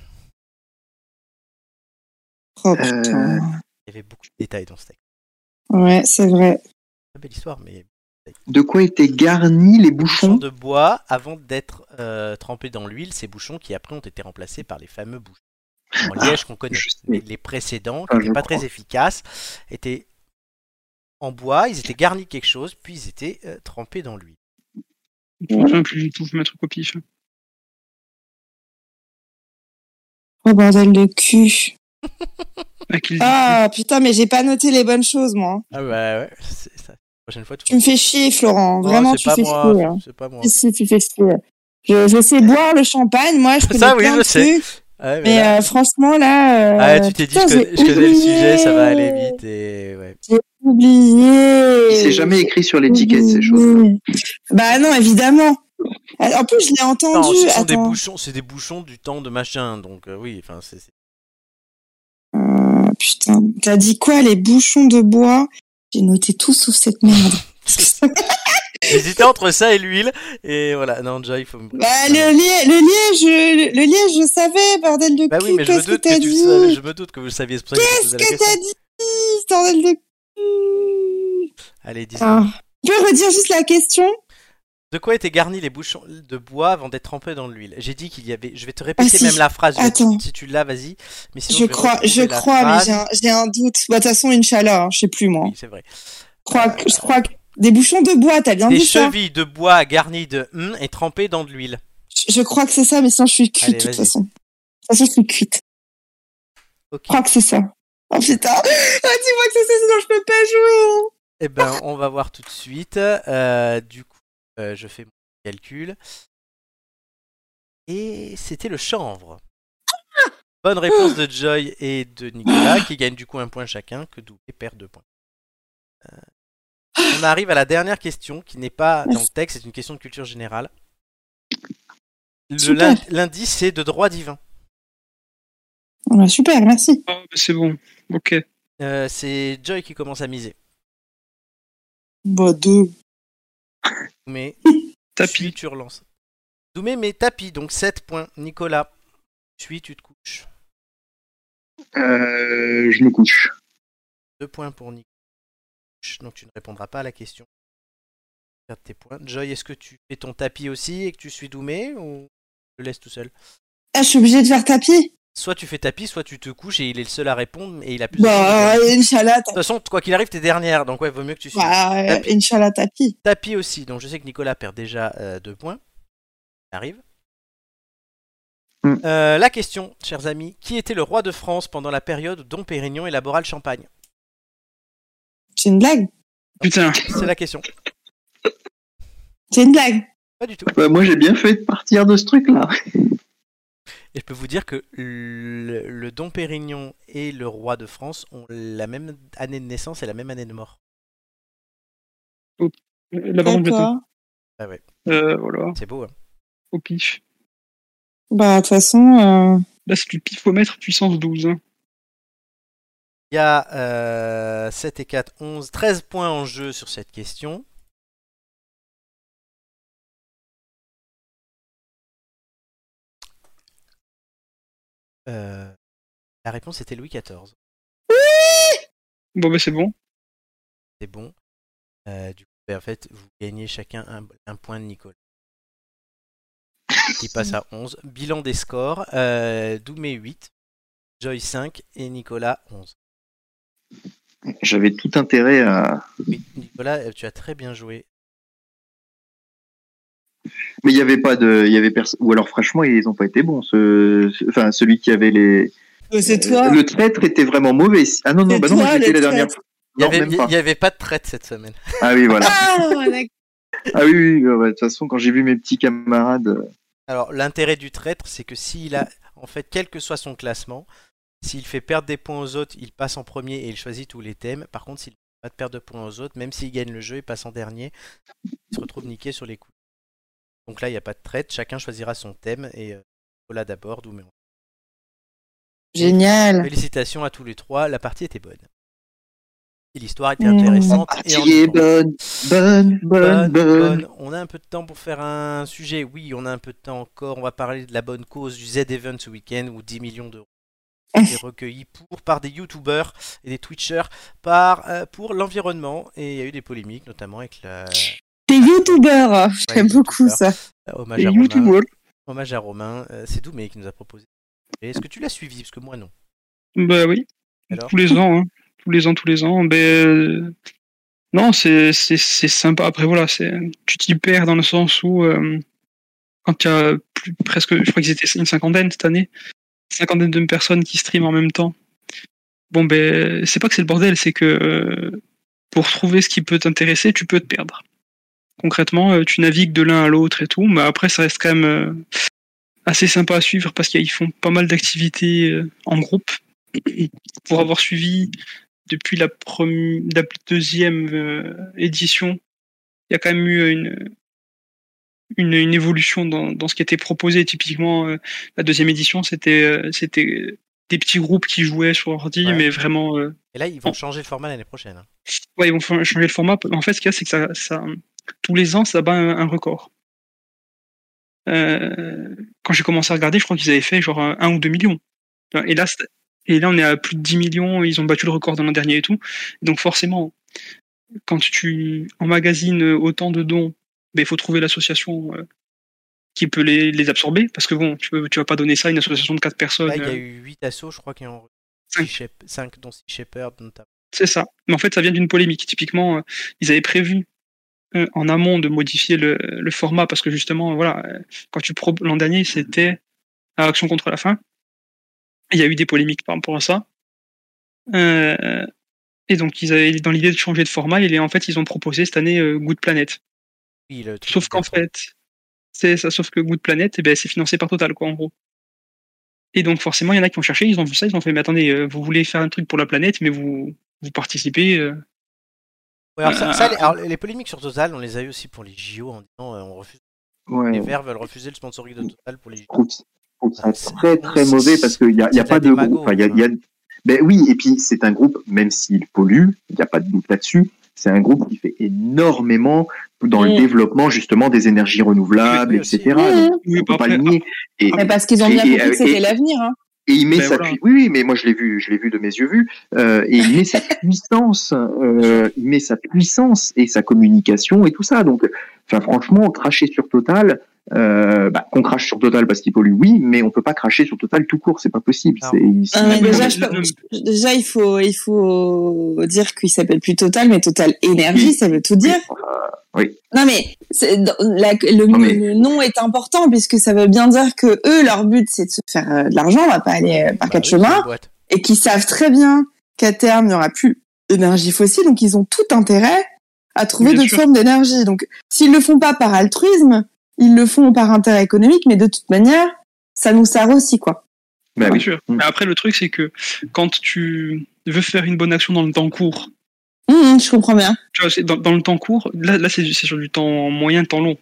Speaker 2: Euh,
Speaker 4: Oh, putain.
Speaker 1: Il y avait beaucoup de détails dans ce texte.
Speaker 4: Ouais, c'est vrai.
Speaker 1: Très belle histoire, mais
Speaker 2: De quoi étaient garnis les
Speaker 1: bouchons
Speaker 2: bouchons
Speaker 1: de bois avant d'être euh, trempés dans l'huile, ces bouchons qui après ont été remplacés par les fameux bouchons en
Speaker 2: Ah,
Speaker 1: liège qu'on connaît.
Speaker 2: je sais.
Speaker 1: Mais les précédents, qui
Speaker 2: Ah, je
Speaker 1: n'étaient pas
Speaker 2: crois.
Speaker 1: très efficaces, étaient en bois, ils étaient garnis de quelque chose, puis ils étaient euh, trempés dans l'huile.
Speaker 3: Pour ça, plus je trouve mes trucs au pif.
Speaker 4: Oh, bordel de cul.
Speaker 3: Ah, qu'il-
Speaker 4: Ah, putain, mais j'ai pas noté les bonnes choses, moi.
Speaker 1: Ah bah ouais, c'est ça. La prochaine fois,
Speaker 4: Tu me fais chier, Florent.
Speaker 1: Non,
Speaker 4: Vraiment,
Speaker 1: c'est
Speaker 4: tu
Speaker 1: pas
Speaker 4: fais
Speaker 1: moi,
Speaker 4: chier. hein.
Speaker 1: c'est- C'est pas moi.
Speaker 4: Si, si, tu fais chier. Je, je sais boire le champagne, moi, je connais
Speaker 1: Ça, oui,
Speaker 4: plein
Speaker 1: je
Speaker 4: de
Speaker 1: sais.
Speaker 4: trucs,
Speaker 1: Ah Ouais, mais
Speaker 4: mais
Speaker 1: là-
Speaker 4: euh, franchement, là...
Speaker 1: Ah,
Speaker 4: euh,
Speaker 1: tu t'es dit,
Speaker 4: putain,
Speaker 1: je connais,
Speaker 4: j'ai
Speaker 1: je connais le
Speaker 4: oublié.
Speaker 1: sujet, ça va aller vite. Et... ouais.
Speaker 4: Oublié.
Speaker 2: Il s'est jamais écrit sur l'étiquette ces
Speaker 4: Oublié.
Speaker 2: choses.
Speaker 4: Bah non, évidemment. En plus, je l'ai entendu.
Speaker 1: Non, ce sont des
Speaker 4: Attends.
Speaker 1: bouchons, c'est des bouchons du temps de machin, donc euh, oui, enfin c'est. c'est-
Speaker 4: Euh, putain, t'as dit quoi, les bouchons de bois J'ai noté tout sauf cette merde.
Speaker 1: J'hésitais entre ça et l'huile, et voilà. Non, déjà, il faut. me-
Speaker 4: Bah, le, liège, le liège, je, le liège, je savais, bordel de
Speaker 1: Bah
Speaker 4: cul,
Speaker 1: oui, mais je me
Speaker 4: qu'est-ce que
Speaker 1: doute
Speaker 4: t'as
Speaker 1: que tu le
Speaker 4: dit
Speaker 1: savais, je me doute que vous le saviez. C'est pour ça que je vous posais la
Speaker 4: Qu'est-ce que
Speaker 1: question.
Speaker 4: t'as dit, bordel de cul
Speaker 1: Allez, dis
Speaker 4: Ah. Tu peux redire juste la question
Speaker 1: De quoi étaient garnis les bouchons de bois avant d'être trempés dans de l'huile J'ai dit qu'il y avait. Je vais te répéter
Speaker 4: Ah, si.
Speaker 1: même la phrase. je-
Speaker 4: Attends.
Speaker 1: Si tu l'as, vas-y. Mais sinon,
Speaker 4: Je
Speaker 1: vais
Speaker 4: crois,
Speaker 1: retrouver
Speaker 4: je
Speaker 1: la
Speaker 4: crois, mais
Speaker 1: phrase.
Speaker 4: j'ai un, j'ai un doute. Bah, De toute façon, Inch'Allah, hein, je sais plus, moi.
Speaker 1: Oui, c'est vrai.
Speaker 4: Je crois que, je crois que des bouchons de bois, t'as bien
Speaker 1: Des
Speaker 4: dit ça.
Speaker 1: chevilles de bois garnies de hum et trempées dans de l'huile.
Speaker 4: Je, je crois que c'est ça, mais sinon, je suis cuite,
Speaker 1: Allez,
Speaker 4: de toute
Speaker 1: vas-y.
Speaker 4: façon. De toute façon, je suis cuite.
Speaker 1: Ok.
Speaker 4: Je crois que c'est ça. Oh putain. Ah, dis-moi que c'est ça, sinon je peux pas jouer. hein.
Speaker 1: Eh ben, on va voir tout de suite. Euh, du coup, euh, je fais mon calcul. Et c'était le chanvre. Bonne réponse de Joy et de Nicolas, qui gagnent du coup un point chacun, que Doublé perd deux points. Euh, on arrive à la dernière question, qui n'est pas dans le texte, c'est une question de culture générale. Le
Speaker 4: Super.
Speaker 1: lin- L'indice, c'est de droit divin.
Speaker 4: Ah bah, super, merci.
Speaker 3: Ah, ben, c'est bon. Ok.
Speaker 1: Euh, c'est Joy qui commence à miser.
Speaker 4: Bah, deux.
Speaker 1: Mais Chui,
Speaker 3: Tapis.
Speaker 1: tu relances. Doumé met tapis, donc 7 points. Nicolas, suis, tu te couches.
Speaker 2: Euh, je me couche.
Speaker 1: 2 points pour Nicolas. Donc tu ne répondras pas à la question. Garde tes points. Joy, est-ce que tu fais ton tapis aussi et que tu suis Doumé ou je le laisse tout seul
Speaker 4: Ah, je suis obligée de faire tapis.
Speaker 1: Soit tu fais tapis, soit tu te couches et il est le seul à répondre et il a plus de
Speaker 4: Bah,
Speaker 1: points. De
Speaker 4: euh, Inch'Allah, tapis.
Speaker 1: toute façon, quoi qu'il arrive, t'es dernière, donc ouais, vaut mieux que tu suis.
Speaker 4: Bah, euh,
Speaker 1: Tapis.
Speaker 4: Inch'Allah, tapis.
Speaker 1: Tapis aussi, donc je sais que Nicolas perd déjà 2 points. Ça Arrive.
Speaker 2: Mm.
Speaker 1: Euh, la question, chers amis, qui était le roi de France pendant la période où Dom Pérignon élabora le champagne
Speaker 4: C'est une blague.
Speaker 3: Putain.
Speaker 1: C'est la question.
Speaker 4: C'est une blague.
Speaker 1: Pas du tout.
Speaker 2: Bah, moi, j'ai bien fait de partir de ce truc-là.
Speaker 1: Et je peux vous dire que le, le Dom Pérignon et le roi de France ont la même année de naissance et la même année de mort. Ah,
Speaker 3: La barre de bientôt.
Speaker 4: D'accord.
Speaker 3: Euh, voilà.
Speaker 1: C'est beau, hein
Speaker 3: Au pif.
Speaker 4: Bah, de toute façon, euh,
Speaker 3: Là, c'est du pifomètre puissance 12. hein.
Speaker 1: Il y a euh, 7 et 4, 11, 13 points en jeu sur cette question. Euh, la réponse était Louis XIV.
Speaker 3: Bon, ben, c'est bon.
Speaker 1: C'est bon. Euh, du coup, ben, en fait, vous gagnez chacun un, un point de Nicolas. Qui passe à 11. Bilan des scores. Euh, Doumé 8, Joy 5 et Nicolas 11.
Speaker 2: J'avais tout intérêt à.
Speaker 1: Oui, Nicolas, euh, tu as très bien joué.
Speaker 2: Mais il y avait pas de, il y avait personne. Ou alors, franchement, ils ont pas été bons. Ce, ce- enfin, celui qui avait les.
Speaker 1: Euh,
Speaker 4: c'est toi.
Speaker 2: Euh, Le traître était vraiment mauvais. Ah non non,
Speaker 4: C'est
Speaker 2: bah non,
Speaker 4: toi,
Speaker 2: j'étais
Speaker 4: le
Speaker 2: la dernière.
Speaker 4: traître.
Speaker 2: fois.
Speaker 1: Il
Speaker 2: Non,
Speaker 1: n'y avait,
Speaker 2: même pas.
Speaker 1: il y avait pas de traite cette semaine.
Speaker 2: Ah oui, voilà.
Speaker 4: Ah, d'accord.
Speaker 2: Ah oui, oui, euh, bah, de toute façon, quand j'ai vu mes petits camarades, euh,
Speaker 1: Alors, l'intérêt du traître, c'est que s'il a, en fait, quel que soit son classement, s'il fait perdre des points aux autres, il passe en premier et il choisit tous les thèmes. Par contre, s'il ne fait pas de perdre de points aux autres, même s'il gagne le jeu, il passe en dernier. Il se retrouve niqué sur les coups. Donc là, il n'y a pas de traître. Chacun choisira son thème et euh, Nicolas d'abord, Doumé.
Speaker 4: Génial.
Speaker 1: Félicitations à tous les trois. La partie était bonne. Et l'histoire était intéressante. et en
Speaker 2: Partie est bonne, bonne, bonne, bonne.
Speaker 1: Bonne, bonne. On a un peu de temps pour faire un sujet. Oui, on a un peu de temps encore. On va parler de la bonne cause du Z-Event ce week-end où 10 millions d'euros ont été recueillis pour, par des youtubeurs et des twitchers par, euh, pour l'environnement. Et il y a eu des polémiques, notamment avec la,
Speaker 4: T'es youtubeur. J'aime
Speaker 1: les
Speaker 4: beaucoup
Speaker 1: youtubeurs.
Speaker 4: ça.
Speaker 1: la hommage,
Speaker 3: Et
Speaker 1: à Romain,
Speaker 3: YouTube,
Speaker 1: hommage à Romain. Euh, C'est Doumé qui nous a proposé. Et Est-ce que tu l'as suivi Parce que moi, non.
Speaker 3: Bah oui.
Speaker 1: Alors
Speaker 3: Tous les ans, hein. tous les ans, tous les ans. Ben, euh, non, c'est c'est c'est sympa. Après voilà, c'est tu t'y perds dans le sens où euh, quand il y a plus, presque, je crois qu'ils étaient une cinquantaine cette année, cinquantaine de personnes qui streament en même temps. Bon ben, c'est pas que c'est le bordel, c'est que euh, pour trouver ce qui peut t'intéresser, tu peux te perdre. Concrètement, euh, tu navigues de l'un à l'autre et tout, mais après ça reste quand même euh, assez sympa à suivre parce qu'ils font pas mal d'activités euh, en groupe pour avoir suivi depuis la, premi- la deuxième euh, édition, il y a quand même eu une, une, une évolution dans, dans ce qui était proposé. Typiquement, euh, la deuxième édition, c'était euh, c'était des petits groupes qui jouaient sur ordi,
Speaker 1: Ouais.
Speaker 3: mais vraiment, euh,
Speaker 1: Et là, ils vont changer le format l'année prochaine. hein.
Speaker 3: ouais, ils vont fa- changer le format. En fait, ce qu'il y a, c'est que ça, ça, tous les ans, ça bat un, un record. Euh, quand j'ai commencé à regarder, je crois qu'ils avaient fait genre un un ou deux millions. Enfin, Et là, c'est- et là, on est à plus de 10 millions. Ils ont battu le record de l'an dernier et tout. Donc forcément, quand tu emmagasines autant de dons, ben, il faut trouver l'association euh, qui peut les, les absorber. Parce que bon, tu, peux- tu vas pas donner ça à une association de quatre personnes.
Speaker 1: Là, il y a
Speaker 3: euh,
Speaker 1: eu 8 assauts, je crois, qui ont
Speaker 3: Cinq.
Speaker 1: 5, dont Sea Shepherd, notamment.
Speaker 3: C'est ça. Mais en fait, ça vient d'une polémique. Typiquement, euh, ils avaient prévu euh, en amont de modifier le, le format parce que justement, voilà, euh, quand tu pro l'an dernier, c'était à Action contre la faim. Il y a eu des polémiques par rapport à ça. Euh, et donc, ils avaient dans l'idée de changer de format. Et en fait, ils ont proposé cette année euh, Good Planet.
Speaker 1: Oui, le truc
Speaker 3: Sauf qu'en
Speaker 1: des-
Speaker 3: fait, c'est ça. Sauf que Good Planet, eh ben, c'est financé par Total, quoi, en gros. Et donc, forcément, il y en a qui ont cherché, ils ont vu ça, ils ont fait, mais attendez, euh, vous voulez faire un truc pour la planète, mais vous, vous participez. euh,
Speaker 1: Ouais, alors ça-
Speaker 3: Euh,
Speaker 1: ça, les, alors, les polémiques sur Total, on les a eu aussi pour les JO en disant euh, on refuse, les
Speaker 2: Ouais, je
Speaker 1: Verts veulent refuser le sponsoring de Total pour les JO.
Speaker 2: trouve, je trouve ça
Speaker 1: Ah, C'est-
Speaker 2: très très mauvais parce qu'il n'y a, il y a
Speaker 1: c'est
Speaker 2: pas
Speaker 1: de la
Speaker 2: de
Speaker 1: démago,
Speaker 2: groupe. Enfin, il y a- il y a- Ben oui, et puis c'est un groupe, même s'il pollue, il n'y a pas de doute là-dessus, c'est un groupe qui fait énormément dans le
Speaker 4: Mm.
Speaker 2: développement justement des énergies renouvelables,
Speaker 1: Oui, aussi.
Speaker 2: etc. Donc,
Speaker 3: Oui,
Speaker 2: on peut
Speaker 3: bah
Speaker 2: pas le
Speaker 3: après,
Speaker 2: nier. Et-
Speaker 4: Mais parce qu'ils ont bien
Speaker 2: Et- et-
Speaker 1: ah
Speaker 4: compris que c'était
Speaker 2: et-
Speaker 4: l'avenir. Hein.
Speaker 2: Et il met
Speaker 3: Ben
Speaker 2: sa
Speaker 3: voilà.
Speaker 2: pui- oui, oui, mais moi je l'ai vu, je l'ai vu de mes yeux vus. Euh, et il met sa puissance, euh, il met sa puissance et sa communication et tout ça. Donc, enfin franchement, cracher sur Total, euh, bah, qu'on crache sur Total parce qu'il pollue, oui, mais on peut pas cracher sur Total tout court, c'est pas possible.
Speaker 1: Non.
Speaker 2: C'est c'est-
Speaker 4: Ah, mais
Speaker 3: mais
Speaker 4: déjà,
Speaker 3: non,
Speaker 4: je
Speaker 3: mais
Speaker 4: peux-
Speaker 3: non,
Speaker 4: déjà, il faut, il faut dire qu'il s'appelle plus Total, mais Total Énergie, ça veut tout dire.
Speaker 2: oui.
Speaker 4: Non, mais c'est- dans- la- le,
Speaker 2: Non, mais-
Speaker 4: le nom est important puisque ça veut bien dire que eux, leur but, c'est de se faire euh, de l'argent. On va pas aller euh, par
Speaker 1: Bah
Speaker 4: quatre
Speaker 1: oui, c'est
Speaker 4: chemins
Speaker 1: une boîte.
Speaker 4: et qu'ils savent très bien qu'à terme, il n'y aura plus d'énergie fossile. Donc, ils ont tout intérêt à trouver
Speaker 3: Bien
Speaker 4: d'autres
Speaker 3: sûr.
Speaker 4: formes d'énergie. Donc, s'ils le font pas par altruisme, ils le font par intérêt économique, mais de toute manière, ça nous sert aussi, quoi.
Speaker 2: bah
Speaker 3: bien
Speaker 2: oui.
Speaker 3: sûr.
Speaker 2: Mm.
Speaker 3: Mais après, le truc, c'est que quand tu veux faire une bonne action dans le temps court,
Speaker 4: Hum, hum, je comprends bien.
Speaker 3: tu vois, c'est dans, dans le temps court, là, là c'est c'est sur du temps moyen, temps long.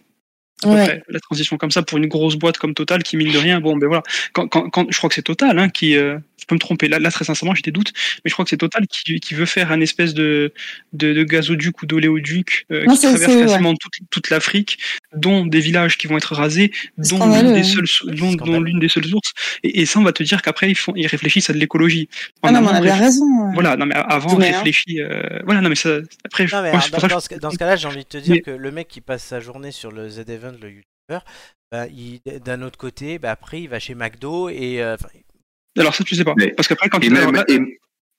Speaker 3: à peu
Speaker 4: Ouais.
Speaker 3: près. La transition comme ça pour une grosse boîte comme Total qui mine de rien, bon ben voilà. Quand, quand, quand je crois que c'est Total hein, qui, euh, je peux me tromper là, là très sincèrement j'ai des doutes, mais je crois que c'est Total qui, qui veut faire un espèce de, de, de gazoduc ou d'oléoduc euh,
Speaker 4: Non,
Speaker 3: qui
Speaker 4: c'est-
Speaker 3: traverse
Speaker 4: c'est-
Speaker 3: quasiment toute, toute l'Afrique, dont des villages qui vont être rasés,
Speaker 4: C'est
Speaker 3: dont
Speaker 4: scandaleux,
Speaker 3: l'une des
Speaker 4: hein.
Speaker 3: seules, sou-
Speaker 1: Ouais, c'est
Speaker 3: dont,
Speaker 1: scandaleux.
Speaker 3: dont l'une des seules sources. Et, et ça on va te dire qu'après ils font, ils réfléchissent à de l'écologie.
Speaker 4: Ah
Speaker 3: En
Speaker 4: non, mais
Speaker 3: amont,
Speaker 4: on a bien
Speaker 3: réf-
Speaker 4: raison. ouais.
Speaker 3: Voilà, non mais avant
Speaker 4: Ouais, hein.
Speaker 3: réfléchis. euh, voilà, non mais ça après je-
Speaker 1: Non, mais
Speaker 3: moi,
Speaker 1: alors,
Speaker 3: c'est
Speaker 1: dans,
Speaker 3: pour ça que
Speaker 1: dans ce,
Speaker 3: je-
Speaker 1: dans ce cas-là, j'ai envie de te dire
Speaker 3: Mais-
Speaker 1: que le mec qui passe sa journée sur le Z-Event, le youtubeur, bah, il- d'un autre côté, bah, après, il va chez McDo et. euh, enfin,
Speaker 3: Alors ça tu sais pas,
Speaker 2: Mais-
Speaker 3: parce qu'après quand
Speaker 2: Et
Speaker 3: tu alors
Speaker 2: même,
Speaker 3: là-
Speaker 2: et,
Speaker 3: non,
Speaker 2: et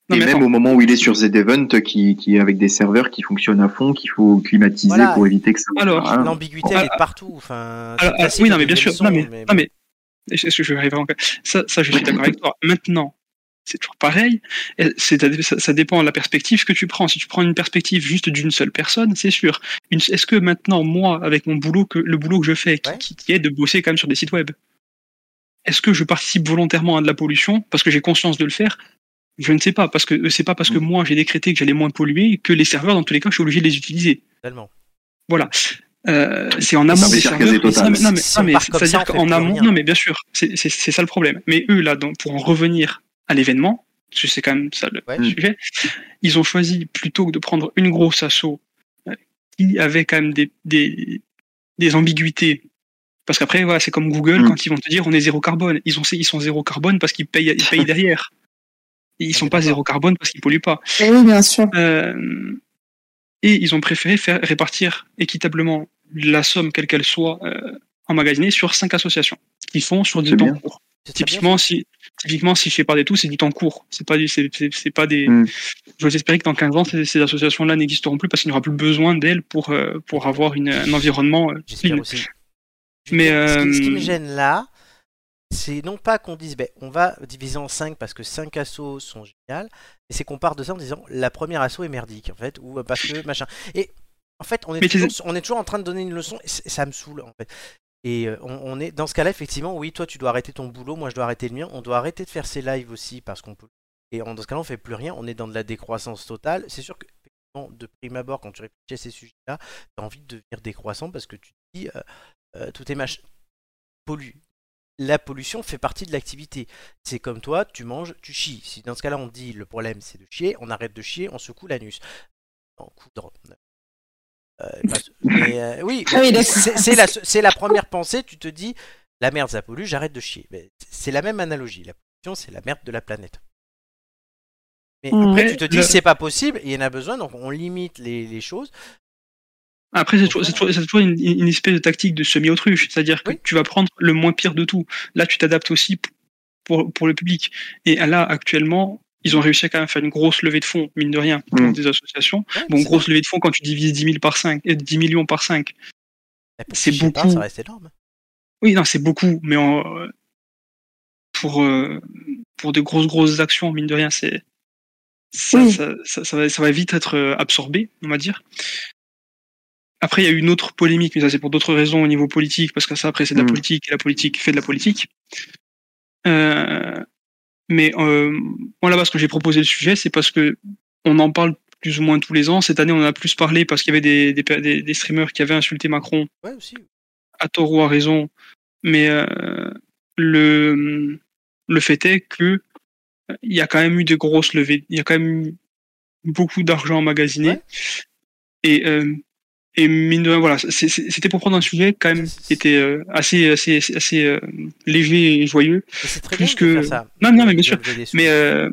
Speaker 3: mais
Speaker 2: même
Speaker 3: attends.
Speaker 2: au moment où il est sur Z-Event, qui, qui est avec des serveurs qui fonctionnent à fond, qu'il faut climatiser
Speaker 1: Voilà.
Speaker 2: pour éviter que ça.
Speaker 3: Alors,
Speaker 2: Ah,
Speaker 1: L'ambiguïté, elle est partout. Enfin, Euh, c'est
Speaker 3: Alors, alors,
Speaker 1: facile
Speaker 3: oui,
Speaker 1: de
Speaker 3: non, mais
Speaker 1: donner
Speaker 3: bien sûr.
Speaker 1: le
Speaker 3: non,
Speaker 1: son,
Speaker 3: mais,
Speaker 1: mais
Speaker 3: non, mais- est-ce que je vais arriver encore ça, ça, je suis d'accord avec toi. Maintenant, c'est toujours pareil. Et c'est- Ça, ça dépend de la perspective que tu prends. Si tu prends une perspective juste d'une seule personne, c'est sûr. Une- Est-ce que maintenant, moi, avec mon boulot, que, le boulot que je fais, qui,
Speaker 1: Ouais.
Speaker 3: qui- qui est de bosser quand même sur des sites web, est-ce que je participe volontairement à de la pollution parce que j'ai conscience de le faire Je ne sais pas. Parce que c'est pas parce que
Speaker 1: Mm.
Speaker 3: moi, j'ai décrété que j'allais moins polluer que les serveurs, dans tous les cas, je suis obligé de les utiliser.
Speaker 1: totalement.
Speaker 3: Euh, c'est en amont
Speaker 2: veut
Speaker 3: des
Speaker 2: dire
Speaker 3: serveurs.
Speaker 2: qu'elles étaient
Speaker 3: et ça-
Speaker 2: totales.
Speaker 3: Non, mais,
Speaker 1: Si
Speaker 3: non,
Speaker 1: on
Speaker 3: mais
Speaker 1: part comme ça,
Speaker 3: c'est-à-dire
Speaker 1: on fait
Speaker 3: qu'en
Speaker 1: plus
Speaker 3: amont,
Speaker 1: rien.
Speaker 3: non, mais bien sûr, c'est c'est- c'est ça le problème. Mais eux, là, donc, pour en revenir à l'événement, parce que c'est quand même ça le
Speaker 1: Ouais.
Speaker 2: Mm.
Speaker 3: sujet, ils ont choisi plutôt que de prendre une grosse assaut qui avait quand même des, des, des ambiguïtés. Parce qu'après, voilà, c'est comme Google
Speaker 2: Mm.
Speaker 3: quand ils vont te dire on est zéro carbone. Ils, ont, ils sont zéro carbone parce qu'ils payent, ils payent derrière.
Speaker 1: Ah,
Speaker 3: Ils sont pas zéro carbone parce qu'ils polluent pas.
Speaker 4: Eh oui, bien sûr.
Speaker 3: Euh, et ils ont préféré faire répartir équitablement la somme, quelle qu'elle soit, euh, emmagasinée sur cinq associations qui font sur du
Speaker 2: C'est
Speaker 3: temps
Speaker 2: bien.
Speaker 3: court.
Speaker 1: C'est très bien.
Speaker 3: Typiquement, si, typiquement, si je fais pas des tout, c'est du temps court. C'est pas du, c'est, c'est, c'est pas des.
Speaker 2: Mm.
Speaker 3: Je veux espérer que dans 15 ans, ces, ces associations-là n'existeront plus parce qu'il n'y aura plus besoin d'elles pour, euh, pour avoir une, un environnement euh,
Speaker 1: J'espère
Speaker 3: clean.
Speaker 1: aussi.
Speaker 3: Mais,
Speaker 1: ce, qui, ce qui me
Speaker 3: euh,
Speaker 1: gêne là, c'est non pas qu'on dise ben, on va diviser en 5 parce que 5 assos sont géniales, mais c'est qu'on part de ça en disant la première asso est merdique en fait, ou euh, parce que machin. Et en fait, on est,
Speaker 3: Mais tu
Speaker 1: toujours, on est toujours en train de donner une leçon, et c- ça me saoule en fait. Et euh, on, on est dans ce cas-là, effectivement, oui, toi tu dois arrêter ton boulot, moi je dois arrêter le mien, on doit arrêter de faire ces lives aussi parce qu'on peut. Et en- dans ce cas-là, on fait plus rien, on est dans de la décroissance totale. C'est sûr que, effectivement, de prime abord, quand tu réfléchis à ces sujets-là, tu as envie de devenir décroissant parce que tu te dis, euh, euh, tout est machin. Pollue. La pollution fait partie de l'activité. C'est comme toi, tu manges, tu chies. Si dans ce cas-là on te dit le problème c'est de chier, on arrête de chier, on secoue l'anus. En coudre. Euh, parce- mais, euh, oui,
Speaker 4: Ah oui,
Speaker 1: mais
Speaker 4: d'accord.
Speaker 1: c'est c'est la, c'est la première pensée, tu te dis la merde ça pollue, j'arrête de chier. Mais C'est la même analogie. La pollution c'est la merde de la planète. Mais
Speaker 4: Mm.
Speaker 1: après
Speaker 3: Mais
Speaker 1: tu te dis
Speaker 3: le-
Speaker 1: c'est pas possible, il y en a besoin donc on limite les, les choses.
Speaker 3: Après, c'est toujours, c'est toujours- c'est toujours une, une espèce de tactique de semi-autruche, c'est-à-dire que
Speaker 1: Oui.
Speaker 3: tu vas prendre le moins pire de tout. Là, tu t'adaptes aussi p- pour, pour le public. Et là, actuellement, ils ont réussi à quand même faire une grosse levée de fonds, mine de rien, pour
Speaker 2: Mm.
Speaker 3: des associations.
Speaker 1: Ouais,
Speaker 3: Bon,
Speaker 1: Hmm. c'est-
Speaker 3: grosse levée de fonds quand tu divises 10, 000 par 5, 10 millions par 5. c'est
Speaker 1: je sais pas,
Speaker 3: beaucoup.
Speaker 1: Ça reste énorme.
Speaker 3: Oui, non, c'est beaucoup, mais en, euh, pour, euh, pour de grosses, grosses actions, mine de rien, c'est, ça,
Speaker 4: Oui.
Speaker 3: ça, ça- ça va, ça va vite être euh, absorbé, on va dire. Après, il y a eu une autre polémique, mais ça, c'est pour d'autres raisons au niveau politique, parce que ça, après, c'est de la
Speaker 2: Mm.
Speaker 3: politique, et la politique fait de la politique. Euh, mais euh, moi, là-bas, ce que j'ai proposé le sujet, c'est parce que on en parle plus ou moins tous les ans. Cette année, on en a plus parlé parce qu'il y avait des, des, des- des streamers qui avaient insulté Macron
Speaker 1: Ouais aussi.
Speaker 3: à tort ou à raison, mais euh, le, le fait est que euh, il y a quand même eu de grosses levées, il y a quand même eu beaucoup d'argent emmagasiné.
Speaker 1: Ouais.
Speaker 3: Et, euh, et mine de rien, voilà, c'est- c'est- c'était pour prendre un sujet quand même qui était euh, assez, assez, assez, assez, euh, léger et joyeux.
Speaker 1: Et c'est très
Speaker 3: Plus
Speaker 1: bien
Speaker 3: que-
Speaker 1: de faire ça.
Speaker 3: Non, non, mais bien sûr.
Speaker 1: De lever des sous.
Speaker 3: Mais euh,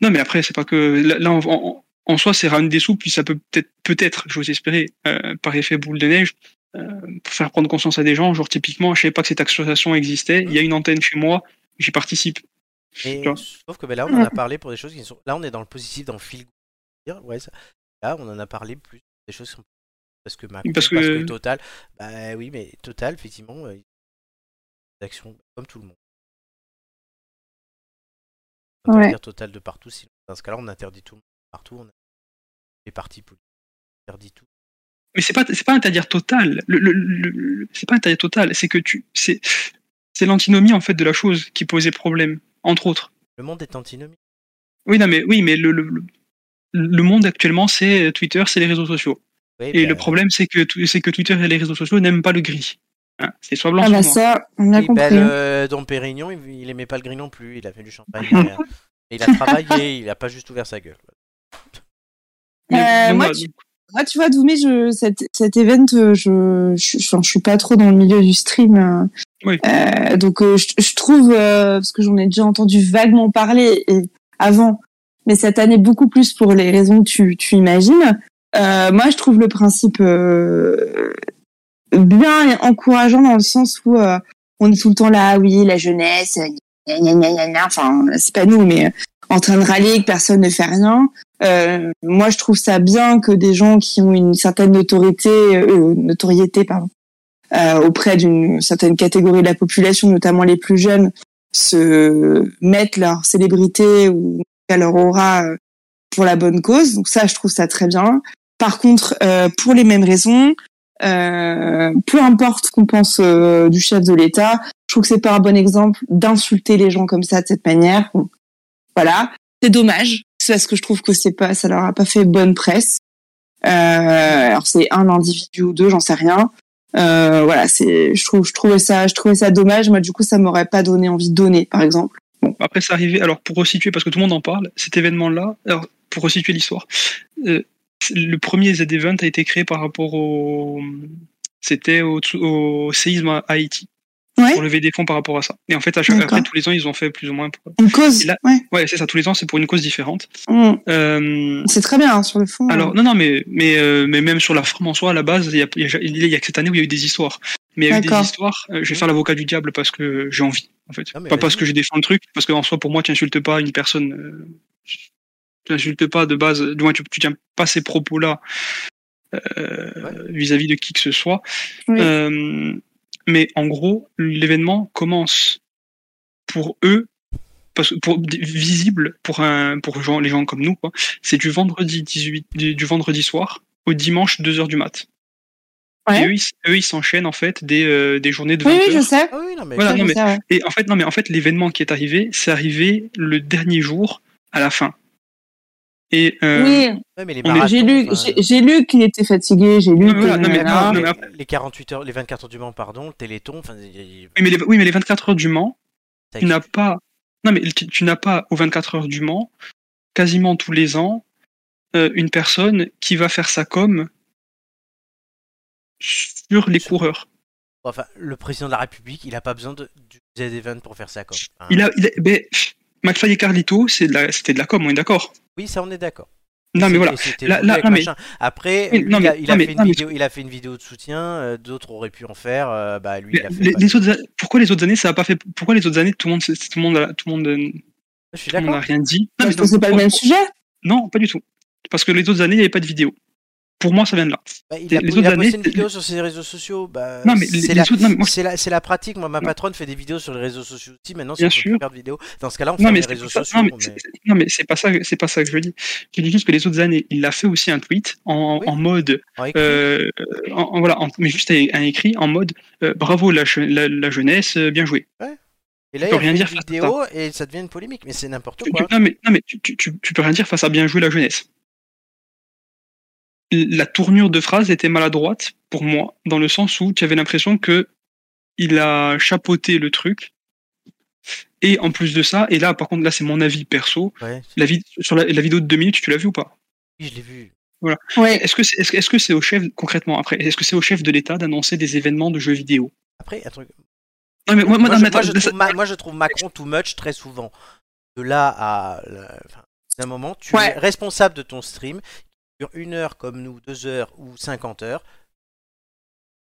Speaker 3: non, mais après, c'est pas que là, là, en, en- en soi, c'est ramener des sous, puis ça peut peut-être, peut-être, j'ose espérer, euh, par effet boule de neige, euh, pour faire prendre conscience à des gens. Genre typiquement, je savais pas que cette association existait. Il y a une antenne chez moi, j'y participe.
Speaker 1: Mais
Speaker 3: tu vois.
Speaker 1: sauf que ben, là, on en a parlé pour des choses qui sont. Là, on est dans le positif, dans le fil. Ouais, ça- Là, on en a parlé plus des choses qui sont. Parce que Macron,
Speaker 3: Parce
Speaker 1: parce
Speaker 3: que-
Speaker 1: que, Total. Bah oui, mais Total, effectivement, euh, des actions comme tout le monde. On va
Speaker 4: Ouais.
Speaker 1: dire Total de partout. Sinon, dans ce cas-là, on interdit tout le monde de partout. On a les partis politiques, on interdit tout.
Speaker 3: Mais c'est pas c'est pas interdire total. Le, le, le- le- c'est pas interdire total. C'est que tu c'est c'est l'antinomie en fait de la chose qui posait problème, entre autres.
Speaker 1: Le monde est antinomique.
Speaker 3: Oui, non, mais oui, mais le le, le- le monde actuellement, c'est Twitter, c'est les réseaux sociaux.
Speaker 1: Ouais,
Speaker 3: Et
Speaker 1: bah,
Speaker 3: le problème, c'est que, tu- c'est que Twitter et les réseaux sociaux n'aiment pas le gris. Hein, c'est soit blanc,
Speaker 4: Ah
Speaker 3: soit
Speaker 4: bah
Speaker 3: noir.
Speaker 4: ça, on a
Speaker 1: oui, bah,
Speaker 4: compris. Euh,
Speaker 1: le- Dom Pérignon, il, il aimait pas le gris non plus. Il a fait du champagne. derrière. Et il a travaillé, il a pas juste ouvert sa gueule.
Speaker 3: Mais
Speaker 4: Euh,
Speaker 3: bon,
Speaker 4: moi,
Speaker 3: bah,
Speaker 4: tu- Moi, tu vois, Doumé, je, cet, cet event, euh, je, je, je, je suis pas trop dans le milieu du stream. euh.
Speaker 3: Oui.
Speaker 4: Euh, donc, euh, je, je trouve, euh, parce que j'en ai déjà entendu vaguement parler et- avant, mais cette année beaucoup plus pour les raisons que tu, tu imagines. Euh, moi, je trouve le principe euh, bien et encourageant dans le sens où euh, on est tout le temps là, ah oui, la jeunesse, gna, gna, gna, gna, gna. enfin, c'est pas nous, mais euh, en train de râler que personne ne fait rien. Euh, moi, je trouve ça bien que des gens qui ont une certaine notoriété, euh, notoriété pardon, euh, auprès d'une certaine catégorie de la population, notamment les plus jeunes, se mettent leur célébrité ou en tout cas leur aura euh, pour la bonne cause. Donc ça, je trouve ça très bien. Par contre, euh, pour les mêmes raisons, euh, peu importe ce qu'on pense euh, du chef de l'État, je trouve que c'est pas un bon exemple d'insulter les gens comme ça de cette manière. Bon, Voilà c'est dommage c'est parce que je trouve que c'est pas ça leur a pas fait bonne presse euh, alors c'est un individu ou deux j'en sais rien euh, voilà c'est je trouve je trouvais ça je trouvais ça dommage moi du coup ça m'aurait pas donné envie de donner par exemple
Speaker 3: Bon, après, c'est arrivé. Alors, pour resituer, parce que tout le monde en parle, cet événement-là, alors, pour resituer l'histoire, euh, le premier Z-Event a été créé par rapport au. C'était au, tsu- au séisme à Haïti.
Speaker 4: Ouais.
Speaker 3: Pour lever des fonds par rapport à ça. Et en fait, à chaque,
Speaker 4: D'accord.
Speaker 3: après, tous les ans, ils ont fait plus ou moins. Pour...
Speaker 4: Une cause.
Speaker 3: Et là-
Speaker 4: Ouais.
Speaker 3: Ouais, c'est ça, tous les ans, c'est pour une cause différente.
Speaker 4: Mm.
Speaker 3: Euh,
Speaker 4: C'est très bien hein, sur le fond.
Speaker 3: alors, non, non, mais, mais, euh, mais même sur la forme en soi, à la base, il y a, il y a- il y a que cette année où il y a eu des histoires. Mais il y a eu des
Speaker 4: D'accord. Mhm.
Speaker 3: histoires, euh, je vais faire l'avocat du diable parce que j'ai envie, en fait.
Speaker 1: Ah, mais
Speaker 3: pas
Speaker 1: vas-y.
Speaker 3: parce que je défends le truc, parce qu'en soi, pour moi, tu n'insultes pas une personne, euh, tu n'insultes pas de base, du moins, tu tu tiens pas ces propos-là euh, vis-à-vis de qui que ce soit.
Speaker 4: Oui.
Speaker 3: Euh, mais en gros, l'événement commence pour eux, parce que pour visible pour un pour gens, les gens comme nous, quoi, c'est du vendredi 18 du, du vendredi soir au dimanche 2h du mat.
Speaker 4: Ouais.
Speaker 3: Et eux, ils s- eux, ils s'enchaînent en fait des, euh, des journées de 20
Speaker 4: oui, oui, je sais.
Speaker 1: Ah oui, non, mais
Speaker 3: Voilà,
Speaker 4: Ça,
Speaker 3: non,
Speaker 4: je
Speaker 3: mais-
Speaker 4: sais, ouais.
Speaker 3: Et en fait, non mais en fait, l'événement qui est arrivé, c'est arrivé le dernier jour à la fin. Et euh,
Speaker 4: Oui,
Speaker 1: Ouais, mais euh, les
Speaker 3: on est-
Speaker 1: marathons,
Speaker 4: j'ai lu,
Speaker 1: enfin,
Speaker 4: j'ai- j'ai lu qu'il était fatigué, j'ai lu.
Speaker 3: Non,
Speaker 4: que-
Speaker 3: voilà, non, mais-
Speaker 4: nanana.
Speaker 3: non, mais-
Speaker 1: les- les 48 heures, les 24 heures du Mans, pardon, le Téléthon, enfin, il- il-
Speaker 3: oui, mais les, oui, mais les 24 heures du Mans,
Speaker 1: ça
Speaker 3: tu n'as
Speaker 1: existe.
Speaker 3: pas non mais tu, tu n'as pas aux 24 heures du Mans quasiment tous les ans euh, une personne qui va faire sa com sur les coureurs.
Speaker 1: Enfin, le président de la République, il a pas besoin de, du Z-Event pour faire ça, quoi. Hein.
Speaker 3: Il a, il a- ben, pff, McFly et Carlito, c'est de la- c'était de la com, on est d'accord.
Speaker 1: Oui, ça, on est d'accord.
Speaker 3: Non mais voilà.
Speaker 1: Et c'était
Speaker 3: Là-
Speaker 1: voulu
Speaker 3: là-
Speaker 1: avec
Speaker 3: non, mais-
Speaker 1: machin. Après,
Speaker 3: Oui,
Speaker 1: lui,
Speaker 3: non,
Speaker 1: il, a,
Speaker 3: mais-
Speaker 1: il a
Speaker 3: non, mais-
Speaker 1: fait une
Speaker 3: non, mais-
Speaker 1: vidéo, il a fait une vidéo de soutien, euh, d'autres auraient pu en faire, euh, bah lui, il a fait.
Speaker 3: Les,
Speaker 1: pas.
Speaker 3: les autres, a- pourquoi les autres années ça a pas fait Pourquoi les autres années tout le monde, s'est- tout le monde, a- tout le monde, euh,
Speaker 1: Je suis
Speaker 3: tout le monde
Speaker 1: d'accord.
Speaker 3: n'a rien dit Non,
Speaker 4: Parce
Speaker 3: mais
Speaker 4: que c'est pas le
Speaker 3: pour-
Speaker 4: même
Speaker 3: pour-
Speaker 4: sujet.
Speaker 3: Non, pas du tout. Parce que les autres années il n'y avait pas de vidéo. Pour moi, ça vient de là.
Speaker 1: Bah, il a,
Speaker 3: les
Speaker 1: il a
Speaker 3: autres
Speaker 1: posté
Speaker 3: années,
Speaker 1: une
Speaker 3: c'est-
Speaker 1: vidéo sur ses réseaux sociaux. Bah,
Speaker 3: Non mais les,
Speaker 1: c'est
Speaker 3: les
Speaker 1: la,
Speaker 3: autres, non, mais moi,
Speaker 1: c'est la, c'est la pratique. Moi, ma
Speaker 3: Non.
Speaker 1: patronne fait des vidéos sur les réseaux sociaux aussi. Maintenant,
Speaker 3: Bien
Speaker 1: c'est
Speaker 3: sûr.
Speaker 1: faire de vidéos. Dans ce cas-là, on
Speaker 3: Non
Speaker 1: ferme
Speaker 3: mais,
Speaker 1: les
Speaker 3: c'est
Speaker 1: réseaux
Speaker 3: pas ça-
Speaker 1: sociaux.
Speaker 3: non, mais
Speaker 1: on
Speaker 3: c'est-
Speaker 1: est-
Speaker 3: c'est- non, mais c'est pas ça, que- c'est pas ça que je dis. Je dis juste que les autres années, il a fait aussi un tweet en,
Speaker 1: Oui.
Speaker 3: en mode,
Speaker 1: on est-
Speaker 3: euh, en- en- voilà, en- mais juste un écrit en mode, euh, bravo la, che- la, la jeunesse, euh, bien joué.
Speaker 1: Et là,
Speaker 3: tu
Speaker 1: il
Speaker 3: peux
Speaker 1: a
Speaker 3: rien
Speaker 1: fait
Speaker 3: dire
Speaker 1: une
Speaker 3: face à
Speaker 1: vidéo et ça devient une polémique. Mais c'est n'importe
Speaker 3: Tu- tu-
Speaker 1: quoi.
Speaker 3: non mais, non, mais tu, tu- tu- tu peux rien dire face à bien joué la jeunesse. La tournure de phrase était maladroite pour moi, dans le sens où tu avais l'impression que il a chapeauté le truc. Et en plus de ça, et là par contre là c'est mon avis perso,
Speaker 1: Ouais,
Speaker 3: la, vid- sur la- la vidéo de deux minutes, tu l'as vu ou pas
Speaker 1: oui, je l'ai vu.
Speaker 4: Ouais.
Speaker 3: Est-ce que c'est est-ce, que- est-ce que c'est au chef concrètement après Est-ce que c'est au chef de l'État d'annoncer des événements de jeux vidéo
Speaker 1: Après, un truc.
Speaker 3: Non mais moi, moi,
Speaker 1: Moi,
Speaker 3: non,
Speaker 1: je-
Speaker 3: mais
Speaker 1: moi, je
Speaker 3: attends, ça-
Speaker 1: trouve Ma- moi, je trouve Macron too much très souvent. De là à. la- enfin, d'un moment, tu
Speaker 4: Ouais.
Speaker 1: es responsable de ton stream qui dure une heure comme nous, deux heures ou cinquante heures.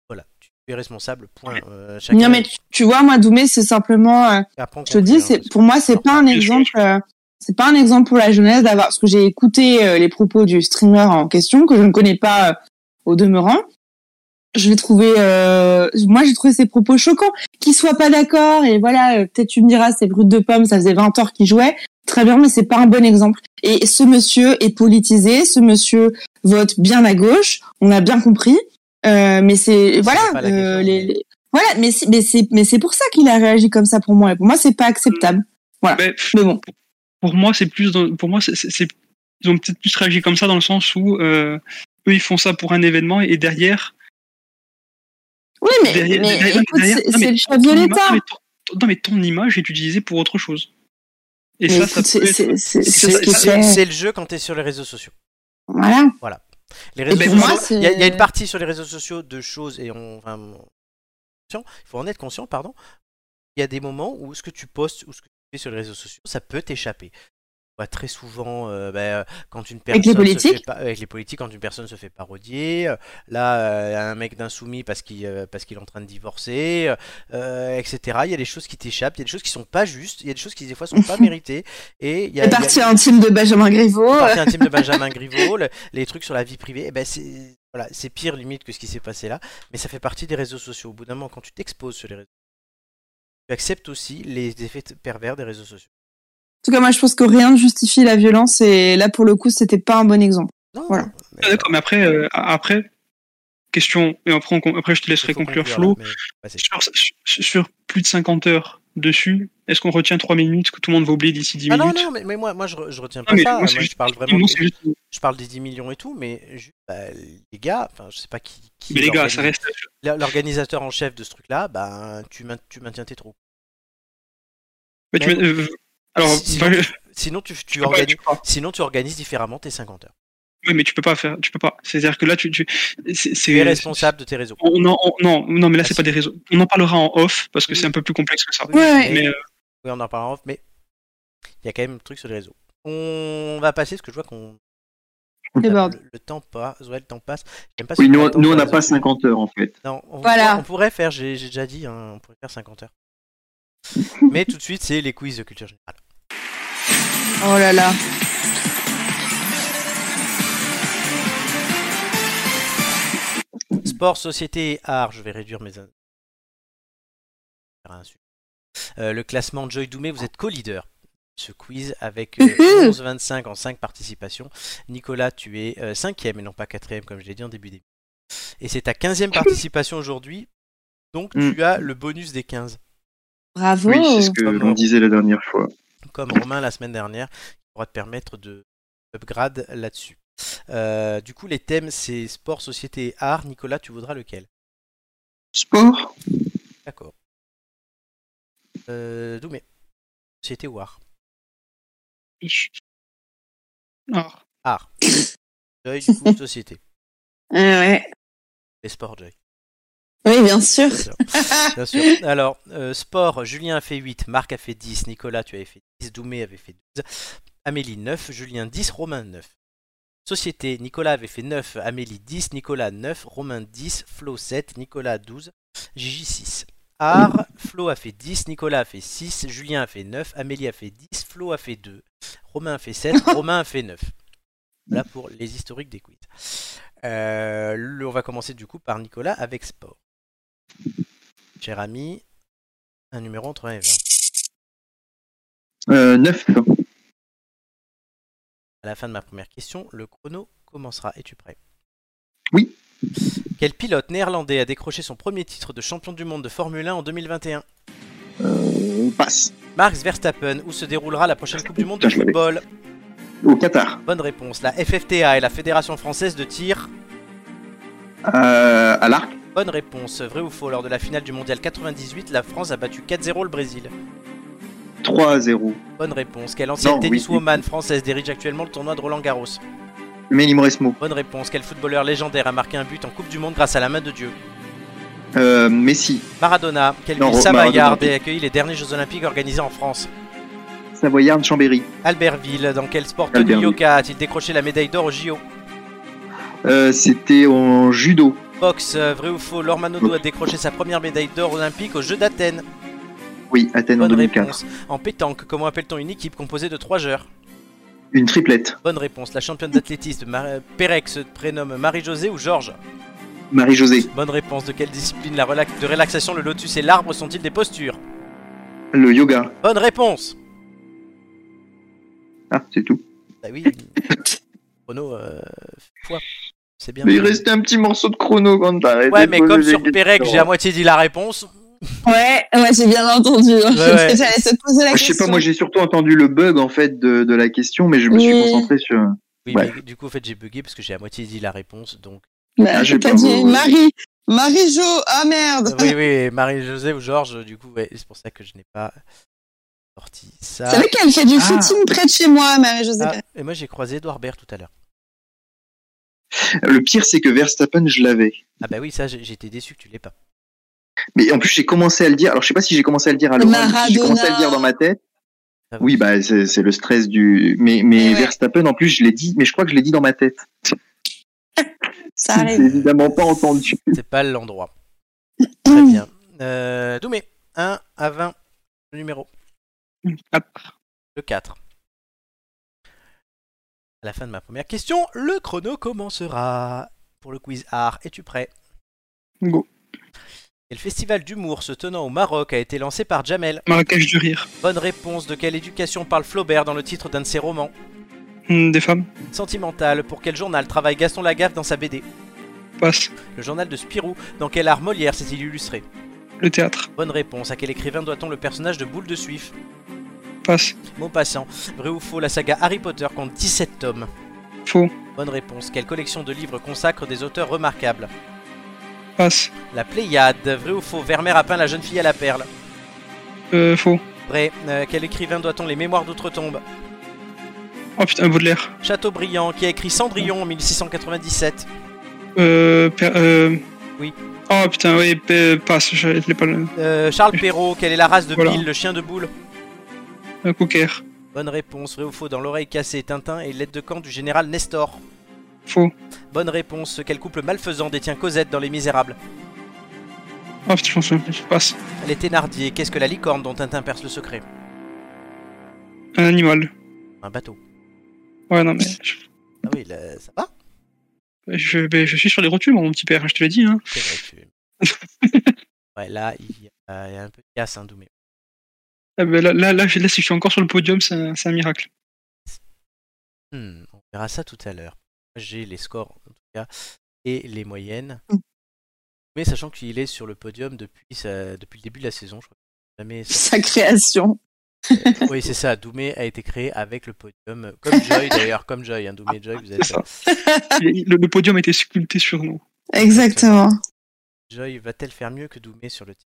Speaker 1: Voilà, tu es responsable. Point. Euh, chacun
Speaker 4: Non mais tu, tu vois, moi Doumé, c'est simplement, euh,
Speaker 1: apprend
Speaker 4: je te
Speaker 1: qu'on
Speaker 4: dis,
Speaker 1: fait,
Speaker 4: c'est
Speaker 1: hein,
Speaker 4: pour moi, c'est pas un
Speaker 3: bien sûr.
Speaker 4: exemple, euh, c'est pas un exemple pour la jeunesse d'avoir, parce que j'ai écouté euh, les propos du streamer en question que je ne connais pas euh, au demeurant. Je l'ai trouvé, euh, moi j'ai trouvé ses propos choquants, qu'il soit pas d'accord et voilà, euh, peut-être tu me diras c'est brut de pomme, ça faisait 20 heures qu'il jouait, très bien, mais c'est pas un bon exemple. Et ce monsieur est politisé, ce monsieur vote bien à gauche, on a bien compris, euh, mais c'est voilà,
Speaker 1: pas la
Speaker 4: euh,
Speaker 1: question,
Speaker 4: les,
Speaker 1: mais-
Speaker 4: les- voilà, mais c'est mais c'est mais c'est pour ça qu'il a réagi comme ça pour moi et pour moi c'est pas acceptable.
Speaker 3: mais pff,
Speaker 4: Mais bon,
Speaker 3: pour moi c'est plus dans- pour moi c'est, c'est- c'est- ils ont peut-être plus réagi comme ça dans le sens où euh, eux ils font ça pour un événement et derrière
Speaker 4: oui mais,
Speaker 3: derrière,
Speaker 4: mais
Speaker 3: derrière-
Speaker 4: écoute
Speaker 3: derrière-
Speaker 4: c'est
Speaker 3: non, mais
Speaker 4: c'est le
Speaker 3: ton-
Speaker 4: chef de
Speaker 3: ton image-
Speaker 4: l'État.
Speaker 3: non, mais ton- ton- Non mais ton image est utilisée pour autre chose. Et
Speaker 4: Mais
Speaker 3: ça, ça
Speaker 4: écoute,
Speaker 3: peut
Speaker 4: C'est
Speaker 3: être-
Speaker 4: c'est- c'est- c'est ce
Speaker 1: C'est-
Speaker 4: que
Speaker 1: C'est
Speaker 4: c'est.
Speaker 1: c'est le jeu quand tu es sur les réseaux sociaux.
Speaker 4: Voilà.
Speaker 1: Les réseaux
Speaker 3: pour
Speaker 1: sociaux,
Speaker 4: moi, c'est-
Speaker 1: il y, a- il y a une partie sur les réseaux sociaux de choses et on, enfin, on- conscient, il faut en être conscient, pardon. Il y a des moments où ce que tu postes ou ce que tu fais sur les réseaux sociaux, ça peut t'échapper. On voit très souvent euh, ben, quand une personne
Speaker 4: Avec les
Speaker 1: se
Speaker 4: politiques.
Speaker 1: fait pa- avec les politiques quand une personne se fait parodier, euh, là euh, un mec d'insoumis parce qu'il euh, parce qu'il est en train de divorcer, euh, euh, etc. Il y a des choses qui t'échappent, il y a des choses qui sont pas justes, il y a des choses qui des fois sont pas méritées et il y a, il y
Speaker 4: Les
Speaker 1: a-
Speaker 4: parties intimes de Benjamin Griveaux.
Speaker 1: le
Speaker 4: euh,
Speaker 1: parti intime de Benjamin Griveaux, le- les trucs sur la vie privée, eh ben c'est voilà, c'est pire limite que ce qui s'est passé là, mais ça fait partie des réseaux sociaux. Au bout d'un moment, quand tu t'exposes sur les réseaux sociaux, tu acceptes aussi les effets t- pervers des réseaux sociaux.
Speaker 4: En tout cas, moi, je pense que rien ne justifie la violence et là, pour le coup, c'était pas un bon exemple.
Speaker 1: Non,
Speaker 4: Voilà.
Speaker 1: mais,
Speaker 3: Ah, d'accord, mais après euh, après question et après on- après je te
Speaker 1: il faut
Speaker 3: laisserai conclure
Speaker 1: conclure,
Speaker 3: Flo.
Speaker 1: là, mais vas-y.
Speaker 3: sur, sur- sur plus de 50 heures dessus, est-ce qu'on retient 3 minutes que tout le monde va oublier d'ici 10
Speaker 1: Ah non,
Speaker 3: minutes
Speaker 1: non, mais, mais moi, moi je, re- je retiens
Speaker 3: Non,
Speaker 1: pas
Speaker 3: mais
Speaker 1: ça.
Speaker 3: moi, c'est
Speaker 1: Moi, je
Speaker 3: juste-
Speaker 1: parle vraiment
Speaker 3: Moi,
Speaker 1: de-
Speaker 3: c'est juste-
Speaker 1: je parle des 10 millions et tout, mais je- bah, les gars, enfin, je sais pas qui. qui
Speaker 3: Mais les gars,
Speaker 1: l'organise-
Speaker 3: ça reste.
Speaker 1: l'or- L'organisateur en chef de ce truc-là, ben, tu, main- tu maintiens tes troupes.
Speaker 3: Bah, tu
Speaker 1: Mais-
Speaker 3: m'as- euh, Alors,
Speaker 1: Sinon,
Speaker 3: bah,
Speaker 1: tu- sinon, tu, tu
Speaker 3: ouais,
Speaker 1: organises,
Speaker 3: tu crois.
Speaker 1: sinon, tu organises différemment tes 50 heures.
Speaker 3: Oui, mais tu peux pas faire, tu peux pas. C'est-à-dire que là, tu, tu,
Speaker 1: Tu
Speaker 3: c'est,
Speaker 1: es
Speaker 3: c'est
Speaker 1: responsable de tes réseaux.
Speaker 3: On en- on- non, non, mais là, c'est
Speaker 1: Ah,
Speaker 3: pas
Speaker 1: si.
Speaker 3: des réseaux. On en parlera en off parce que
Speaker 1: Oui.
Speaker 3: c'est un peu plus complexe que ça.
Speaker 1: Oui,
Speaker 4: Ouais,
Speaker 1: mais-
Speaker 3: Mais euh,
Speaker 1: Oui, on en parlera en off, mais il y a quand même un truc sur les réseaux. On va passer, parce que je vois qu'on.
Speaker 4: Déborde.
Speaker 1: Le, le temps passe, ouais, le temps passe. J'aime pas ce
Speaker 2: Oui,
Speaker 1: qu'on
Speaker 2: nous,
Speaker 1: attend
Speaker 2: nous,
Speaker 1: sur
Speaker 2: on
Speaker 1: les
Speaker 2: n'a pas
Speaker 1: autres.
Speaker 2: 50 heures en fait.
Speaker 1: Non, on,
Speaker 4: Voilà.
Speaker 1: on pourrait faire, j'ai j'ai déjà dit, hein, on pourrait faire 50 heures. Mais tout de suite, c'est les quiz de culture générale.
Speaker 4: Oh là là.
Speaker 1: Sport, société et art, je vais réduire mes. Faire un sujet. Euh, le classement Joy Doumé, vous êtes co-leader. Ce quiz avec euh,
Speaker 4: Uhou.
Speaker 1: 11-25 en 5 participations. Nicolas, tu es 5ème et non pas 4ème, comme je l'ai dit en début d'émission. Et c'est ta 15 e participation aujourd'hui. Donc
Speaker 2: Mm.
Speaker 1: tu as le bonus des 15.
Speaker 4: Bravo.
Speaker 2: Oui, c'est ce que
Speaker 1: Comme
Speaker 2: l'on
Speaker 1: le-
Speaker 2: disait la dernière fois.
Speaker 1: comme Romain la semaine dernière, qui pourra te permettre de upgrade là-dessus. Euh, du coup, les thèmes, c'est sport, société et art. Nicolas, tu voudras lequel
Speaker 2: Sport
Speaker 1: D'accord. Euh, Doumé, société ou art
Speaker 3: alors,
Speaker 1: Art. Joy, du coup, société.
Speaker 4: Ah ouais.
Speaker 1: Les sports, Joy.
Speaker 4: Oui, bien sûr.
Speaker 1: Bien sûr. Alors, euh, sport, Julien a fait 8, Marc a fait 10, Nicolas, tu avais fait 10, Doumé avait fait 12, Amélie 9, Julien 10, Romain 9. Société, Nicolas avait fait 9, Amélie 10, Nicolas 9, Romain 10, Flo 7, Nicolas 12, Gigi 6. Art, Flo a fait 10, Nicolas a fait 6, Julien a fait 9, Amélie a fait 10, Flo a fait 2, Romain a fait 7, Romain a fait 9. Voilà pour les historiques des quiz. Euh, le- on va commencer du coup par Nicolas avec sport. Cher ami, un numéro entre 1 et 20.
Speaker 2: euh, 9.
Speaker 1: À la fin de ma première question, le chrono commencera. Es-tu prêt
Speaker 2: Oui.
Speaker 1: Quel pilote néerlandais a décroché son premier titre de champion du monde de Formule 1 en 2021
Speaker 2: Euh, passe.
Speaker 1: Max Verstappen, où se déroulera la prochaine Coupe du Monde de
Speaker 2: Putain, je l'avais.
Speaker 1: football
Speaker 2: Au Qatar.
Speaker 1: Bonne réponse. La FFTA et la Fédération Française de Tir.
Speaker 2: Euh, à l'arc.
Speaker 1: Bonne réponse. Vrai ou faux Lors de la finale du Mondial 98, la France a battu 4-0 le Brésil.
Speaker 2: 3 à 0.
Speaker 1: Bonne réponse. Quelle ancienne
Speaker 2: Non, oui.
Speaker 1: tenniswoman française dirige actuellement le tournoi de Roland Garros
Speaker 2: Mélim Resmo.
Speaker 1: Bonne réponse. Quel footballeur légendaire a marqué un but en Coupe du Monde grâce à la main de Dieu
Speaker 2: Euh, Messi.
Speaker 1: Maradona, quelle
Speaker 2: Non,
Speaker 1: ville
Speaker 2: Ro-
Speaker 1: Savoyard
Speaker 2: Maradona.
Speaker 1: a accueilli les derniers Jeux Olympiques organisés en France
Speaker 2: Savoyard, Chambéry.
Speaker 1: Albertville, dans quel sport Tony
Speaker 2: Albertville.
Speaker 1: Yoka a-t-il décroché la médaille d'or au JO
Speaker 2: Euh, C'était en judo.
Speaker 1: Boxe, euh, vrai ou faux, Lormanodo a décroché sa première médaille d'or olympique aux Jeux d'Athènes
Speaker 2: Oui, Athènes en
Speaker 1: Bonne
Speaker 2: 2004.
Speaker 1: réponse. En pétanque, comment appelle-t-on une équipe composée de trois joueurs
Speaker 2: Une triplette.
Speaker 1: Bonne réponse. La championne d'athlétisme Mar- Pérex se prénomme Marie-Josée ou Georges
Speaker 2: Marie-Josée.
Speaker 1: Bonne réponse. De quelle discipline la relax- de relaxation le lotus et l'arbre sont-ils des postures
Speaker 2: Le yoga.
Speaker 1: Bonne réponse
Speaker 2: Ah, c'est tout.
Speaker 1: Bah oui, Renaud, euh, fois. c'est bien.
Speaker 2: Mais il restait un petit morceau de chrono quand t'arrêtes.
Speaker 1: Ouais, mais comme sur Pérec,
Speaker 2: hein.
Speaker 1: j'ai à moitié dit la réponse.
Speaker 4: Ouais, ouais, j'ai bien entendu. hein.
Speaker 1: ouais.
Speaker 4: J'allais se poser la
Speaker 2: Ah, je sais
Speaker 4: question.
Speaker 2: pas, moi j'ai surtout entendu le bug en fait de, de la question, mais je me suis
Speaker 4: Oui.
Speaker 2: concentré sur.
Speaker 1: Oui,
Speaker 2: Ouais.
Speaker 1: mais du coup, en fait, j'ai bugué parce que j'ai à moitié dit la réponse. Donc,
Speaker 4: Bah,
Speaker 2: Ah, j'ai
Speaker 4: t'as
Speaker 2: pas
Speaker 4: dit
Speaker 2: vos-
Speaker 4: Marie. Marie-Jo. Ah merde.
Speaker 1: oui, oui, Marie-Josée ou Georges, du coup, ouais, c'est pour ça que je n'ai pas sorti ça.
Speaker 4: Tu savais qu'elle fait du
Speaker 2: Ah.
Speaker 4: footing près de chez moi, Marie-Josée.
Speaker 1: Ah, et moi, j'ai croisé Edouard Baird tout à l'heure.
Speaker 2: Le pire, c'est que Verstappen, je l'avais.
Speaker 1: Ah, bah oui, ça, j'ai- j'étais déçu que tu l'aies pas.
Speaker 2: Mais en plus, j'ai commencé à le dire. Alors, je sais pas si j'ai commencé à le dire à Laurent,
Speaker 4: Maradona.
Speaker 2: j'ai commencé à le dire dans ma tête.
Speaker 1: Ça va.
Speaker 2: Oui, bah, c'est c'est le stress du. Mais,
Speaker 4: Eh
Speaker 2: mais
Speaker 4: ouais.
Speaker 2: Verstappen, en plus, je l'ai dit, mais je crois que je l'ai dit dans ma tête.
Speaker 4: Ça
Speaker 2: J'ai
Speaker 4: arrive.
Speaker 2: évidemment pas entendu.
Speaker 1: C'est pas l'endroit. Très
Speaker 4: Mmh.
Speaker 1: bien. Euh, Doumé, 1 à 20, le numéro,
Speaker 3: hop.
Speaker 1: le 4. À la fin de ma première question, le chrono commencera. Pour le quiz art, es-tu prêt
Speaker 3: Go.
Speaker 1: Quel festival d'humour se tenant au Maroc a été lancé par Jamel
Speaker 3: Marrakech du rire.
Speaker 1: Bonne réponse. De quelle éducation parle Flaubert dans le titre d'un de ses romans
Speaker 3: Hmm, Des femmes.
Speaker 1: Sentimental. Pour quel journal travaille Gaston Lagaffe dans sa BD
Speaker 3: Passe.
Speaker 1: Le journal de Spirou. Dans quel art Molière s'est-il illustré
Speaker 3: Le théâtre.
Speaker 1: Bonne réponse. À quel écrivain doit-on le personnage de Boule de Suif
Speaker 3: Passe.
Speaker 1: Maupassant. Vrai ou faux, la saga Harry Potter compte 17 tomes
Speaker 3: Faux.
Speaker 1: Bonne réponse. Quelle collection de livres consacre des auteurs remarquables
Speaker 3: Passe.
Speaker 1: La Pléiade. Vrai ou faux, Vermeer a peint la jeune fille à la perle
Speaker 3: Euh, faux.
Speaker 1: Vrai. Euh, quel écrivain doit-on les Mémoires d'Outre-Tombe
Speaker 3: Oh putain, Baudelaire.
Speaker 1: Chateaubriand, qui a écrit Cendrillon en 1697.
Speaker 3: Euh, per- euh...
Speaker 1: Oui.
Speaker 3: Oh putain, oui, pe- passe, je je l'ai pas le.
Speaker 1: Euh, Charles Perrault, quelle est la race de
Speaker 3: Voilà.
Speaker 1: Bill, le chien de boule
Speaker 3: le Cocker.
Speaker 1: Bonne réponse. Vrai ou faux Dans l'oreille cassée, Tintin et l'aide de camp du général Nestor.
Speaker 3: Faux.
Speaker 1: Bonne réponse. Quel couple malfaisant détient Cosette dans Les Misérables
Speaker 3: Oh putain, je m'en souviens plus, je passe.
Speaker 1: Les Thénardier, qu'est-ce que la licorne dont Tintin perce le secret
Speaker 3: Un animal.
Speaker 1: Un bateau.
Speaker 3: Ouais, non, mais je,
Speaker 1: Ah oui, là, ça va
Speaker 3: je, mais je suis sur les rotules, mon petit père, je te l'ai dit. Hein.
Speaker 1: C'est vrai que- Ouais, là, il y a, il y a un peu de casse, hein, Doumé.
Speaker 3: Ah, ben, là, là, là, je- là, si je suis encore sur le podium, c'est un, c'est un miracle.
Speaker 1: Hmm, on verra ça tout à l'heure. J'ai les scores, en tout cas, et les moyennes.
Speaker 3: Mmh.
Speaker 1: Mais sachant qu'il est sur le podium depuis, sa- depuis le début de la saison, je crois. qu'il n'a Jamais sorti.
Speaker 4: Mmh. Sa création.
Speaker 1: Oui, c'est ça. Doumé a été créé avec le podium, euh, comme Joy d'ailleurs, comme Joy. Hein. Doumé et Joy, vous êtes.
Speaker 3: C'est ça. Il- le, le podium a été sculpté sur nous.
Speaker 4: Exactement.
Speaker 1: Joy va-t-elle faire mieux que Doumé sur
Speaker 3: Mmh.
Speaker 1: le titre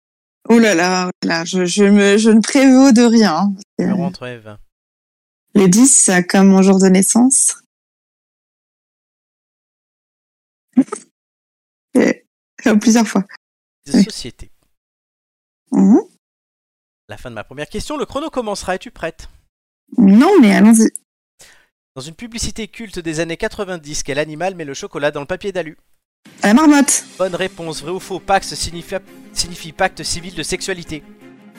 Speaker 4: Oh là là, oh là là, je, je, me, je ne prévaux de rien.
Speaker 1: numéro entre les 20
Speaker 4: Le 10, euh, comme mon jour de naissance. Et- euh, plusieurs fois.
Speaker 1: des sociétés.
Speaker 4: Mhm.
Speaker 1: La fin de ma première question, le chrono commencera. Es-tu prête
Speaker 4: Non, mais allons-y.
Speaker 1: Dans une publicité culte des années 90, quel animal met le chocolat dans le papier d'alu
Speaker 4: À la marmotte.
Speaker 1: Bonne réponse. Vrai ou faux Pax signifie, signifie pacte civil de sexualité.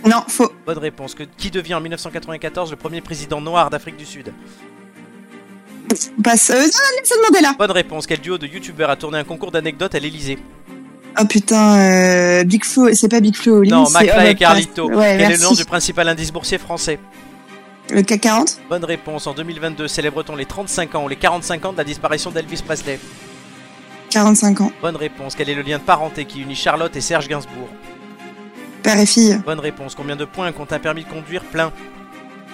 Speaker 4: Non, faux.
Speaker 1: Bonne réponse. Que, qui devient en 1994 le premier président noir d'Afrique du Sud
Speaker 4: On passe. Euh, non, Nelson Mandela.
Speaker 1: Bonne réponse. Quel duo de youtubeurs a tourné un concours d'anecdotes à l'Elysée
Speaker 4: Oh putain, euh, Big Flo, c'est pas Big Flo.
Speaker 1: Non,
Speaker 4: Olivier, c'est
Speaker 1: McFly
Speaker 4: Homme
Speaker 1: et Carlito.
Speaker 4: Press. Ouais,
Speaker 1: Quel est
Speaker 4: Eh, merci. Euh,
Speaker 1: le nom du principal indice boursier français
Speaker 4: Le CAC 40
Speaker 1: Bonne réponse. En 2022, célèbre-t-on les 35 ans ou les 45 ans de la disparition d'Elvis Presley
Speaker 4: 45 ans.
Speaker 1: Bonne réponse. Quel est le lien de parenté qui unit Charlotte et Serge Gainsbourg
Speaker 4: Père et fille.
Speaker 1: Bonne réponse. Combien de points compte un permis de conduire plein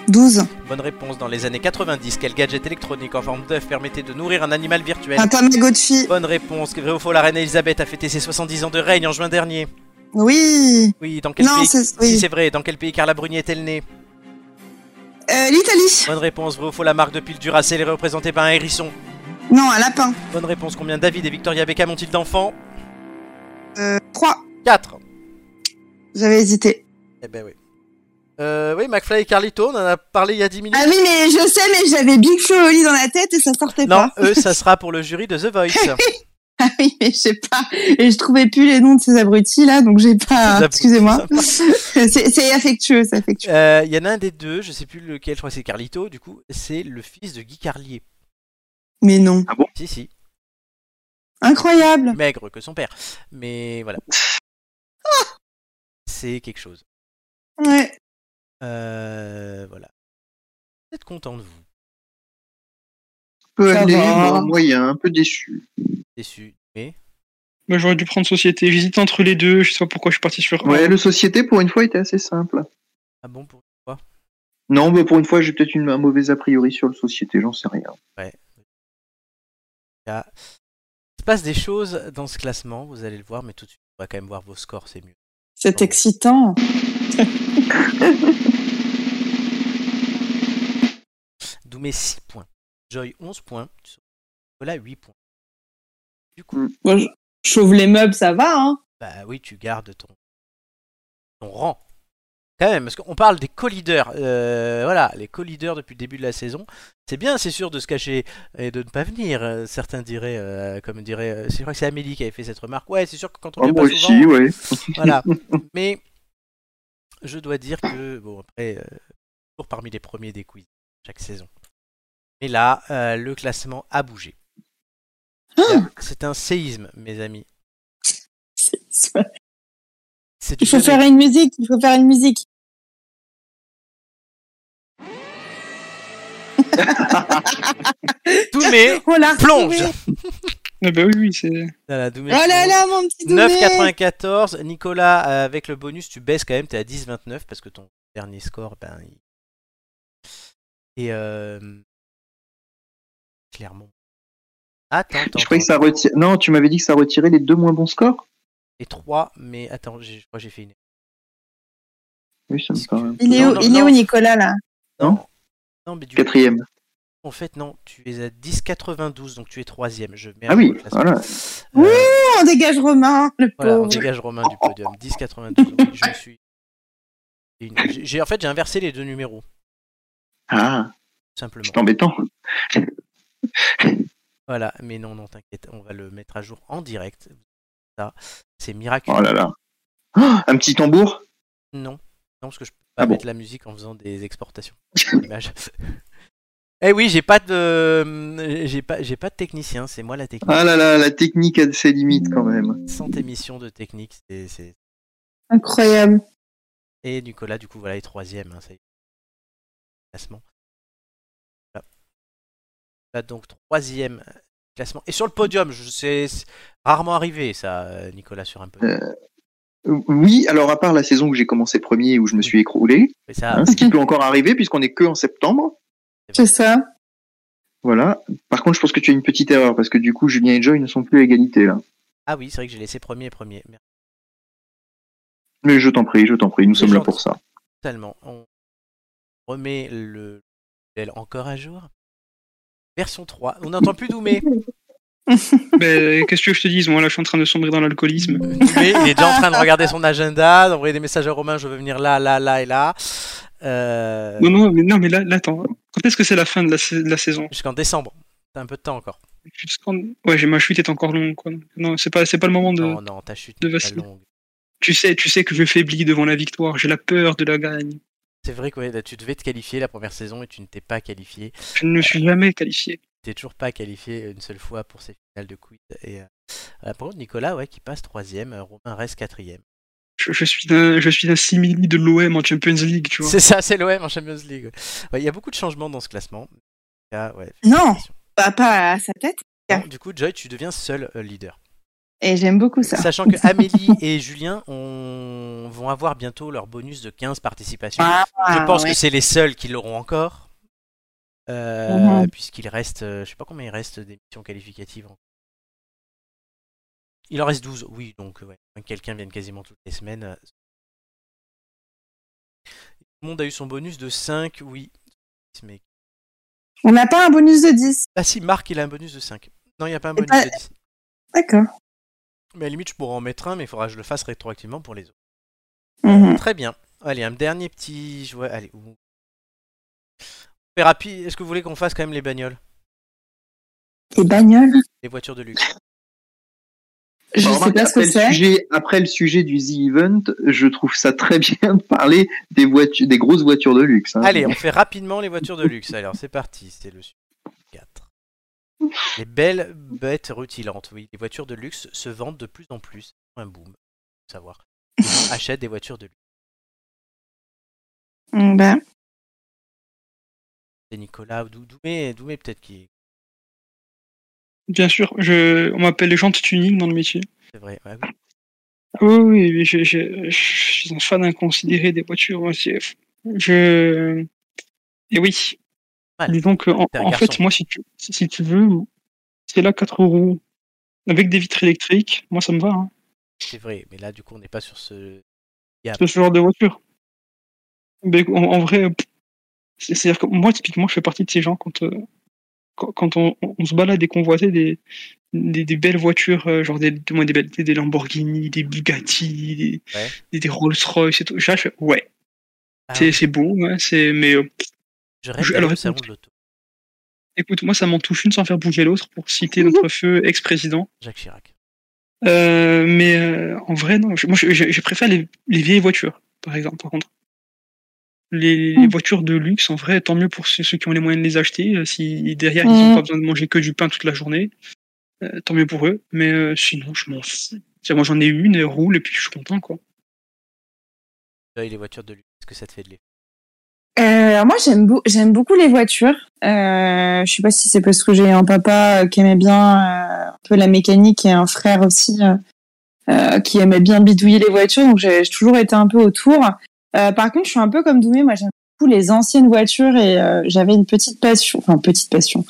Speaker 4: 12.
Speaker 1: Bonne réponse. Dans les années 90, quel gadget électronique en forme d'œuf permettait de nourrir un animal virtuel
Speaker 4: Un Tamagotchi.
Speaker 1: Bonne réponse. Vrai ou faux, la reine Elisabeth a fêté ses 70 ans de règne en juin dernier.
Speaker 4: Oui.
Speaker 1: Oui, dans quel
Speaker 4: Non,
Speaker 1: pays
Speaker 4: c'est.
Speaker 1: Si
Speaker 4: Oui.
Speaker 1: c'est vrai, dans quel pays Carla Bruni est-elle née
Speaker 4: Euh, L'Italie.
Speaker 1: Bonne réponse. Vrai ou faux, la marque de pile Duracell est représentée par un hérisson.
Speaker 4: Non, un lapin.
Speaker 1: Bonne réponse. Combien David et Victoria Beckham ont-ils d'enfants
Speaker 4: Euh, 3.
Speaker 1: 4.
Speaker 4: J'avais hésité.
Speaker 1: Eh ben oui. Euh, oui, McFly et Carlito, on en a parlé il y a 10 minutes.
Speaker 4: Ah oui, mais je sais, mais j'avais Big Flo et Oli dans la tête et ça sortait
Speaker 1: non,
Speaker 4: pas.
Speaker 1: eux, ça sera pour le jury de The Voice.
Speaker 4: Ah oui, mais je sais pas. Et je trouvais plus les noms de ces abrutis là, donc j'ai pas.
Speaker 1: Ces abrutis,
Speaker 4: Excusez-moi. c'est c'est affectueux, c'est affectueux.
Speaker 1: Euh, Il y en a un des deux, je sais plus lequel, je crois que c'est Carlito, du coup, c'est le fils de Guy Carlier.
Speaker 4: Mais non.
Speaker 1: Si, si,
Speaker 4: Incroyable.
Speaker 1: maigre que son père. Mais voilà. C'est quelque chose.
Speaker 4: Ouais.
Speaker 1: Euh, voilà. Vous êtes content de vous,
Speaker 2: Peu
Speaker 4: Ça
Speaker 2: aller,
Speaker 4: va.
Speaker 2: moi, moyen, un peu déçu.
Speaker 1: déçu, mais
Speaker 3: Moi, Ben, j'aurais dû prendre Société. J'hésite entre les deux, je sais pas pourquoi je suis parti sur. un.
Speaker 2: Ouais, le société, pour une fois, était assez simple.
Speaker 1: ah bon pour
Speaker 2: Non, bah, pour une fois, j'ai peut-être une, un mauvais a priori sur le société, j'en sais rien.
Speaker 1: Il se passe des choses dans ce classement, vous allez le voir, mais tout de suite, on va quand même voir vos scores, c'est mieux.
Speaker 4: C'est excitant.
Speaker 1: Doumé 6 points, Joy 11 points, Nicolas 8 points. Du coup,
Speaker 2: Mm.
Speaker 4: Moi, je chauffe les meubles, ça va, hein.
Speaker 1: bah oui, tu gardes ton, ton rang. Quand même, parce qu'on parle des co-leaders. euh, voilà, les co-leaders depuis le début de la saison. C'est bien, c'est sûr, de se cacher et de ne pas venir. euh, Certains diraient, euh, comme dirait, euh, c'est vrai que c'est Amélie qui avait fait cette remarque. Ouais, c'est sûr que quand on
Speaker 2: Ah,
Speaker 1: vient
Speaker 2: moi
Speaker 1: pas
Speaker 2: aussi,
Speaker 1: souvent,
Speaker 2: ouais.
Speaker 1: Voilà. Mais je dois dire que, bon, après, euh, toujours parmi les premiers des quiz chaque saison. Mais là, euh, le classement a bougé.
Speaker 4: Ah
Speaker 1: Là, C'est un séisme, mes amis. C'est du
Speaker 4: Il faut
Speaker 1: jamais-
Speaker 4: faire une musique. Il faut faire une musique.
Speaker 1: Doumé
Speaker 4: On l'a
Speaker 1: plonge
Speaker 4: retrouvé.
Speaker 3: Ah, bah oui, oui, c'est.
Speaker 1: Voilà, Doumé
Speaker 4: Oh là
Speaker 1: plonge.
Speaker 4: là, mon petit Doumé.
Speaker 1: 9,94. Nicolas, euh, avec le bonus, tu baisses quand même, t'es à 10,29 parce que ton dernier score, ben. il- Et. euh, Clairement. Attends, attends.
Speaker 2: Je croyais que
Speaker 1: attends.
Speaker 2: ça retire. Non, tu m'avais dit que ça retirait les deux moins bons scores
Speaker 1: Et 3, mais attends, j'ai- je crois que j'ai fait une.
Speaker 2: Oui, ça me paraît.
Speaker 4: Il est
Speaker 1: Non,
Speaker 4: où,
Speaker 1: non,
Speaker 4: il est
Speaker 1: non.
Speaker 4: où Nicolas là
Speaker 2: Non
Speaker 1: Non, mais du coup,
Speaker 2: Quatrième.
Speaker 1: en fait, non, tu es à 10,92, donc tu es troisième. Je mets un
Speaker 2: Ah oui,
Speaker 1: peu le classement.
Speaker 2: voilà.
Speaker 1: Euh,
Speaker 4: Oh, on dégage Romain, le
Speaker 1: Voilà, on
Speaker 4: pauvre.
Speaker 1: dégage Romain du podium. 10,92. Oui, je me suis. une- j'ai- j'ai- en fait, j'ai inversé les deux numéros,
Speaker 2: Ah,
Speaker 1: simplement.
Speaker 2: c'est embêtant.
Speaker 1: Voilà, mais non, non, t'inquiète, on va le mettre à jour en direct. Ça, c'est miraculeux.
Speaker 2: Oh là là. Oh, un petit tambour
Speaker 1: Non, non, parce que je peux pas
Speaker 2: Ah bon
Speaker 1: mettre la musique en faisant des exportations d'images. eh oui, j'ai pas de, j'ai pas, j'ai pas de technicien. C'est moi la technique.
Speaker 2: Ah là là, la technique a ses limites quand même.
Speaker 1: 100 émissions de technique, c'est, c'est-
Speaker 4: Incroyable.
Speaker 1: Et Nicolas, du coup, voilà, est troisième. hein, ça y est. Classement. Voilà. Là, donc troisième euh, classement. Et sur le podium, je sais, c'est rarement arrivé ça, euh, Nicolas, sur un peu.
Speaker 2: Euh, Oui, alors à part la saison où j'ai commencé premier où je me suis écroulé,
Speaker 1: Mais
Speaker 4: Ah.
Speaker 1: ça,
Speaker 2: hein, ce qui peut encore arriver puisqu'on est que en septembre.
Speaker 4: C'est ça.
Speaker 2: Voilà. Par contre, je pense que tu as une petite erreur parce que du coup, Julien et Joy ne sont plus à égalité là.
Speaker 1: ah oui, c'est vrai que j'ai laissé premier et premier. Merci
Speaker 2: Mais je t'en prie, je t'en prie, nous sommes là
Speaker 1: gentil.
Speaker 2: pour ça.
Speaker 1: totalement. On remet le modèle encore à jour. Version 3. On n'entend plus Doumé.
Speaker 3: Ben, qu'est-ce que tu veux que je te dise Moi, là, je suis en train de sombrer dans l'alcoolisme.
Speaker 1: Mais il est déjà en train de regarder son agenda, d'envoyer des messages à Romain, je veux venir là, là, là et là. Euh,
Speaker 3: Non, non, mais, non, mais là, là, attends. Quand est-ce que c'est la fin de la, sa- de la saison
Speaker 1: Jusqu'en décembre. T'as un peu de temps encore.
Speaker 3: Jusqu'en- Ouais, j'ai ma chute est encore longue. Quoi. Non, c'est pas, c'est pas le moment de.
Speaker 1: Non, non, ta chute
Speaker 3: de
Speaker 1: n'est pas
Speaker 3: vaciller.
Speaker 1: longue.
Speaker 3: Tu sais, tu sais que je faiblis devant la victoire. J'ai la peur de la gagne.
Speaker 1: C'est vrai que ouais, là, tu devais te qualifier la première saison et tu ne t'es pas qualifié.
Speaker 3: Je ne me suis jamais qualifié.
Speaker 1: Tu n'es toujours pas qualifié une seule fois pour ces finales de quiz. Et, euh, voilà, par contre, Nicolas, ouais, qui passe troisième, euh, Romain reste quatrième.
Speaker 3: Je, je suis d'un, je suis d'un simili de l'OM en Champions League, tu vois.
Speaker 1: C'est ça, c'est l'OM en Champions League. Ouais, Il y a beaucoup de changements dans ce classement. Ah, ouais,
Speaker 4: Non.
Speaker 1: félicitations.
Speaker 4: Bah, pas à sa tête.
Speaker 1: Non, Du coup, Joy, tu deviens seul euh, leader.
Speaker 4: Et j'aime beaucoup ça.
Speaker 1: Sachant que Amélie et Julien ont- vont avoir bientôt leur bonus de 15 participations.
Speaker 4: Ah,
Speaker 1: je pense
Speaker 4: ouais.
Speaker 1: que c'est les seuls qui l'auront encore. Euh,
Speaker 4: Mhm.
Speaker 1: Puisqu'il reste, euh, je sais pas combien il reste d'émissions qualificatives. en- Il en reste 12, oui, donc euh, ouais. quelqu'un vienne quasiment toutes les semaines. euh, Tout le monde a eu son bonus de 5, oui. Mais...
Speaker 4: On n'a pas un bonus de 10.
Speaker 1: Ah si, Marc, il a un bonus de 5. Non, il n'y a pas un
Speaker 4: Et
Speaker 1: bonus
Speaker 4: pas-
Speaker 1: de 10.
Speaker 4: D'accord.
Speaker 1: Mais à la limite, je pourrais en mettre un, mais il faudra que je le fasse rétroactivement pour les autres.
Speaker 4: Mhm.
Speaker 1: Très bien. Allez, un dernier petit. je vois- Allez. ou- Fait rapide. Est-ce que vous voulez qu'on fasse quand même les bagnoles
Speaker 4: Les bagnoles.
Speaker 1: Les voitures de luxe
Speaker 4: Je
Speaker 2: Alors,
Speaker 4: sais
Speaker 2: remarque,
Speaker 4: pas ce que
Speaker 2: après le
Speaker 4: c'est.
Speaker 2: sujet- Après le sujet du The Event, je trouve ça très bien de parler des, voitures, des grosses voitures de luxe. hein.
Speaker 1: Allez, on fait rapidement les voitures de luxe. Alors, c'est parti. C'est le sujet 4. Les belles bêtes rutilantes. Oui, les voitures de luxe se vendent de plus en plus. Un boom. Faut savoir. Les gens achètent des voitures de luxe.
Speaker 4: Mm, bah,
Speaker 1: C'est Nicolas ou Dou- Doumé, Doumé peut-être qui.
Speaker 3: Bien sûr, je, on m'appelle les gens de tuning dans le métier.
Speaker 1: C'est vrai. ouais, oui.
Speaker 3: Ah Oui, oui, oui, je, je- je suis un fan inconsidéré des voitures. moi, c'est- Je. Et oui.
Speaker 1: Mal.
Speaker 3: Dis donc, en,
Speaker 1: T'es un
Speaker 3: en fait,
Speaker 1: garçon.
Speaker 3: moi, si tu, si, si tu veux, c'est là 4 euros. Avec des vitres électriques, moi, ça me va. Hein.
Speaker 1: C'est vrai. Mais là, du coup, on n'est pas sur ce. Ah.
Speaker 3: de ce genre de voiture. Mais en, en vrai, pff, c'est- c'est-à-dire que moi, typiquement, je fais partie de ces gens quand, euh, quand, quand on, on- on se balade et qu'on voit tu sais, des, des, des belles voitures, euh, genre des, des, moi, des, belles- des Lamborghini, des Bugatti, des,
Speaker 1: Ouais.
Speaker 3: des, des Rolls-Royce et tout. Je, je fais, ouais,
Speaker 1: Ah,
Speaker 3: c'est c'est beau, ouais, c'est mais euh, pff,
Speaker 1: je rêve
Speaker 3: je-
Speaker 1: d'aller
Speaker 3: alors,
Speaker 1: au salon
Speaker 3: écoute.
Speaker 1: de l'auto.
Speaker 3: écoute, moi, ça m'en touche une sans faire bouger l'autre pour citer notre feu ex-président.
Speaker 1: Jacques Chirac.
Speaker 3: Euh, mais euh, en vrai, non. Je, moi, je, je- je préfère les, les vieilles voitures, par exemple. Par contre, les, les
Speaker 4: Mm.
Speaker 3: voitures de luxe, en vrai, tant mieux pour ceux, ceux qui ont les moyens de les acheter. euh, Si derrière, ils n'ont
Speaker 4: Mm.
Speaker 3: pas besoin de manger que du pain toute la journée, euh, tant mieux pour eux. Mais euh, sinon, je m'en fous. C'est-à-dire, Moi, j'en ai une, elle roule, et puis je suis content, quoi.
Speaker 1: Là, les voitures de luxe. Est-ce que ça te fait de l'effet
Speaker 4: Euh, alors moi j'aime beau- j'aime beaucoup les voitures. Euh, je sais pas si c'est parce que j'ai un papa euh, qui aimait bien euh, un peu la mécanique et un frère aussi euh, euh, qui aimait bien bidouiller les voitures. Donc j'ai j'ai toujours été un peu autour. Euh, par contre je suis un peu comme Doumé. Moi j'aime beaucoup les anciennes voitures et euh, j'avais une petite passion, enfin petite passion,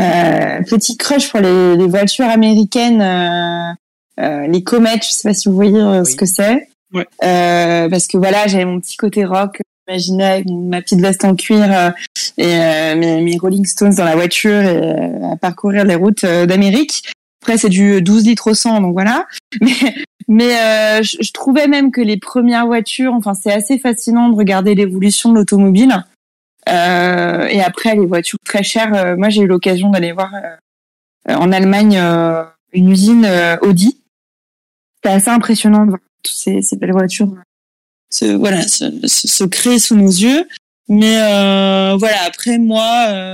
Speaker 4: euh, petit crush pour les, les voitures américaines, euh, euh, les comètes. Je sais pas si vous voyez euh,
Speaker 1: Oui.
Speaker 4: ce que c'est.
Speaker 3: Ouais.
Speaker 4: Euh, parce que voilà, j'avais mon petit côté rock, imaginez avec mon- ma petite veste en cuir euh, et euh, mes, mes Rolling Stones dans la voiture et euh, à parcourir les routes euh, d'Amérique. Après, c'est du 12 litres au 100, donc voilà. Mais, mais euh, je, je trouvais même que les premières voitures, enfin, c'est assez fascinant de regarder l'évolution de l'automobile. Euh, et après, les voitures très chères. euh, moi, j'ai eu l'occasion d'aller voir euh, en Allemagne euh, une usine euh, Audi. C'est assez impressionnant de voir toutes ces, ces belles voitures euh, se, voilà, se, se- se créer sous nos yeux. Mais euh, voilà, après moi, euh,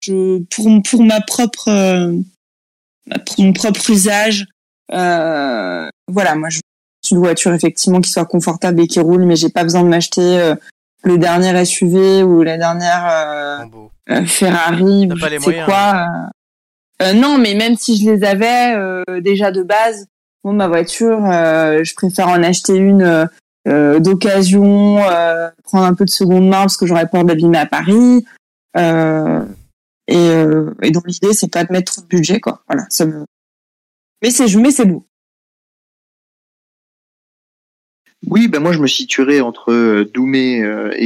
Speaker 4: je, pour, pour ma propre, euh, ma- pour mon propre usage, euh, voilà, moi je veux une voiture effectivement qui soit confortable et qui roule, mais j'ai pas besoin de m'acheter euh, le dernier SUV ou la dernière euh,
Speaker 1: Rambo.
Speaker 4: euh, Ferrari
Speaker 1: T'as
Speaker 4: ou
Speaker 1: pas
Speaker 4: je
Speaker 1: les
Speaker 4: sais
Speaker 1: moyens,
Speaker 4: quoi. euh. Euh, non, mais même si je les avais euh, déjà de base, moi ma voiture, euh, je préfère en acheter une euh, euh, d'occasion, euh, prendre un peu de seconde main parce que j'aurais peur d'abîmer à Paris. Euh, et, euh, et donc l'idée, c'est pas de mettre trop de budget, quoi. Voilà. Ça me... Mais c'est mais c'est beau.
Speaker 2: Oui, ben moi je me situerais entre euh, Doumé euh, et,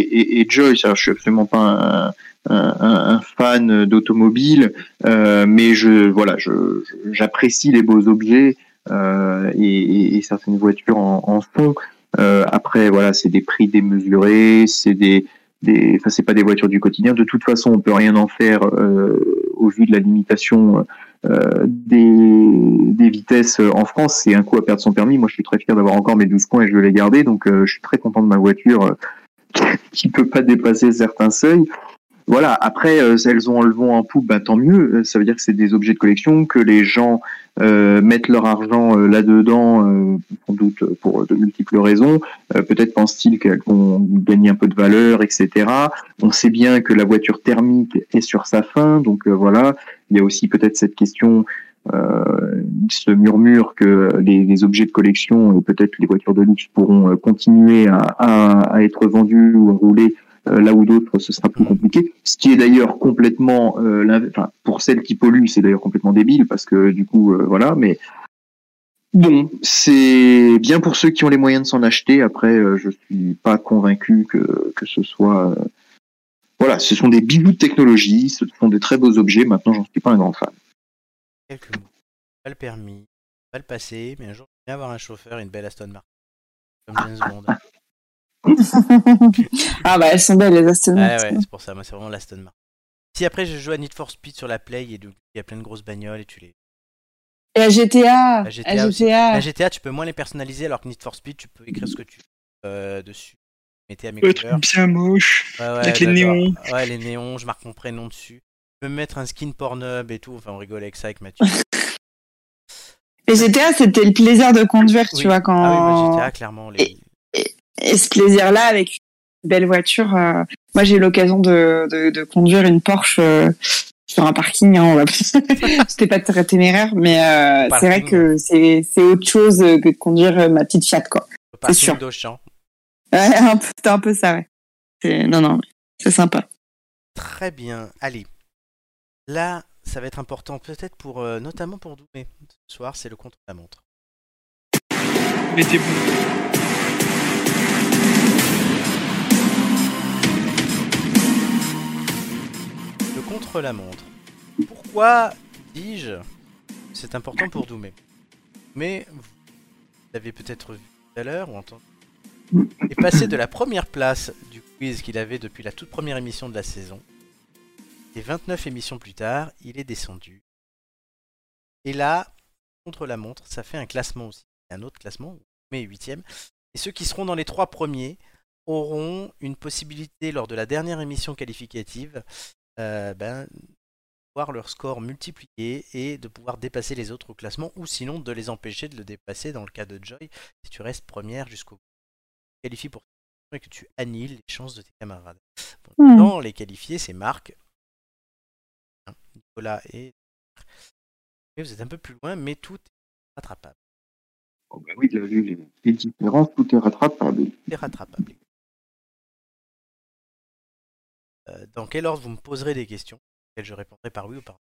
Speaker 2: et, et Joyce. Alors je suis absolument pas un, un- un- un fan d'automobile, euh, mais je voilà, je je- j'apprécie les beaux objets euh, et, et- et certaines voitures en, en fond. Euh, après voilà, c'est des prix démesurés, c'est des des, enfin c'est pas des voitures du quotidien. De toute façon, on peut rien en faire euh, au vu de la limitation euh, des, des vitesses euh, en France, c'est un coup à perdre son permis. Moi, je suis très fier d'avoir encore mes 12 points et je veux les garder. Donc, euh, je suis très content de ma voiture euh, qui peut pas dépasser certains seuils. Voilà. Après, euh, si elles ont le vent en poupe, ben, tant mieux. Euh, Ça veut dire que c'est des objets de collection, que les gens euh, mettent leur argent euh, là-dedans, euh, sans doute pour de multiples raisons. Euh, Peut-être pensent-ils qu'elles vont gagner un peu de valeur, etc. On sait bien que la voiture thermique est sur sa fin. Donc, euh, voilà. Il y a aussi peut-être cette question euh, il se murmure que les, les objets de collection et peut-être les voitures de luxe pourront euh, continuer à, à- à être vendus ou à rouler euh, là où d'autres ce sera plus compliqué. Ce qui est d'ailleurs complètement, euh, l'inv- enfin, pour celles qui polluent, c'est d'ailleurs complètement débile parce que du coup, euh, voilà, mais bon, c'est bien pour ceux qui ont les moyens de s'en acheter. Après, euh, je suis pas convaincu que, que ce soit. euh, voilà, ce sont des bijoux de technologie, ce sont des très beaux objets. Maintenant, j'en suis pas un grand fan.
Speaker 1: Quelques mots. Pas le permis, pas le passé, mais un jour, je vais avoir un chauffeur et une belle Aston Martin. Comme James Bond. Ah
Speaker 4: ah bah elles sont belles les Aston
Speaker 1: ouais,
Speaker 4: Martin.
Speaker 1: c'est pour ça, moi, c'est vraiment l'Aston Martin. Si après, j'ai joué à Need for Speed sur la Play et donc, il y a plein de grosses bagnoles et tu les.
Speaker 4: Et la GTA,
Speaker 1: La
Speaker 4: la
Speaker 1: GTA
Speaker 4: GTA,
Speaker 1: aussi. La GTA, tu peux moins les personnaliser alors que Need for Speed, tu peux écrire ce que tu veux euh, dessus. Mettez à mes
Speaker 3: Le
Speaker 1: couleurs.
Speaker 3: truc bien moche.
Speaker 1: Ouais, ouais,
Speaker 3: Avec les
Speaker 1: j'adore.
Speaker 3: néons.
Speaker 1: Ouais, les néons, je marque mon prénom dessus. Je peux me mettre un skin Pornhub et tout. Enfin, on rigolait avec ça avec Mathieu.
Speaker 4: Et GTA, c'était le plaisir de conduire,
Speaker 1: Oui.
Speaker 4: tu vois, quand.
Speaker 1: Ah oui, moi, GTA, clairement. Les...
Speaker 4: et ce plaisir-là avec une belle voiture. euh, moi, j'ai eu l'occasion de, de, de conduire une Porsche euh, sur un parking. Hein, on va pas- C'était pas très téméraire, mais euh, c'est vrai
Speaker 1: Parking.
Speaker 4: que c'est c'est autre chose que de conduire euh, ma petite Fiat, quoi.
Speaker 1: Pas
Speaker 4: sûr.
Speaker 1: sous d'Auchan.
Speaker 4: Ouais, un peu- C'est un peu ça, ouais. C'est- Non, non, c'est sympa.
Speaker 1: Très bien. Allez. Là, ça va être important, peut-être pour, euh, notamment pour Doumé. Ce soir, c'est le contre la montre.
Speaker 3: Mais t'es bon.
Speaker 1: Le contre la montre. Pourquoi dis-je C'est important pour Doumé. Mais vous l'avez peut-être vu tout à l'heure ou entendu. est passé de la première place du quiz qu'il avait depuis la toute première émission de la saison. Et 29 émissions plus tard, il est descendu. Et là, contre la montre, ça fait un classement aussi. Un autre classement, mais 8 Et ceux qui seront dans les trois premiers auront une possibilité lors de la dernière émission qualificative euh, ben, voir leur score multiplié et de pouvoir dépasser les autres au classement ou sinon de les empêcher de le dépasser dans le cas de Joy si tu restes première jusqu'au bout. Tu qualifies pour et que tu annihiles les chances de tes camarades. Pour
Speaker 4: Mhm.
Speaker 1: l'instant, les qualifiés, c'est Marc, hein, Nicolas et... et vous êtes un peu plus loin, mais tout est rattrapable.
Speaker 2: Oh bah oui, vu les, les différences, tout est rattrapable.
Speaker 1: et rattrapable. Euh, dans quel ordre vous me poserez des questions auxquelles je répondrai par oui ou par non.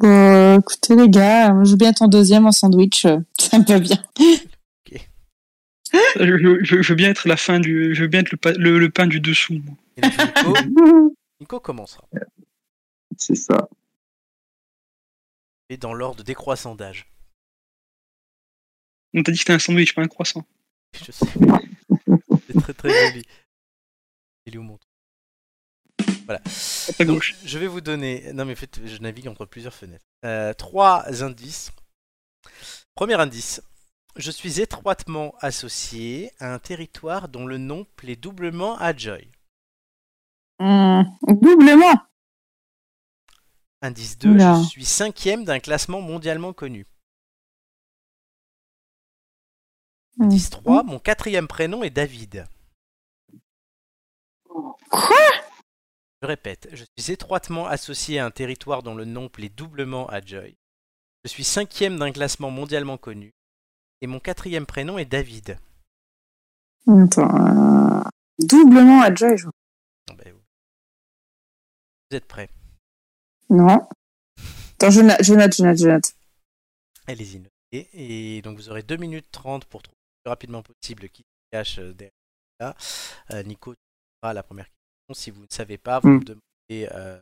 Speaker 4: Bon, euh, écoutez les gars, moi, je veux bien ton deuxième en sandwich, euh, ça me va bien.
Speaker 3: Je, je- je veux bien être la fin du, je veux bien être le, pa- le- le pain du dessous. moi.
Speaker 1: Et donc, Nico, Nico commencera.
Speaker 2: C'est ça.
Speaker 1: Et dans l'ordre décroissant d'âge.
Speaker 3: On t'a dit que c'était un sandwich, pas un croissant.
Speaker 1: Je sais. C'est très très joli. Il nous montre. Voilà.
Speaker 3: ta
Speaker 1: Donc,
Speaker 3: gauche.
Speaker 1: je vais vous donner. Non mais faites- je navigue entre plusieurs fenêtres. Euh, trois indices. Premier indice. Je suis étroitement associé à un territoire dont le nom plaît doublement à Joy.
Speaker 4: Mmh, Doublement.
Speaker 1: Indice 2.
Speaker 4: Oula.
Speaker 1: Je suis cinquième d'un classement mondialement connu. Indice 3. Mon quatrième prénom est David.
Speaker 4: Quoi
Speaker 1: Je répète, je suis étroitement associé à un territoire dont le nom plaît doublement à Joy. Je suis cinquième d'un classement mondialement connu. Et mon quatrième prénom est David.
Speaker 4: Attends, euh, Doublement à Joy, je crois.
Speaker 1: Ah ben, vous vous êtes prêts
Speaker 4: Non. Attends, je note, je note, je note, je note.
Speaker 1: Allez-y, notez. Et donc vous aurez 2 minutes 30 pour trouver le plus rapidement possible qui se cache euh, derrière là. Euh, Nico, tu feras la première question. Si vous ne savez pas, vous
Speaker 2: Mm.
Speaker 1: me demandez euh,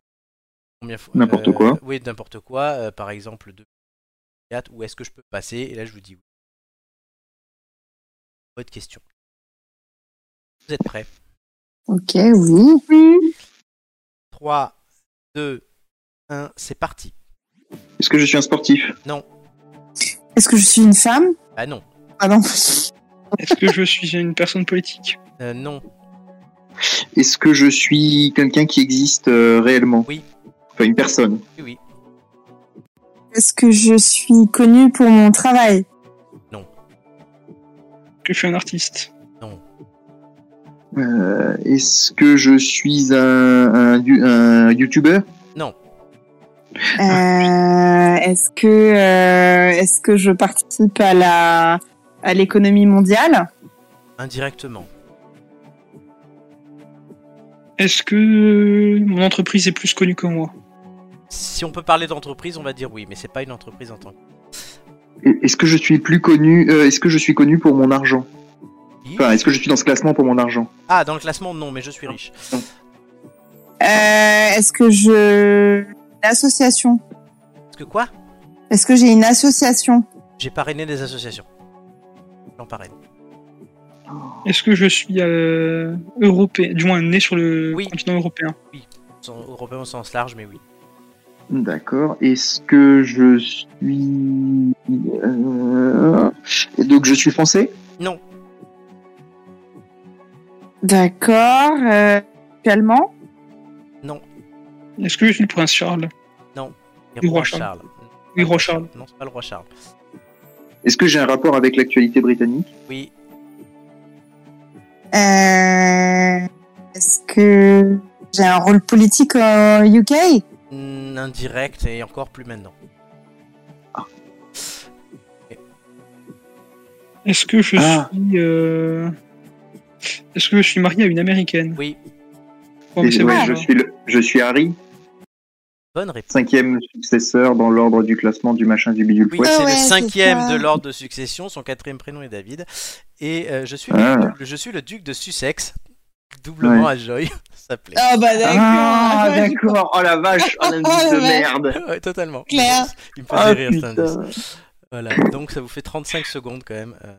Speaker 1: combien fois.
Speaker 2: N'importe
Speaker 1: euh,
Speaker 2: quoi.
Speaker 1: Oui, n'importe quoi. euh, par exemple, 2 4 ou est-ce que je peux passer Et là, je vous dis oui. Votre question. Vous êtes prêts
Speaker 4: Ok, oui. Oui.
Speaker 1: 3, 2, 1, c'est parti.
Speaker 2: Est-ce que je suis un sportif
Speaker 4: Est-ce que je suis une femme
Speaker 1: Ah non,
Speaker 4: Ah non.
Speaker 3: Est-ce que je suis une personne politique
Speaker 1: Euh, non,
Speaker 2: Est-ce que je suis quelqu'un qui existe euh, réellement
Speaker 1: Oui.
Speaker 2: Enfin, une personne.
Speaker 1: oui, oui.
Speaker 4: Est-ce que je suis connue pour mon travail
Speaker 3: Que je suis un artiste
Speaker 2: Euh, Est-ce que je suis un, un, you- un youtubeur
Speaker 4: Euh, Est-ce que euh, est-ce que je participe à la à l'économie mondiale
Speaker 1: Indirectement.
Speaker 3: Est-ce que mon entreprise est plus connue que moi
Speaker 1: Si on peut parler d'entreprise, on va dire oui, mais c'est pas une entreprise en tant que
Speaker 2: Et- Est-ce que je suis plus connu euh, Est-ce que je suis connu pour mon argent
Speaker 1: Oui.
Speaker 2: Enfin, est-ce que je suis dans ce classement pour mon argent
Speaker 1: Ah, dans le classement, non, mais je suis riche.
Speaker 4: Euh, Est-ce que je une association
Speaker 1: Parce que quoi
Speaker 4: Est-ce que j'ai une association
Speaker 1: J'ai parrainé des associations. J'en parraine.
Speaker 3: Est-ce que je suis euh, européen, du moins né sur le
Speaker 1: Oui.
Speaker 3: continent européen
Speaker 1: Sans- Européen au sens large, mais oui.
Speaker 2: D'accord. Est-ce que je suis euh, et donc je suis français
Speaker 4: D'accord. Euh, allemand
Speaker 3: Est-ce que je suis le prince Charles
Speaker 1: Et
Speaker 3: Le roi Charles. Oui, roi Charles.
Speaker 1: Non, c'est pas le roi Charles.
Speaker 2: Est-ce que j'ai un rapport avec l'actualité britannique
Speaker 1: Oui,
Speaker 4: Euh, Est-ce que j'ai un rôle politique au UK
Speaker 1: mm, indirect et encore plus maintenant.
Speaker 3: Est-ce que je
Speaker 2: Ah.
Speaker 3: suis euh, Est-ce que je suis marié à une américaine
Speaker 1: Oui,
Speaker 3: Bon, mais
Speaker 2: Et-
Speaker 3: c'est
Speaker 2: ouais,
Speaker 3: bon,
Speaker 2: Je
Speaker 3: alors.
Speaker 2: suis le, je suis Harry,
Speaker 1: bonne réponse.
Speaker 2: cinquième successeur dans l'ordre du classement du machin du bidule.
Speaker 1: Oui,
Speaker 2: poil.
Speaker 1: c'est
Speaker 4: Ah ouais,
Speaker 1: le
Speaker 4: c'est
Speaker 1: cinquième
Speaker 4: ça.
Speaker 1: de l'ordre de succession. Son quatrième prénom est David. Et euh, je, suis
Speaker 2: Ah.
Speaker 1: le, je suis le duc de Sussex, doublement à Joy, ça plaît.
Speaker 4: Ah bah d'accord.
Speaker 2: Ah d'accord. Oh la vache, un indice de
Speaker 4: Ouais.
Speaker 2: merde.
Speaker 1: Ouais, totalement.
Speaker 4: Clair.
Speaker 1: Il me
Speaker 2: Ah,
Speaker 1: faisait rire cet indice.
Speaker 2: putain.
Speaker 1: Voilà, donc ça vous fait 35 secondes quand même. euh,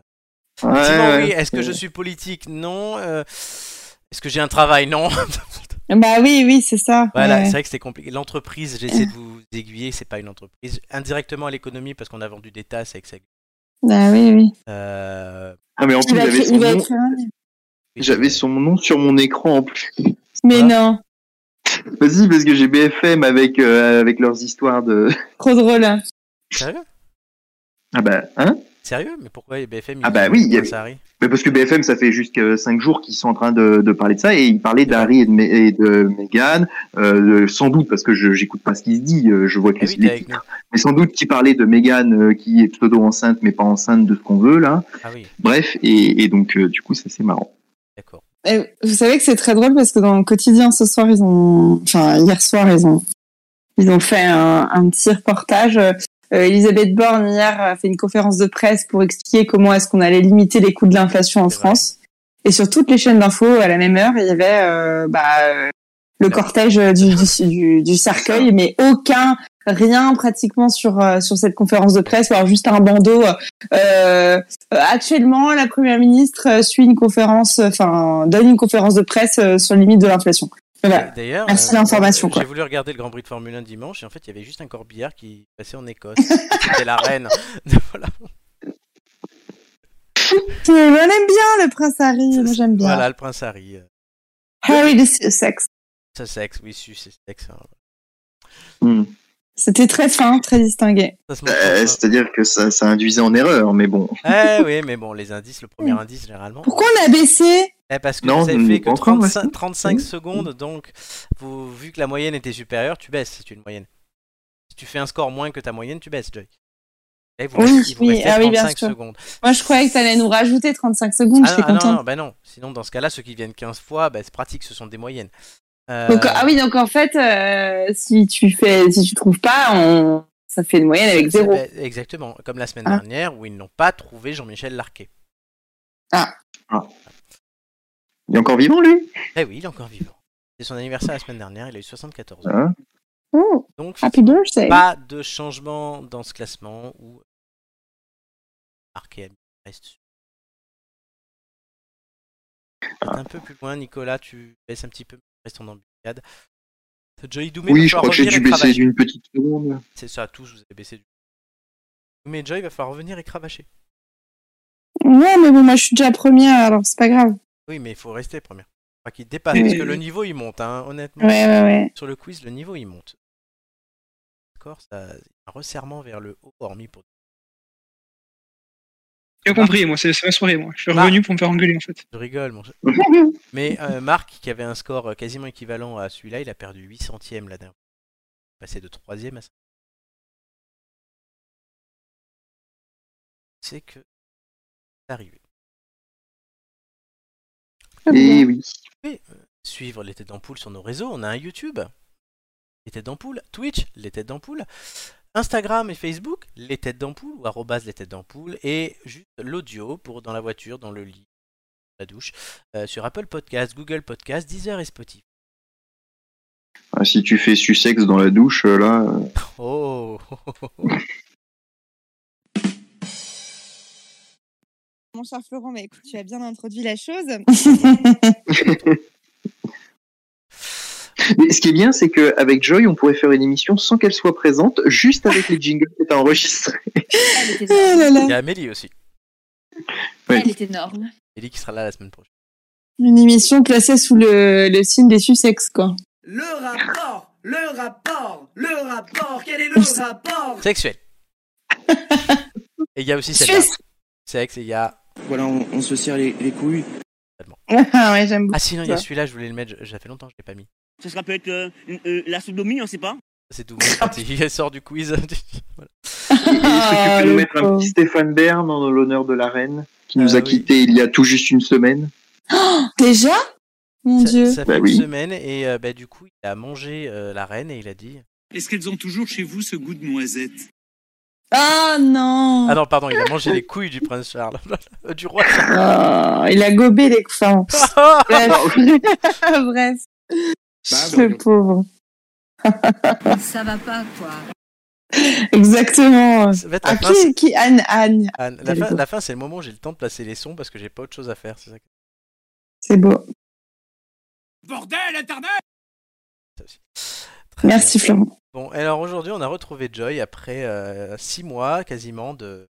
Speaker 2: Ouais,
Speaker 1: Effectivement, oui.
Speaker 2: ouais.
Speaker 1: Est-ce que je suis politique Non. Euh, Est-ce que j'ai un travail Non.
Speaker 4: Bah oui, oui, c'est ça.
Speaker 1: voilà,
Speaker 4: Ouais.
Speaker 1: c'est vrai que c'était compliqué. L'entreprise, j'essaie de vous aiguiller, c'est pas une entreprise. Indirectement à l'économie, parce qu'on a vendu des tasses avec ça.
Speaker 4: Bah oui, oui.
Speaker 1: Euh,
Speaker 2: Ah mais en plus
Speaker 4: Il va
Speaker 2: j'avais
Speaker 4: écrire-
Speaker 2: son
Speaker 4: il va
Speaker 2: nom-
Speaker 4: écrire un livre.
Speaker 2: j'avais son nom sur mon écran en plus.
Speaker 4: Mais
Speaker 1: Voilà.
Speaker 4: non,
Speaker 2: Vas-y parce que j'ai BFM avec euh, avec leurs histoires de.
Speaker 4: trop drôle. hein.
Speaker 1: Sérieux
Speaker 2: Ah bah hein.
Speaker 1: Sérieux Mais pourquoi les BFM
Speaker 2: Ah bah oui, il y a-
Speaker 1: ça arrive.
Speaker 2: Mais parce que BFM, ça fait jusqu'à 5 jours qu'ils sont en train de, de parler de ça et ils parlaient d'Harry et de, Mé- et de Meghan, euh, sans doute parce que je j'écoute pas ce qui se dit, euh, je vois que
Speaker 1: Ah oui,
Speaker 2: les
Speaker 1: t'es avec nous.
Speaker 2: titres. mais sans doute qu'ils parlaient de Meghan euh, qui est pseudo enceinte mais pas enceinte de ce qu'on veut là.
Speaker 1: Ah oui,
Speaker 2: Bref et, et donc euh, du coup ça c'est marrant.
Speaker 1: d'accord.
Speaker 4: Et vous savez que c'est très drôle parce que dans le quotidien ce soir ils ont, enfin hier soir ils ont, Ils ont fait un, un petit reportage. Euh, Elisabeth Borne hier a fait une conférence de presse pour expliquer comment est-ce qu'on allait limiter les coûts de l'inflation en
Speaker 1: C'est vrai.
Speaker 4: France. Et sur toutes les chaînes d'infos, à la même heure, il y avait euh, bah, euh, le
Speaker 1: Ouais.
Speaker 4: cortège du, du, du- du cercueil, mais aucun, rien pratiquement sur euh, sur cette conférence de presse. Alors juste un bandeau. euh, euh, actuellement, la première ministre euh, suit une conférence, euh, enfin donne une conférence de presse euh, sur les limites de l'inflation. Voilà.
Speaker 1: Et D'ailleurs, euh,
Speaker 4: Merci d'information, quoi.
Speaker 1: J'ai voulu regarder le Grand Prix de Formule 1 dimanche et en fait, il y avait juste un corbillard qui passait en Écosse. C'était la reine. voilà.
Speaker 4: On aime bien le prince Harry, moi j'aime bien.
Speaker 1: Voilà, le prince Harry. euh,
Speaker 4: Harry de Sussex.
Speaker 1: Ça sexe, oui, su- c'est sexe. hein.
Speaker 2: Hmm.
Speaker 4: C'était très fin, très distingué.
Speaker 1: Ça se montre
Speaker 2: Euh,
Speaker 1: pas.
Speaker 2: C'est-à-dire que ça, ça induisait en erreur, mais bon.
Speaker 1: Eh oui, mais bon, les indices, le premier indice généralement.
Speaker 4: Pourquoi on a baissé
Speaker 1: Eh, parce que
Speaker 2: Non,
Speaker 1: vous avez
Speaker 2: nous
Speaker 1: fait
Speaker 2: nous
Speaker 1: que
Speaker 2: encore,
Speaker 1: 35,
Speaker 2: ouais.
Speaker 1: 35 secondes, donc vous, vu que la moyenne était supérieure, tu baisses si tu as une moyenne. Si tu fais un score moins que ta moyenne, tu baisses, Joy. Eh, vous
Speaker 4: Oui,
Speaker 1: restez- il vous
Speaker 4: oui,
Speaker 1: restait
Speaker 4: ah oui, bien
Speaker 1: 35
Speaker 4: sûr.
Speaker 1: secondes.
Speaker 4: Moi je croyais que t'allais nous rajouter 35 secondes,
Speaker 1: Ah,
Speaker 4: j'étais
Speaker 1: non, ah, non,
Speaker 4: contente.
Speaker 1: non, bah non. Sinon, dans ce cas-là, ceux qui viennent 15 fois, bah, c'est pratique, ce sont des moyennes. Euh,
Speaker 4: Donc, ah oui, donc en fait, euh, si tu fais, si tu trouves pas, on... ça fait une moyenne avec
Speaker 1: ça-
Speaker 4: zéro.
Speaker 1: bah, Exactement, comme la semaine
Speaker 4: Ah.
Speaker 1: dernière où ils n'ont pas trouvé Jean-Michel Larquet.
Speaker 2: Il est encore vivant, lui
Speaker 1: Eh oui, il est encore vivant. C'est son anniversaire la semaine dernière, il a eu 74
Speaker 4: Ah.
Speaker 1: ans.
Speaker 2: Hein
Speaker 4: Oh,
Speaker 1: Donc,
Speaker 4: happy birthday.
Speaker 1: pas de changement dans ce classement où Arkham reste Peut-être
Speaker 2: Ah.
Speaker 1: un peu plus loin Nicolas tu baisses un petit peu reste en embuscade Joey Doumé va
Speaker 2: Oui, je
Speaker 1: falloir
Speaker 2: crois que j'ai
Speaker 1: revenir
Speaker 2: dû
Speaker 1: et
Speaker 2: baisser
Speaker 1: cravacher.
Speaker 2: d'une petite seconde.
Speaker 1: c'est ça tous vous avez baissé du mais Joey va falloir revenir et cravacher
Speaker 4: Ouais, mais bon, moi je suis déjà première, alors c'est pas grave.
Speaker 1: oui mais il faut rester première pas qu'il dépasse parce que
Speaker 4: Oui.
Speaker 1: le niveau il monte hein, honnêtement
Speaker 4: Ouais, ouais, ouais.
Speaker 1: sur le quiz le niveau il monte d'accord ça un resserrement vers le haut hormis pour
Speaker 3: J'ai compris, moi, c'est c'est ma soirée, moi. Je suis revenu pour me faire engueuler, en fait.
Speaker 1: je rigole mon Mais euh, Marc, qui avait un score euh, quasiment équivalent à celui-là, il a perdu 8 centièmes la dernière fois. Il est Passé de 3 à 5. C'est que c'est arrivé.
Speaker 4: Ah
Speaker 2: Et Eh oui.
Speaker 1: Suivre les têtes d'ampoule sur nos réseaux, on a un YouTube, les têtes d'ampoule, Twitch, les têtes d'ampoule, Instagram et Facebook, les têtes d'ampoule ou arrobase les têtes d'ampoule, et juste l'audio pour dans la voiture, dans le lit, dans la douche, euh, sur Apple Podcast, Google Podcast, Deezer et Spotify.
Speaker 2: Ah, si tu fais Sussex dans la douche, euh, là. euh,
Speaker 1: Oh
Speaker 4: Mon cher Florent, mais écoute, tu as bien introduit la chose.
Speaker 2: Mais ce qui est bien, c'est qu'avec Joy, on pourrait faire une émission sans qu'elle soit présente, juste avec les jingles que t'as enregistrés.
Speaker 6: Elle est
Speaker 4: Oh
Speaker 6: énorme.
Speaker 4: là là.
Speaker 1: Il y a Amélie aussi.
Speaker 2: Ouais.
Speaker 6: Elle est énorme.
Speaker 1: Ellie qui sera là la semaine prochaine.
Speaker 4: Une émission placée sous le, le signe des Sussex, quoi.
Speaker 7: Le rapport, le rapport, le rapport, quel est le rapport
Speaker 1: Sexuel. et il y a aussi celle-là.
Speaker 4: Suisse
Speaker 1: Sexe et il y a.
Speaker 5: Voilà, on, on se serre les, les couilles.
Speaker 4: Ah ouais, j'aime beaucoup.
Speaker 1: Ah sinon il y a celui-là, je voulais le mettre, je- ça fait longtemps que je l'ai pas mis.
Speaker 7: Ce sera peut-être euh, une- euh, la sodomie, on sait pas.
Speaker 1: C'est tout. il sort du quiz. Voilà.
Speaker 2: Et Est-ce que
Speaker 4: Ah,
Speaker 2: tu peux nous
Speaker 4: le
Speaker 2: mettre un
Speaker 4: pauvre.
Speaker 2: petit Stéphane Bern en l'honneur de la reine, qui nous
Speaker 1: Ah,
Speaker 2: a
Speaker 1: oui.
Speaker 2: quittés il y a tout juste une semaine
Speaker 4: Déjà Mon
Speaker 1: ça,
Speaker 4: Dieu.
Speaker 1: ça fait
Speaker 2: Bah
Speaker 1: une
Speaker 2: oui.
Speaker 1: semaine et euh, bah, du coup il a mangé euh, la reine et il a dit.
Speaker 5: Est-ce qu'elles ont toujours chez vous ce goût de noisette
Speaker 4: Ah non
Speaker 1: Ah non pardon, il a mangé les couilles du prince Charles, Euh, du roi. Charles.
Speaker 4: Oh, Il a gobé les coups. Ah,
Speaker 1: Ah,
Speaker 2: Ah,
Speaker 4: Bref. Bref.
Speaker 1: Bah,
Speaker 4: le pauvre.
Speaker 6: Ça va pas, quoi.
Speaker 4: Exactement.
Speaker 1: Ça va être la
Speaker 4: Ah,
Speaker 1: fin,
Speaker 4: qui, qui Anne, Anne.
Speaker 1: Anne, la fin, la fin, c'est le moment où j'ai le temps de placer les sons parce que j'ai pas autre chose à faire. C'est ça. que-
Speaker 4: C'est beau.
Speaker 5: Bordel, Internet
Speaker 1: ça aussi. Très bien.
Speaker 4: Merci Florent.
Speaker 1: Bon, alors aujourd'hui, on a retrouvé Joy après 6 mois quasiment de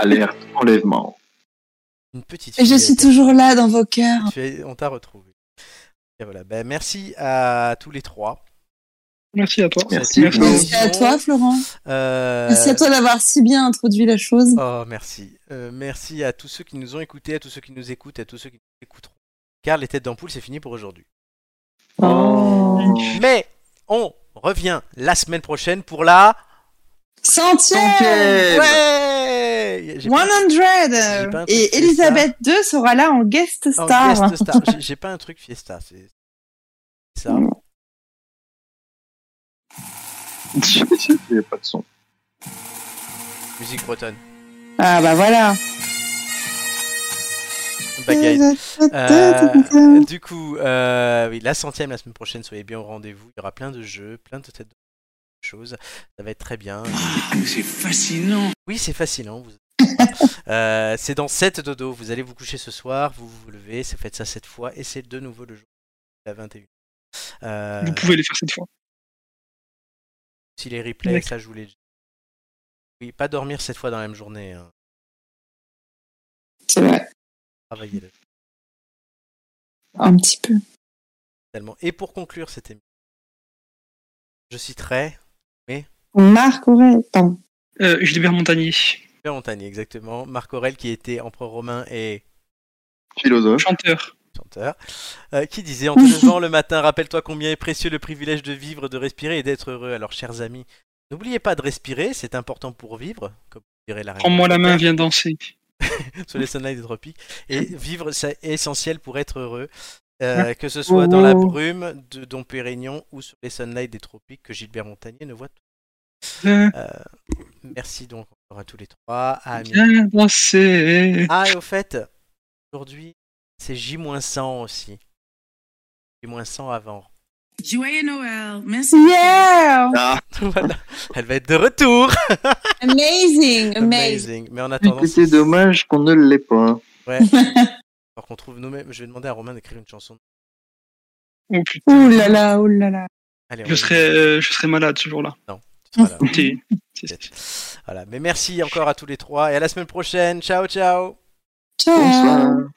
Speaker 2: Alerte, enlèvement.
Speaker 1: une petite
Speaker 4: Et
Speaker 1: fille.
Speaker 4: je suis toujours là dans vos cœurs.
Speaker 1: Tu es- On t'a retrouvé. Et voilà. Ben, merci à tous les trois.
Speaker 3: Merci à toi.
Speaker 2: Merci.
Speaker 3: Merci.
Speaker 4: Merci à toi Florent.
Speaker 1: Euh,
Speaker 4: Merci à toi d'avoir si bien introduit la chose.
Speaker 1: Oh, merci. Euh, merci à tous ceux qui nous ont écoutés, à tous ceux qui nous écoutent, à tous ceux qui nous écouteront. Car les têtes d'ampoule, c'est fini pour aujourd'hui.
Speaker 2: Oh.
Speaker 1: Mais on revient la semaine prochaine pour la.
Speaker 4: Centième
Speaker 1: Ouais bah, J'ai pas-
Speaker 4: 100
Speaker 1: pas un truc
Speaker 4: Et
Speaker 1: fiesta.
Speaker 4: Elisabeth II sera là en guest
Speaker 1: Oh,
Speaker 4: star.
Speaker 1: guest star. J'ai- J'ai pas un truc fiesta. C'est c'est ça.
Speaker 2: Il n'y a pas de son.
Speaker 1: Musique bretonne.
Speaker 4: Ah bah voilà.
Speaker 1: Bagaille. Euh, du coup, euh, oui, la centième la semaine prochaine, soyez bien au rendez-vous. Il y aura plein de jeux, plein de têtes de choses. Ça va être très bien.
Speaker 5: Ah, C'est fascinant.
Speaker 1: Oui, c'est fascinant. Vous... Euh, c'est dans 7 dodo. Vous allez vous coucher ce soir, vous vous levez, c'est- faites ça 7 fois et c'est de nouveau le jour à 21. Euh,
Speaker 3: Vous pouvez les faire cette fois.
Speaker 1: Si les replays, ça je vous l'ai dit. Oui, pas dormir cette fois dans la même journée. hein.
Speaker 4: C'est vrai.
Speaker 1: Travaillez le
Speaker 4: Un petit peu.
Speaker 1: tellement. Et pour conclure cette émission, je citerai
Speaker 4: Marc Aurel. Pardon.
Speaker 3: Euh, Gilbert Montagnier,
Speaker 1: Pierre Montagnier, exactement, Marc Aurel qui était empereur romain et
Speaker 2: Philosophe.
Speaker 3: chanteur.
Speaker 1: chanteur, euh, qui disait en te levant le matin, rappelle-toi combien est précieux le privilège de vivre, de respirer et d'être heureux. Alors, chers amis, n'oubliez pas de respirer, c'est important pour vivre, comme dirait la reine.
Speaker 3: Prends-moi la main, viens danser.
Speaker 1: sous les sunlights des tropiques. Et vivre, c'est essentiel pour être heureux. Euh, que ce soit dans la
Speaker 4: Oh.
Speaker 1: brume de Dom Pérignon ou sous les sunlights des tropiques que Gilbert Montagnier ne voit.
Speaker 3: Viens
Speaker 1: Merci donc encore à tous les trois. À Amélie.
Speaker 3: viens danser.
Speaker 1: Ah, et au fait, aujourd'hui, c'est J-100 aussi. J-100 avant.
Speaker 7: Joyeux Noël. Merci.
Speaker 4: Yeah!
Speaker 2: Ah,
Speaker 1: voilà. Elle va être de retour.
Speaker 4: Amazing,
Speaker 1: Mais en attendant,
Speaker 2: c'était dommage qu'on ne l'ait pas.
Speaker 1: ouais. Alors qu'on trouve nous-mêmes. Je vais demander à Romain d'écrire une chanson.
Speaker 3: Oh putain,
Speaker 4: Ouh là là, ouh là là.
Speaker 1: Allez,
Speaker 3: je
Speaker 1: Romain,
Speaker 3: serais, euh, je serais malade ce jour-là.
Speaker 1: Voilà.
Speaker 3: T'es- t'es-
Speaker 1: voilà. Mais merci encore à tous les trois et à la semaine prochaine. Ciao, ciao.
Speaker 4: Ciao.
Speaker 2: Bonsoir.